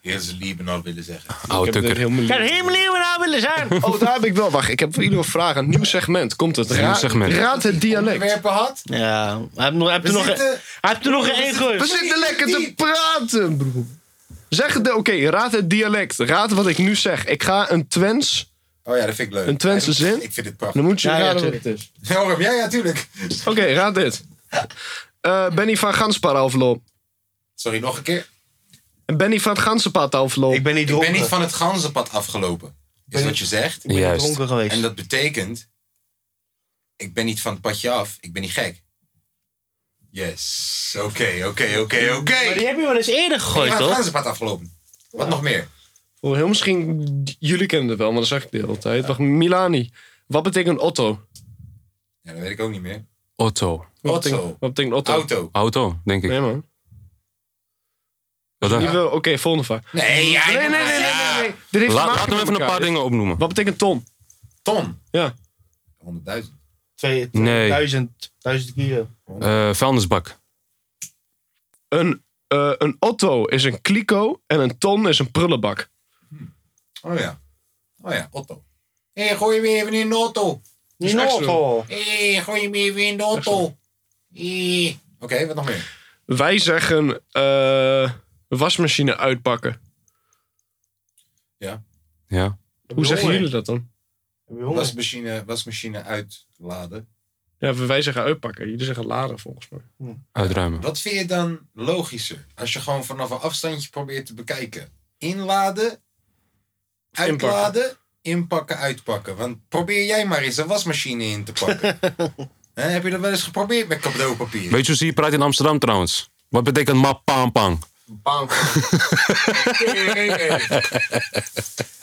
S1: Ja, ze lieven al willen zeggen.
S9: Oude tukker.
S3: Ik had helemaal niet meer aan willen zijn.
S5: Oh, daar heb ik wel. Wacht, ik heb voor iedereen een vraag. Een nieuw segment. Komt het?
S3: Nieuw segment.
S5: Raad het dialect.
S1: Werpen had?
S3: Ja, hij heeft nog, hij heeft
S5: We
S3: er nog,
S5: zitten-
S3: hij heeft er nog een één gegooid.
S5: We zitten lekker te praten, broer. Zeg het, oké, raad het dialect. Raad wat ik nu zeg. Ik ga een Twents.
S1: Oh ja, dat vind ik leuk.
S5: Een Twentse zin.
S1: Ik vind het prachtig.
S5: Dan moet je
S1: Ja, ja,
S5: raden wat
S1: tuurlijk.
S5: het is.
S1: Joram, ja, ja, tuurlijk.
S5: Oké, raad dit. Eh, Benny van Ganspara overloop.
S1: Sorry, nog een keer.
S5: Benny van het Gansenpad overloop.
S3: Ik ben niet
S1: Ik ben niet van het ganzenpad afgelopen. Is wat je zegt.
S5: ik ben niet Juist. dronken geweest.
S1: En dat betekent... Ik ben niet van het padje af. Ik ben niet gek. Yes. Oké, oké, oké, oké.
S3: Maar die heb je wel eens eerder gegooid,
S1: ik ben
S3: toch?
S1: van het ganzenpad afgelopen. Wat nog meer?
S5: Voor heel misschien, jullie kennen het wel, maar dat zeg ik de hele tijd. Wacht, Milani. Wat betekent Otto?
S1: Ja, dat weet ik ook niet meer.
S9: Otto.
S5: Wat betekent- Wat betekent Otto?
S1: Auto.
S9: Auto, denk ik.
S5: Nee, man.
S9: Wat dan?
S5: Niet wel- Oké, volgende vraag.
S1: Nee,
S5: nee, nee, nee, nee, nee, nee. Dit heeft
S9: Laat,
S5: te maken
S9: laten we
S5: met
S9: even een
S5: elkaar.
S9: paar dingen opnoemen.
S5: Wat betekent ton?
S1: Ton?
S5: Ja.
S1: 100.000.
S3: Twee,
S9: Nee.
S3: Duizend, duizend kilo.
S9: Eh, vuilnisbak.
S5: Een, eh, een Otto is een kliko en een ton is een prullenbak.
S1: Oh ja. Oh ja, Otto. Hé, hey, gooi hem even in de auto.
S3: In de auto.
S1: Hé, hey, gooi hem even in de auto. Hé. Oké, wat nog meer?
S5: Wij zeggen eh, wasmachine uitpakken.
S1: Ja.
S9: Ja.
S5: Hoe zeggen
S1: honger?
S5: jullie dat dan?
S1: Wasmachine, wasmachine uitladen.
S5: Ja, wij zeggen uitpakken. Jullie zeggen laden volgens mij.
S9: Uitruimen.
S1: Wat vind je dan logischer? Als je gewoon vanaf een afstandje probeert te bekijken. Inladen, uitladen, inpakken, uitpakken. Want probeer jij maar eens een wasmachine in te pakken. Hè, heb je dat wel eens geprobeerd met cadeaupapier?
S9: Weet je hoe ze hier praat in Amsterdam trouwens? Wat betekent map pam pam?
S1: Bang.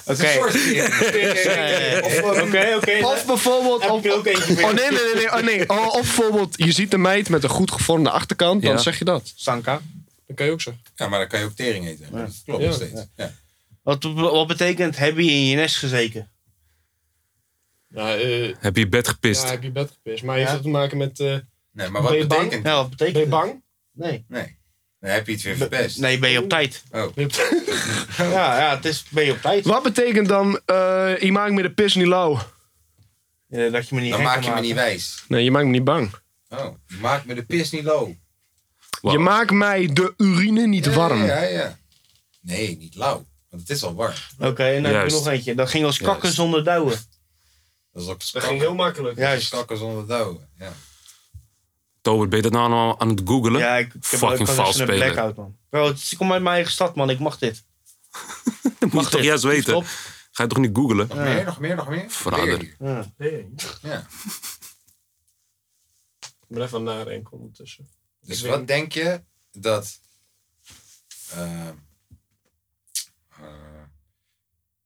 S9: Oké.
S3: Oké, oké.
S5: Of bijvoorbeeld... Of, oh nee, nee, nee. nee. Oh, nee. Oh, of bijvoorbeeld, je ziet een meid met een goed gevormde achterkant. Dan
S1: Ja.
S5: zeg je dat.
S3: Sanka.
S5: Dat kan je ook zeggen.
S1: Ja, maar dan kan je ook tering eten. Dat klopt
S3: Ja.
S1: nog steeds. Ja.
S3: Wat, wat betekent heb je in je nest gezeten?
S5: Ja,
S9: Heb je je bed gepist?
S5: heb je bed gepist. Maar
S3: heeft
S5: heeft
S3: dat
S5: dat te maken met... eh,
S1: nee, maar wat ben je bang? betekent
S3: Ja, wat betekent
S5: Ben je bang?
S3: Nee.
S1: Nee. Dan heb je iets weer verpest.
S3: Nee, ben je op tijd.
S1: Oh.
S3: ja, ja, het is, ben je op tijd.
S5: Wat betekent dan, eh je maakt me de pis niet lauw?
S3: Ja, dat je me niet
S1: Dan
S3: gek
S1: maak
S3: kan
S1: je me
S3: maken.
S1: niet wijs.
S5: Nee, je maakt me niet bang.
S1: Oh, je maakt me de pis niet low.
S5: Je maakt mij de urine niet warm.
S1: Ja, ja, ja. Nee, niet lauw. Want het is al warm.
S3: Oké, en dan heb je
S1: Juist.
S3: nog eentje. Dat ging als kakken
S1: Juist.
S3: zonder douwen.
S1: Dat is ook
S3: Dat ging heel makkelijk. Juist.
S1: Kakken zonder douwen. Ja.
S9: Tober, ben je dat nou allemaal aan het googelen?
S3: Ja, ik, ik heb ook
S9: Fucking
S3: wel
S9: vals
S3: eens een
S9: spelen.
S3: blackout, man. Bro, het is- ik kom uit mijn eigen stad, man. Ik mag dit.
S9: Dat moet je toch juist weten? Ga je toch niet googelen?
S1: Nog meer, nog meer, nog meer.
S9: Verrader.
S3: Ja.
S1: Ja.
S5: Ik ben even naar één ondertussen.
S1: Dus
S5: Ik weet
S1: wat
S5: niet.
S1: denk je dat... eh, eh,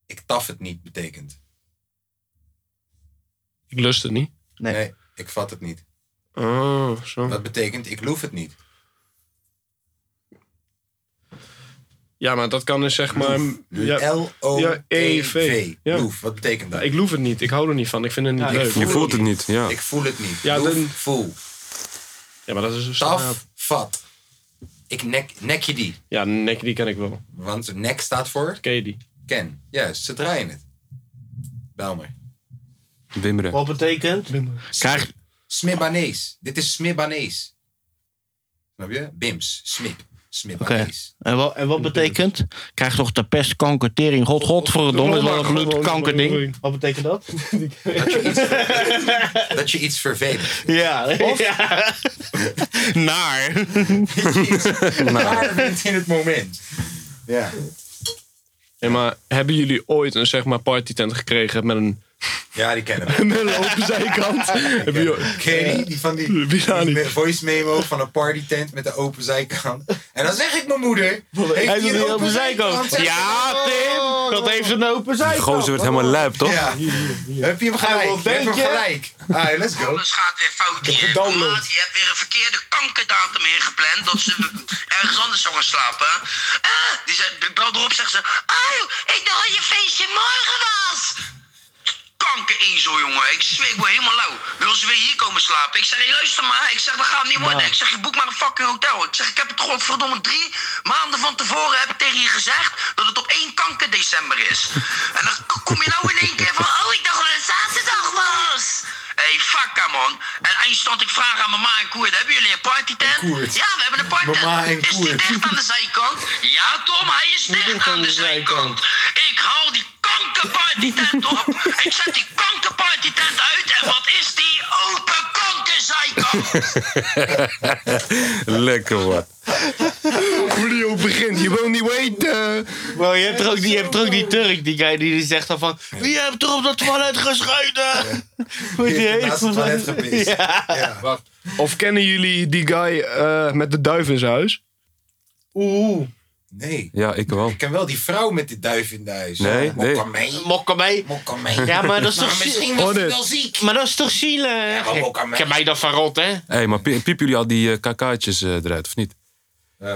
S1: ik taf het niet betekent?
S5: Ik lust het niet.
S3: Nee.
S1: ik vat het niet.
S5: Oh, zo.
S1: Dat betekent ik loef het niet.
S5: Ja, maar dat kan dus zeg maar... Ja,
S1: L-O-E-V.
S5: Ja, Ja.
S1: E Loef, wat betekent dat?
S5: Ik loef het niet. Ik hou er niet van. Ik vind het niet
S1: Ja, ik
S5: leuk.
S1: voel Je voelt het
S9: niet, ja.
S1: Ik voel het niet.
S5: Ja,
S1: Loef,
S5: dan-
S1: voel.
S5: Ja, maar dat is een
S1: Taf, vat. Ik nek, nek je die.
S5: Ja, nek die ken ik wel.
S1: Want nek staat voor?
S5: Ken je die?
S1: Ken. Juist, ze draaien het. Bel me.
S9: Wimmeren.
S3: Wat betekent?
S9: Krijg...
S1: Smibanees. Dit is Smibanees. Snap je? Bims. Smip. Smibanees.
S3: Oké. En, wat, en wat betekent? Krijg toch de pest, kanker, tering, god, godverdomme, is wel een bloedkankerding. Wat betekent dat?
S1: Dat je iets vervelend.
S3: Ja.
S1: Of-
S3: ja. Naar.
S1: Maar vindt in het moment. Ja.
S5: Ja, maar hebben jullie ooit een zeg maar partytent gekregen met een...
S1: Ja, die kennen
S5: we. met een open zijkant? Heb je...
S1: Ken je die? Die van die, die me- voice memo van een partytent met de open zijkant. En dan zeg ik mijn moeder.
S3: Hij
S1: Heeft
S3: doet
S1: die een
S3: die
S1: open
S3: open
S1: zijkant?
S3: zijkant. Ja, Tim. Dat heeft een open
S9: Die
S3: zijkant.
S9: gozer werd helemaal lijp, toch?
S1: Ja. Heb je hem
S3: Hij wil
S1: gelijk? Heb je hem
S3: denken.
S1: gelijk? Ah, let's go.
S11: Alles gaat weer fout. Die informatie. Je hebt weer een verkeerde kankerdatum ingepland. Dat ze ergens anders zou gaan slapen. Ah, die zei, ik bel erop, zegt ze. Oh, ik dacht dat je feestje morgen was. kanker in zo, jongen. Ik zweer, ik word helemaal lauw. Wil ze weer hier komen slapen? Ik zeg, hey, luister maar. Ik zeg, dat gaat niet worden.
S12: Nou.
S11: Ik zeg, je boek maar een fucking hotel. Ik zeg, ik heb het godverdomme drie maanden van tevoren heb ik tegen je gezegd dat het op één kanker december is. En dan k- kom je nou in één keer van, oh, ik dacht dat het zaterdag was. hey, fuck hem, man. En eens stond ik vragen aan mijn ma en Koert, hebben jullie een partytent? Ja, we hebben een
S1: Mama
S11: partytent.
S1: en
S11: Is die
S1: Koert.
S11: dicht aan de zijkant? Ja, Tom, hij is dicht aan de zijkant. Ik haal die kankerpartytent op. Ik zet die kankerpartytent uit en wat is die open kankerzijkant?
S9: Lekker, man.
S7: Hoe die ook begint, je wil niet weten.
S3: Bro, je hebt er ook die, je hebt er ook die Turk, die guy die zegt dan van... Wie hebt er op dat toilet geschuiten? Hoe die heet? Ja.
S10: Wacht.
S5: Of kennen jullie die guy eh, met de duif in zijn huis?
S1: Oeh. Nee.
S9: Ja, ik wel.
S1: Ik ken wel die vrouw met die duif in de huis.
S9: Nee,
S1: Mokka
S9: nee.
S1: mee.
S3: Mokka mee. Ja, maar dat is toch...
S1: Maar misschien was hij wel ziek.
S3: Maar dat is toch zielig?
S1: maar ook aan
S3: ik heb mij dat van rot, hè?
S9: Hé, hey, maar pie- piepen jullie al die eh kakaatjes eh, eruit, of niet? nee.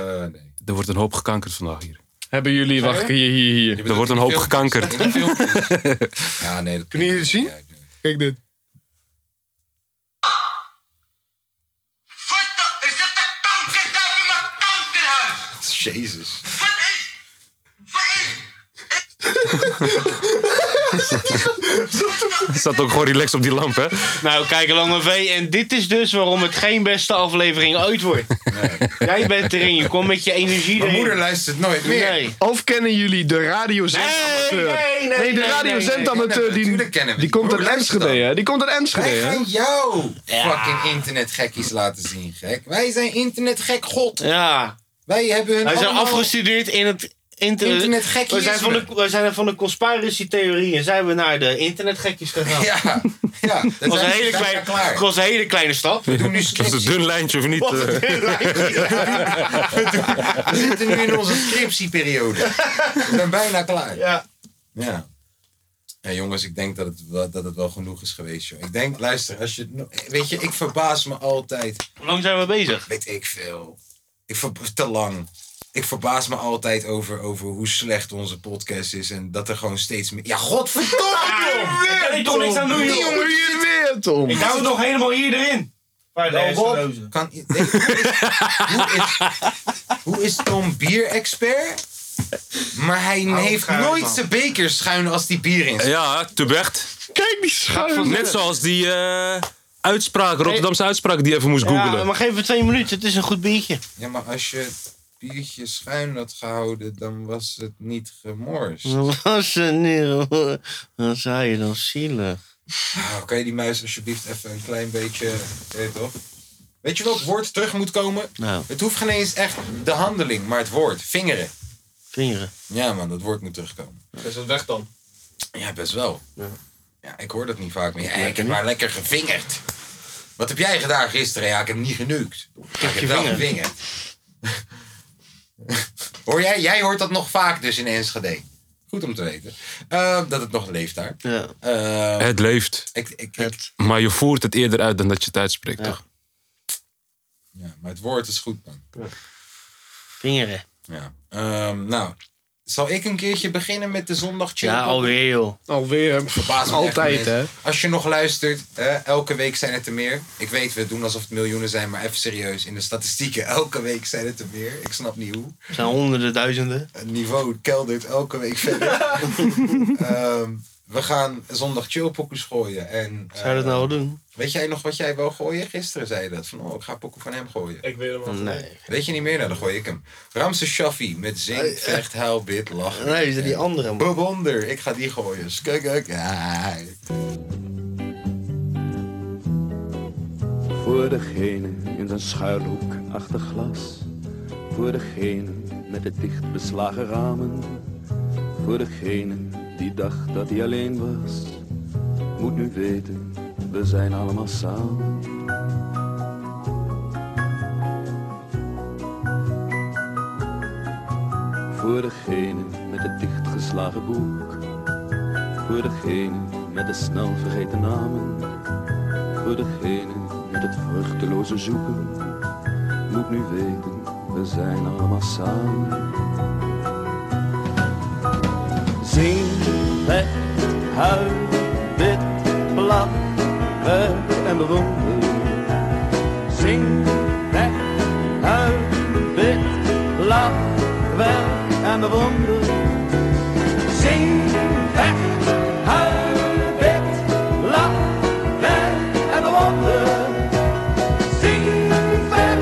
S9: Er wordt een hoop gekankerd vandaag hier.
S5: Hebben jullie,
S9: Sorry?
S5: wacht, hier, hier, hier.
S9: Er wordt een hoop gekankerd.
S1: ja, nee. Dat
S7: Kunnen jullie het zien? Kijk dit.
S11: Is dat de kankerduif in mijn kankerhuis?
S1: Jezus.
S9: Staat ook gewoon relaxed op die lamp, hè?
S3: Nou, kijk, Lange V. En dit is dus waarom het geen beste aflevering ooit wordt. Jij bent erin. Je komt met je energie
S5: Mijn
S3: erin.
S5: moeder
S1: luistert nooit
S5: meer.
S3: Nee.
S5: Of kennen jullie de radiozendamateur?
S3: Nee, nee, nee,
S5: de
S3: nee,
S5: radiozendamateur
S1: nee, nee,
S5: die,
S1: natuurlijk kennen we
S5: die
S1: die.
S5: komt uit
S1: Hoe luistert
S5: Enschede,
S1: dat?
S5: hè? Die komt uit Enschede,
S1: Wij
S5: hè?
S1: gaan jou
S5: Ja.
S1: fucking internetgekkies laten zien, gek. Wij zijn internetgek god.
S3: Ja.
S1: Wij hebben hun
S3: Wij zijn
S1: allemaal-
S3: afgestudeerd in het inter-
S1: Internetgekkies.
S3: We zijn van de, we zijn van de conspiracy-theorieën zijn we naar de internetgekjes gegaan.
S1: Ja, ja.
S3: Dat was een
S1: zijn
S3: hele
S1: ze
S3: kleine,
S1: bijna klaar.
S3: dat was een hele kleine stap.
S9: Dat is een dun lijntje, of niet?
S3: Wat een dun
S1: We zitten nu in onze scriptieperiode. We zijn bijna klaar.
S3: Ja.
S1: Ja. Ja, jongens, ik denk dat het, wel- dat het wel genoeg is geweest, joh. Ik denk, luister, als je... het no- Weet je, ik verbaas me altijd.
S3: Hoe lang zijn we bezig?
S1: Weet ik veel. Ik ver- te lang. Ik verbaas me altijd over, over hoe slecht onze podcast is. En dat er gewoon steeds meer... Ja, godverdomme!
S3: Daar kan ik toch niks aan doen, joh.
S7: weer, Tom.
S3: Ik hou het nog helemaal hier erin. Bij de hersenlozen.
S1: Kan, nee, hoe, is, hoe, is, hoe is Tom bier-expert? Maar hij heeft
S9: schuin,
S1: nooit
S9: man.
S1: zijn beker schuin als die bier in zit.
S9: Ja, terecht.
S5: Kijk die
S1: schuim.
S9: Net zoals die eh, uitspraak, Rotterdamse uitspraak die je even moest googelen.
S3: Ja, maar geef het twee minuten. Het is een goed biertje.
S1: Ja, maar als je het biertje schuin had gehouden, dan was het niet gemorst.
S3: Dat was een nieuw. Dan zei je dan zielig.
S1: Nou, kan je die muis alsjeblieft even een klein beetje... Weet je, toch? weet je welk woord terug moet komen?
S3: Nou,
S1: Het hoeft geen eens echt de handeling, maar het woord. Vingeren.
S3: vingeren.
S1: Ja man, dat woord moet terugkomen.
S10: Is dat weg dan?
S1: Ja, best wel. Ja, ik hoor dat niet vaak meer. Ja,
S10: Lekker
S1: ik heb
S10: niet.
S1: maar lekker gevingerd. Wat heb jij gedaan gisteren? Ja, ik heb niet genukt. Ja, ik heb wel
S3: gevingerd.
S1: gevingerd. hoor jij? Jij hoort dat nog vaak dus in Enschede. Goed om te weten. Eh, dat het nog leeft daar. Eh,
S9: Het leeft.
S1: Ik, ik,
S9: Maar je voert het eerder uit dan dat je het uitspreekt, toch?
S1: ja, maar het woord is goed man.
S3: Vingeren.
S1: Ja. Ehm, nou, zal ik een keertje beginnen met de zondag chill?
S3: Ja, alweer joh.
S5: Alweer.
S1: Verbaas me
S5: Altijd,
S1: echt,
S5: hè?
S1: mensen. Als je nog luistert, eh, elke week zijn het er meer. Ik weet, we doen alsof het miljoenen zijn, maar even serieus. In de statistieken, elke week zijn het er meer. Ik snap niet hoe.
S3: Het zijn honderden duizenden.
S1: Het niveau keldert elke week verder. Ehm, we gaan zondag chillpokoes gooien. En,
S3: Zou je dat
S1: eh,
S3: nou wel doen?
S1: Weet jij nog wat jij wou gooien? Gisteren zei je dat. Van, oh, ik ga pokoe van hem gooien.
S10: Ik weet hem
S3: Nee.
S1: Weet je niet meer? Nou, dan gooi ik hem. Ramse Shaffi met zing, vecht, huil, bid, lachen.
S3: Nee, is dat die andere man?
S1: Bewonder, ik ga die gooien. Kijk, kijk. Ja.
S13: Voor degene in zijn schuilhoek achter glas. Voor degene met de dicht beslagen ramen. Voor degene die dacht dat hij alleen was. Moet nu weten, we zijn allemaal samen. Voor degene met het dichtgeslagen boek. Voor degene met de snel vergeten namen. Voor degene met het vruchteloze zoeken. Moet nu weten, we zijn allemaal samen. Zing, weg, huil, wit,
S12: lach, werk en bewonder. Zing weg, huil, bid, lach, werk en bewonder. Zing weg, huil, bid, lach, werk en bewonder. Zing weg,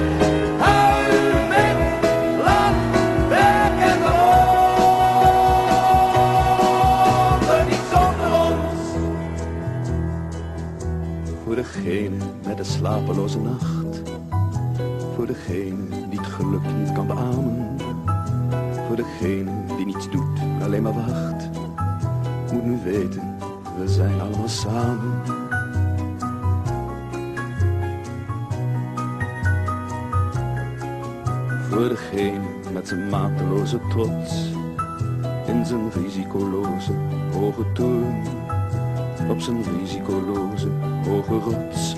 S12: huil, bid, lach, werk en bewonder. Niet zonder ons.
S13: Voor degene met een slapeloze nacht. Voor degene die het geluk niet kan beamen. Voor degene die niets doet, alleen maar wacht. Moet nu weten, we zijn allemaal samen. Voor degene met zijn mateloze trots. In zijn risicoloze hoge toon. Op zijn risicoloze hoge rots.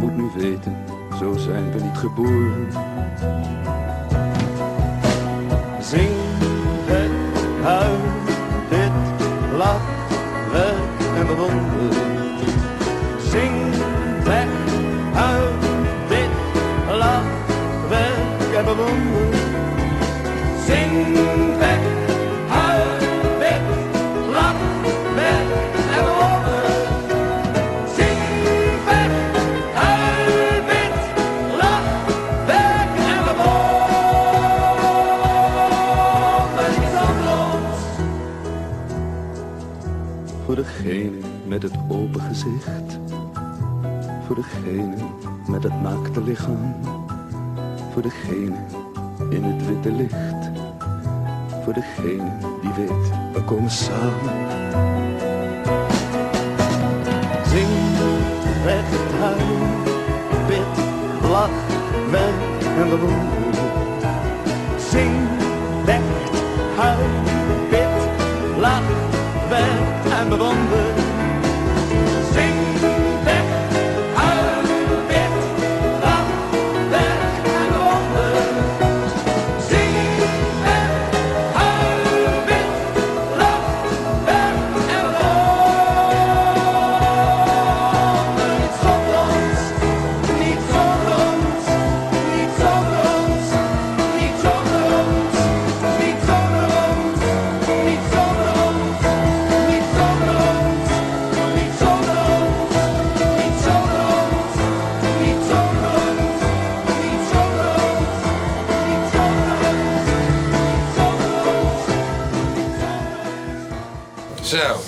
S13: Moet nu weten, zo zijn we niet geboren.
S12: Zing het, huil, dit, lach, werk en bewonder. Zing weg, huil, dit, lach, werk en bewonder. Zing weg, huil, dit, lach, werk en bewonder. Zing weg, huil, dit, lach, werk en bewonder. Iets anders.
S13: Voor degene met het open gezicht. Voor degene met het naakte lichaam. Voor degene in het witte licht. Voor degene die weet, we komen samen.
S12: Zing, weg, huil, bid, lach, werk en bewonder. Zing, weg, huil, bid, lach, werk en bewonder. Zing, weg, huil, bid, lach, werk en bewonder. Zing, weg, huil, bid, lach, werk en bewonder. Niet zonder ons, niet zonder ons, niet zonder ons, niet zonder ons, niet zonder ons, niet zonder ons, niet zonder ons, niet zonder ons, niet zonder ons, niet zonder ons, niet zonder ons, niet zonder ons, niet zonder ons.
S1: Zo,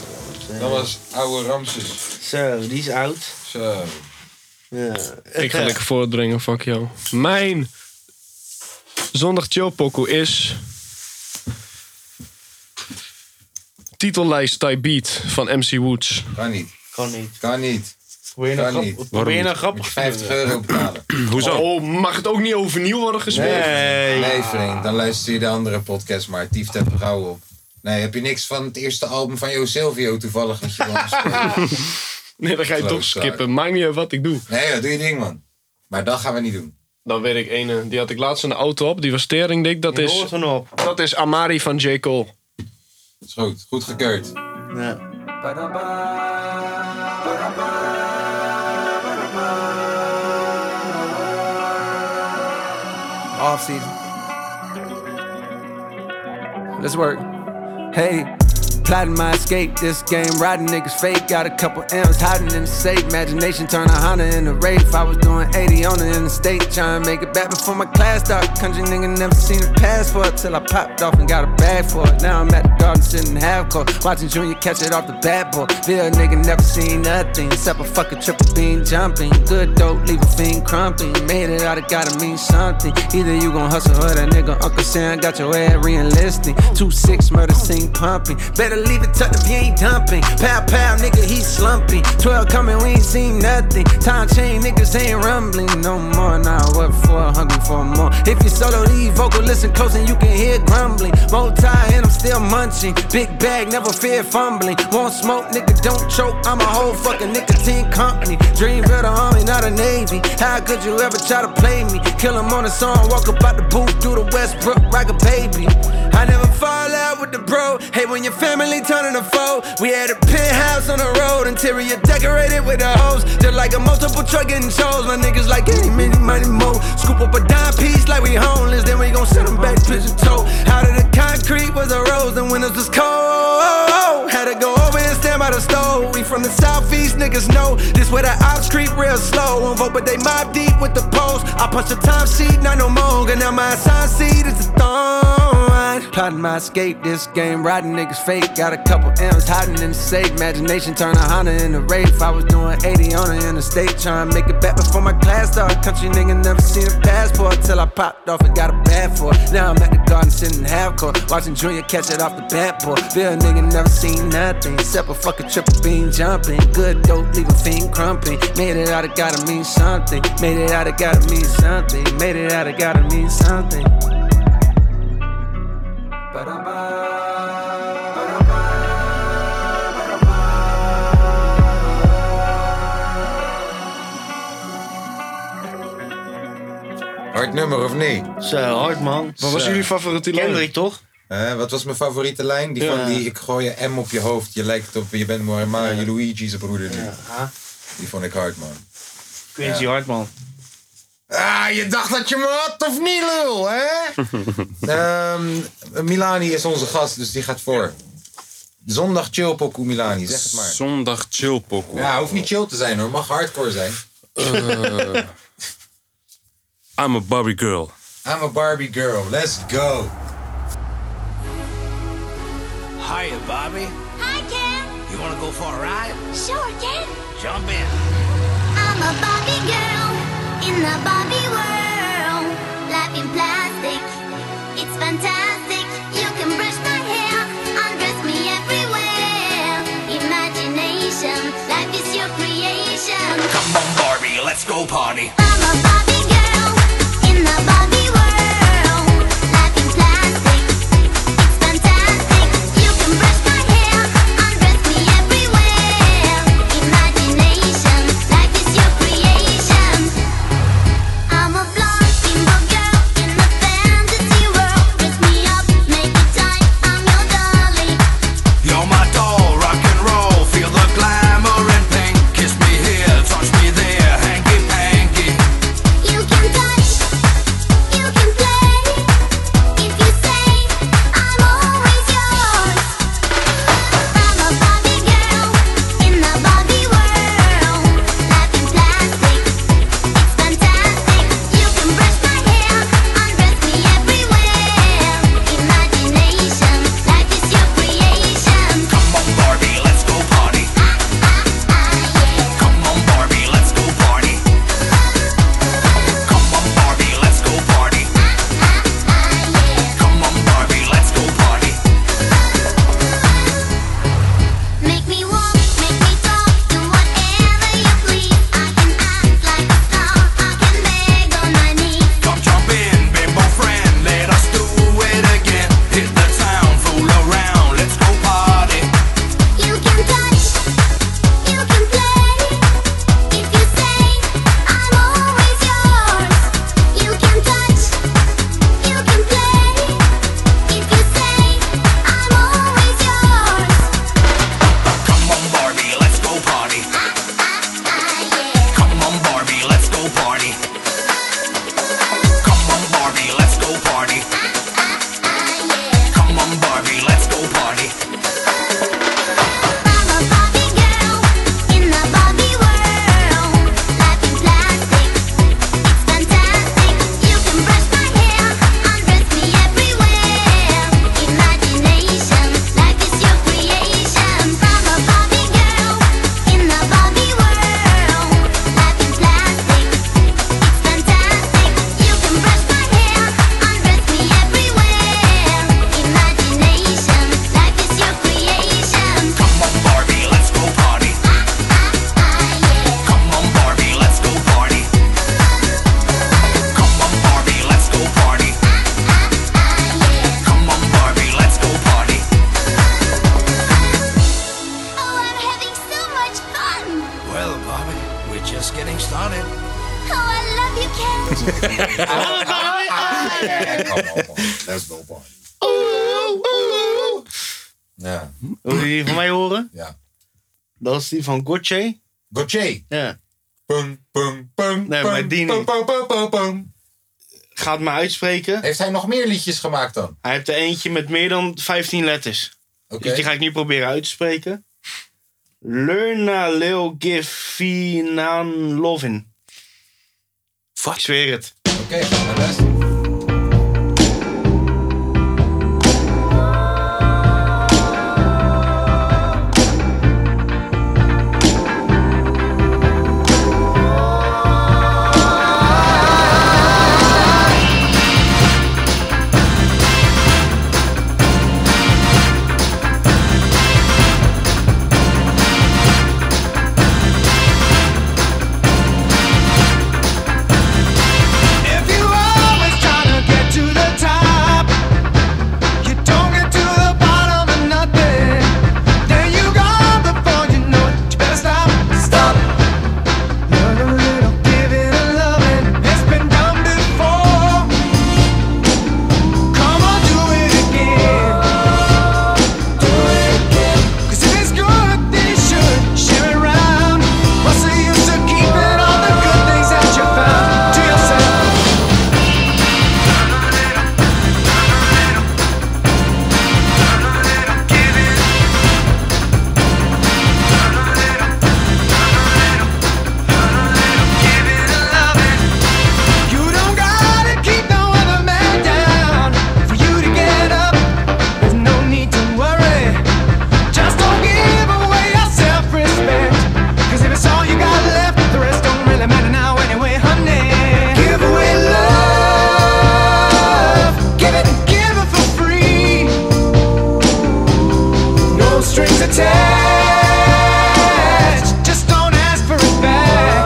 S1: dat was oude Ramses.
S3: Zo, die is oud.
S1: Zo.
S3: Ja.
S5: Ik ga lekker voordringen, fuck jou. Mijn zondag chillpokoe is... Titellijst Type Beat van MC Woods.
S1: Kan niet.
S3: Kan niet.
S1: Kan niet.
S3: Probeer
S5: nou grap-
S1: niet.
S5: probeer nou
S1: Moet je
S5: grappig te
S1: 50
S5: doen.
S1: euro betalen.
S5: Hoezo? Oh, mag het ook niet overnieuw worden gespeeld?
S1: Nee, nee vriend. Dan luister je de andere podcast maar. Tief te gauw op. Nee, heb je niks van het eerste album van Jo Silvio toevallig dat je wil spelen?
S5: Nee, dan ga je toch skippen. Maakt niet uit wat ik doe.
S1: Nee, joh, doe je ding, man. Maar dat gaan we niet doen.
S5: Dan weet ik ene. Die had ik laatst in de auto op. Die was tering dik. Dat
S1: Die
S5: is,
S1: hoort er nog
S5: dat is Amari van J. Cole.
S1: Dat is goed. Goed gekeurd.
S3: Ja.
S14: off season. Let's work. Hey, plotting my escape. This game, riding niggas fake. Got a couple M's hiding in the safe. Imagination turn a Honda into rape. I was doing 80 on it in the state. Trying to make it back before my class start. Country nigga never seen a pass for it till I popped off and got a bag for it. Now I'm at the garden sitting half court. Watching Junior catch it off the bat boy. Bill nigga never seen nothing except a fucking triple beam jumping. Good dope, leave a fiend crumping. Made it out, it gotta mean something. Either you gon' hustle or that nigga Uncle Sam got your ass re-enlisting. Two six murder scene pumping. Better leave it tucked if you ain't dumping. Pow pow, nigga, he slumping. Twelve coming, we ain't seen nothing. Time chain, niggas ain't rumbling no more. Nah, what for? Hungry for more. If you solo these vocal, listen close and you can hear grumbling. Multi and I'm still munching. Big bag, never fear fumbling. Won't smoke, nigga, don't choke. I'm a whole fucking nicotine company. Dream real the army, not a navy. How could you ever try to play me? Kill 'em on the song, walk up out the booth, do the Westbrook, rock a baby. I never fall out with the bro. Hey, when your family turning a foe. We had a penthouse on the road, interior decorated with a hose. Just like a multiple truck getting shows. My niggas like any mini money mo. Scoop up a dime piece like we homeless, then we gon' send them back pigeon toe. Out of the concrete was a rose, and windows was cold. Had to go over and stand by the stove. We from the southeast, niggas know this where the ops creep real slow. Won't vote, but they mob deep with the post. I punch the time sheet, not no longer. Now my sign seat is a thorn. Plotting my escape, this game riding niggas fake. Got a couple M's hiding in the safe. Imagination turn a Honda into rape. I was doing 80 on the interstate, trying to make it back before my class started. Country nigga never seen a passport till I popped off and got a bad for it. Now I'm at the garden sitting half court, watching Junior catch it off the bat pole. Real nigga never seen nothing except a fucking triple beam jumping. Good dope, leave a fiend crumping. Made it out, it gotta mean something. Made it out, it gotta mean something. Made it out, it gotta mean something.
S1: Hard nummer of niet?
S3: Zo, hard man.
S1: Wat was jullie favoriete
S3: lijn? Kendrick toch?
S1: wat was mijn favoriete lijn? Die
S3: Ja.
S1: van die ik gooi je M op je hoofd. Je lijkt op, je bent Mario, Mario Luigi's broeder nu. Die vond ik hard man.
S3: Crazy hard man.
S1: Ah, je dacht dat je me had of niet lul, hè? Ehm, Milani is onze gast, dus die gaat voor. Zondag chill pokoe Milani, zeg het maar.
S9: Zondag chill pokoe.
S1: Ja, hoeft niet chill te zijn hoor, mag hardcore zijn.
S9: Eh, I'm a Barbie girl.
S1: I'm a Barbie girl, let's go.
S15: Hiya, Bobby. Hi, Ken. You want to go for a ride? Sure, Ken. Jump in.
S16: I'm a Barbie girl in the Barbie world. Life in plastic, it's fantastic. You can brush my hair, undress me everywhere. Imagination, life is your creation.
S15: Come on, Barbie, let's go party.
S16: In the Barbie world, life in plastic, it's fantastic. You can brush my hair, undress me everywhere. Imagination, life is your creation. I'm a
S12: Ah, Ah, ah, ah, Oh,
S17: Let's go, boy.
S3: Ja. Wil je die van mij horen? Ja. Dat is die van Gotje. Gotje? Ja. Pum, pum, pum. Nee, maar die niet. Gaat me uitspreken. Heeft hij nog meer liedjes gemaakt dan? Hij heeft er eentje met meer dan 15 letters. Dus die ga ik nu proberen uit te spreken. Lerna Lil Gifinan Lovin. Fuck. Ik zweer het. Oké, ga maar
S12: If you always try to get to the top, you don't get to the bottom of nothing. Then you gone before you know it. You better stop, stop. Learn a little giving and loving. It's been done before. Come on, do it again. Do it again. 'Cause if it's good, then you should share it round. What's the use of keeping all the good things that you found to yourself? You don't gotta keep no other man down for you to get up. There's no need to worry. Just don't give away your self-respect. 'Cause if it's all you got left, the rest don't really matter now anyway, honey. Give away love. Give it, give it for free. No strings attached. Just don't ask for it back.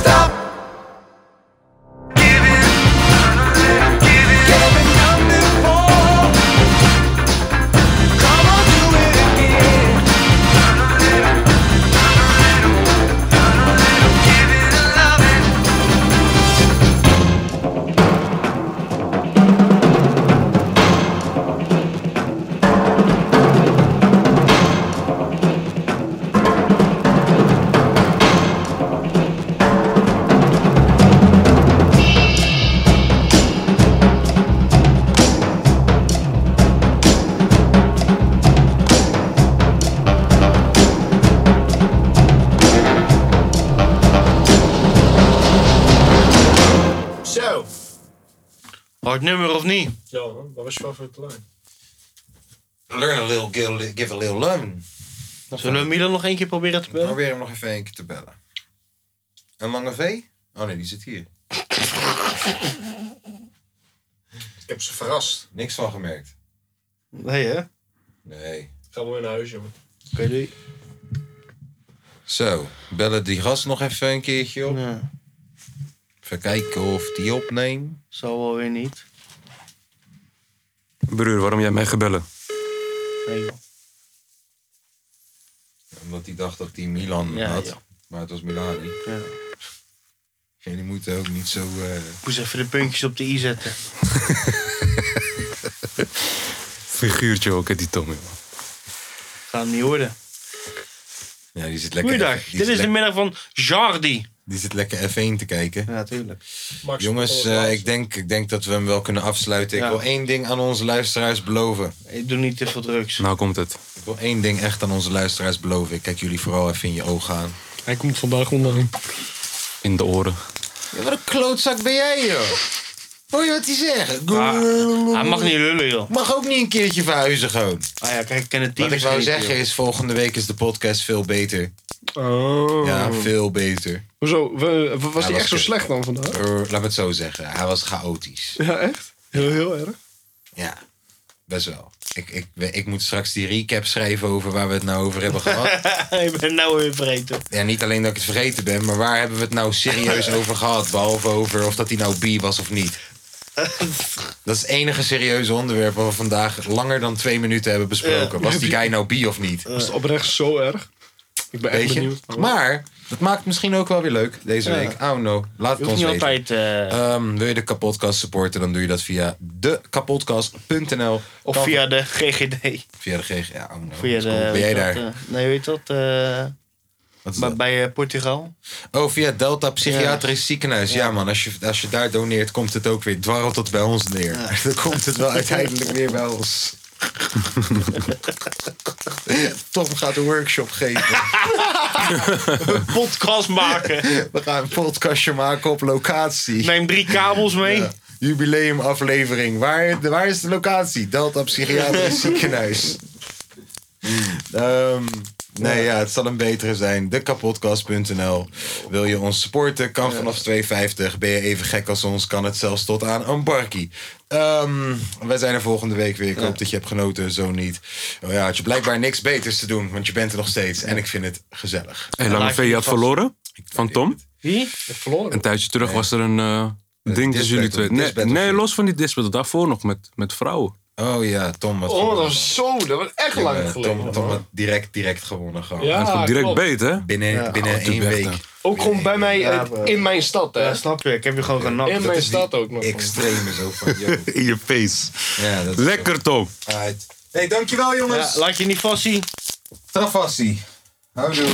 S12: Stop.
S10: Zo.
S3: Hard nummer of niet?
S10: Ja, man. Wat was je favoriete lijn?
S1: Learn a little, give, give a little love.
S3: Zullen we Milan nog één keer proberen te bellen?
S1: Probeer hem nog even één keer te bellen. Een lange V? Oh nee, die zit hier.
S10: Ik heb ze verrast.
S1: Niks van gemerkt.
S3: Nee, hè?
S1: Nee.
S10: Ga maar weer naar huis, jongen.
S3: Oké, doei.
S1: Zo, bellen die gast nog even een keertje op. Even kijken of die opneemt.
S3: Zal wel weer niet.
S9: Broer, waarom jij mij gebellen?
S3: Nee, joh.
S1: Omdat hij dacht dat hij Milan
S3: Ja,
S1: had.
S3: joh.
S1: Maar het was Milani.
S3: Ja.
S1: Jullie moeten ook niet zo... eh,
S3: Ik moest even de puntjes op de i zetten.
S9: Figuurtje ook, hè, die Tommy.
S3: Ga hem niet horen.
S1: Ja, die zit lekker...
S3: Goeiedag,
S1: die
S3: dit
S1: zit
S3: is de
S1: lek-
S3: middag van Jardi.
S1: Die zit lekker F1 te kijken.
S3: Ja, tuurlijk.
S1: Jongens, eh, ik, denk, ik denk dat we hem wel kunnen afsluiten. Ik
S3: Ja.
S1: wil één ding aan onze luisteraars beloven.
S3: Ik doe niet te veel drugs.
S9: Nou komt het.
S1: Ik wil één ding echt aan onze luisteraars beloven. Ik kijk jullie vooral even in je ogen aan.
S9: Hij komt vandaag online. In de oren.
S1: Ja, wat een klootzak ben jij, joh. Hoor je wat hij zegt?
S3: hij mag niet lullen, joh.
S1: Mag ook niet een keertje verhuizen, gewoon.
S3: Ah ja, kijk, ik ken het team
S1: Wat ik wou
S3: niet,
S1: zeggen
S3: joh.
S1: is, volgende week is de podcast veel beter.
S10: Oh.
S1: Ja, veel beter.
S10: Hoezo? We-
S1: Hij
S10: Was die echt zo
S1: kut.
S10: slecht dan vandaag?
S1: Eh, laat me het zo zeggen. Hij was chaotisch.
S10: Ja, echt? Heel, heel erg.
S1: Ja, best wel. Ik, ik, ik moet straks die recap schrijven over waar we het nou over hebben gehad.
S3: ik ben nou weer vergeten.
S1: Ja, niet alleen dat ik het vergeten ben, maar waar hebben we het nou serieus over gehad? Behalve over of dat hij nou bi was of niet. Dat is het enige serieuze onderwerp wat we vandaag langer dan twee minuten hebben besproken. Was die guy nou bi of niet?
S10: Was het oprecht zo erg? Ik ben echt
S1: Weet je?
S10: benieuwd.
S1: Maar, dat maakt het misschien ook wel weer leuk deze
S10: Ja.
S1: week. Oh no, laat
S3: Je hoeft
S1: het ons
S3: niet
S1: weten.
S3: altijd, eh,
S1: Ehm, wil je de kapotkast supporten, dan doe je dat via dekapodcast.nl.
S3: Of
S1: Dan-
S3: via de GGD.
S1: Via de GG, ja, oh no.
S3: Via de,
S1: ben
S3: weet
S1: jij
S3: je
S1: daar?
S3: dat, eh, nee, weet je dat? eh, bij- Bij eh, Portugal.
S1: Oh, via Delta Psychiatrisch Ziekenhuis. Ja, man, als je, als je daar doneert, komt het ook weer dwarrelt tot bij ons neer. Dan komt het wel uiteindelijk weer bij ons. Tom gaat een workshop geven. een
S3: podcast maken.
S1: We gaan een podcastje maken op locatie.
S3: Neem drie kabels mee.
S1: Jubileumaflevering. Waar, waar is de locatie? Delta Psychiatrisch Ziekenhuis. Ehm, nee, ja, het zal een betere zijn. Dekapodcast.nl. Wil je ons supporten? Kan vanaf 2,50. Ben je even gek als ons? Kan het zelfs tot aan een barkie. Ehm, wij zijn er volgende week weer. Ik hoop dat je hebt genoten. Zo niet. Oh ja, had je blijkbaar niks beters te doen, want je bent er nog steeds. En ik vind het gezellig.
S9: Hey, Lange V, je had verloren van Tom.
S3: Wie?
S10: Verloren.
S9: Een tijdje terug was er een eh, ding tussen jullie twee. Nee, nee, los van die disbattle. Daarvoor nog met, met vrouwen.
S1: Oh ja, Tom Eh,
S10: Oh, dat was zo, dat was echt lang geleden.
S1: Tom, Tom had direct, direct gewonnen. Gewoon.
S10: Ja, Hij is gewoon direct Ah, klopt. beet,
S9: hè?
S1: Binnen,
S10: Ja.
S1: binnen
S10: Oh, te
S1: één week.
S10: Ook gewoon bij mij eh, in mijn stad, hè?
S3: Ja, snap je. Ik heb je gewoon genakt.
S10: In
S3: Dat
S10: mijn
S3: is
S10: stad ook nog.
S1: Extreme zo van.
S9: In je face.
S1: Ja, dat
S9: Lekker, Tom.
S1: Alright. Hey, dankjewel jongens.
S3: Ja, laat je niet vastzien.
S1: Trafassie. Houdoe.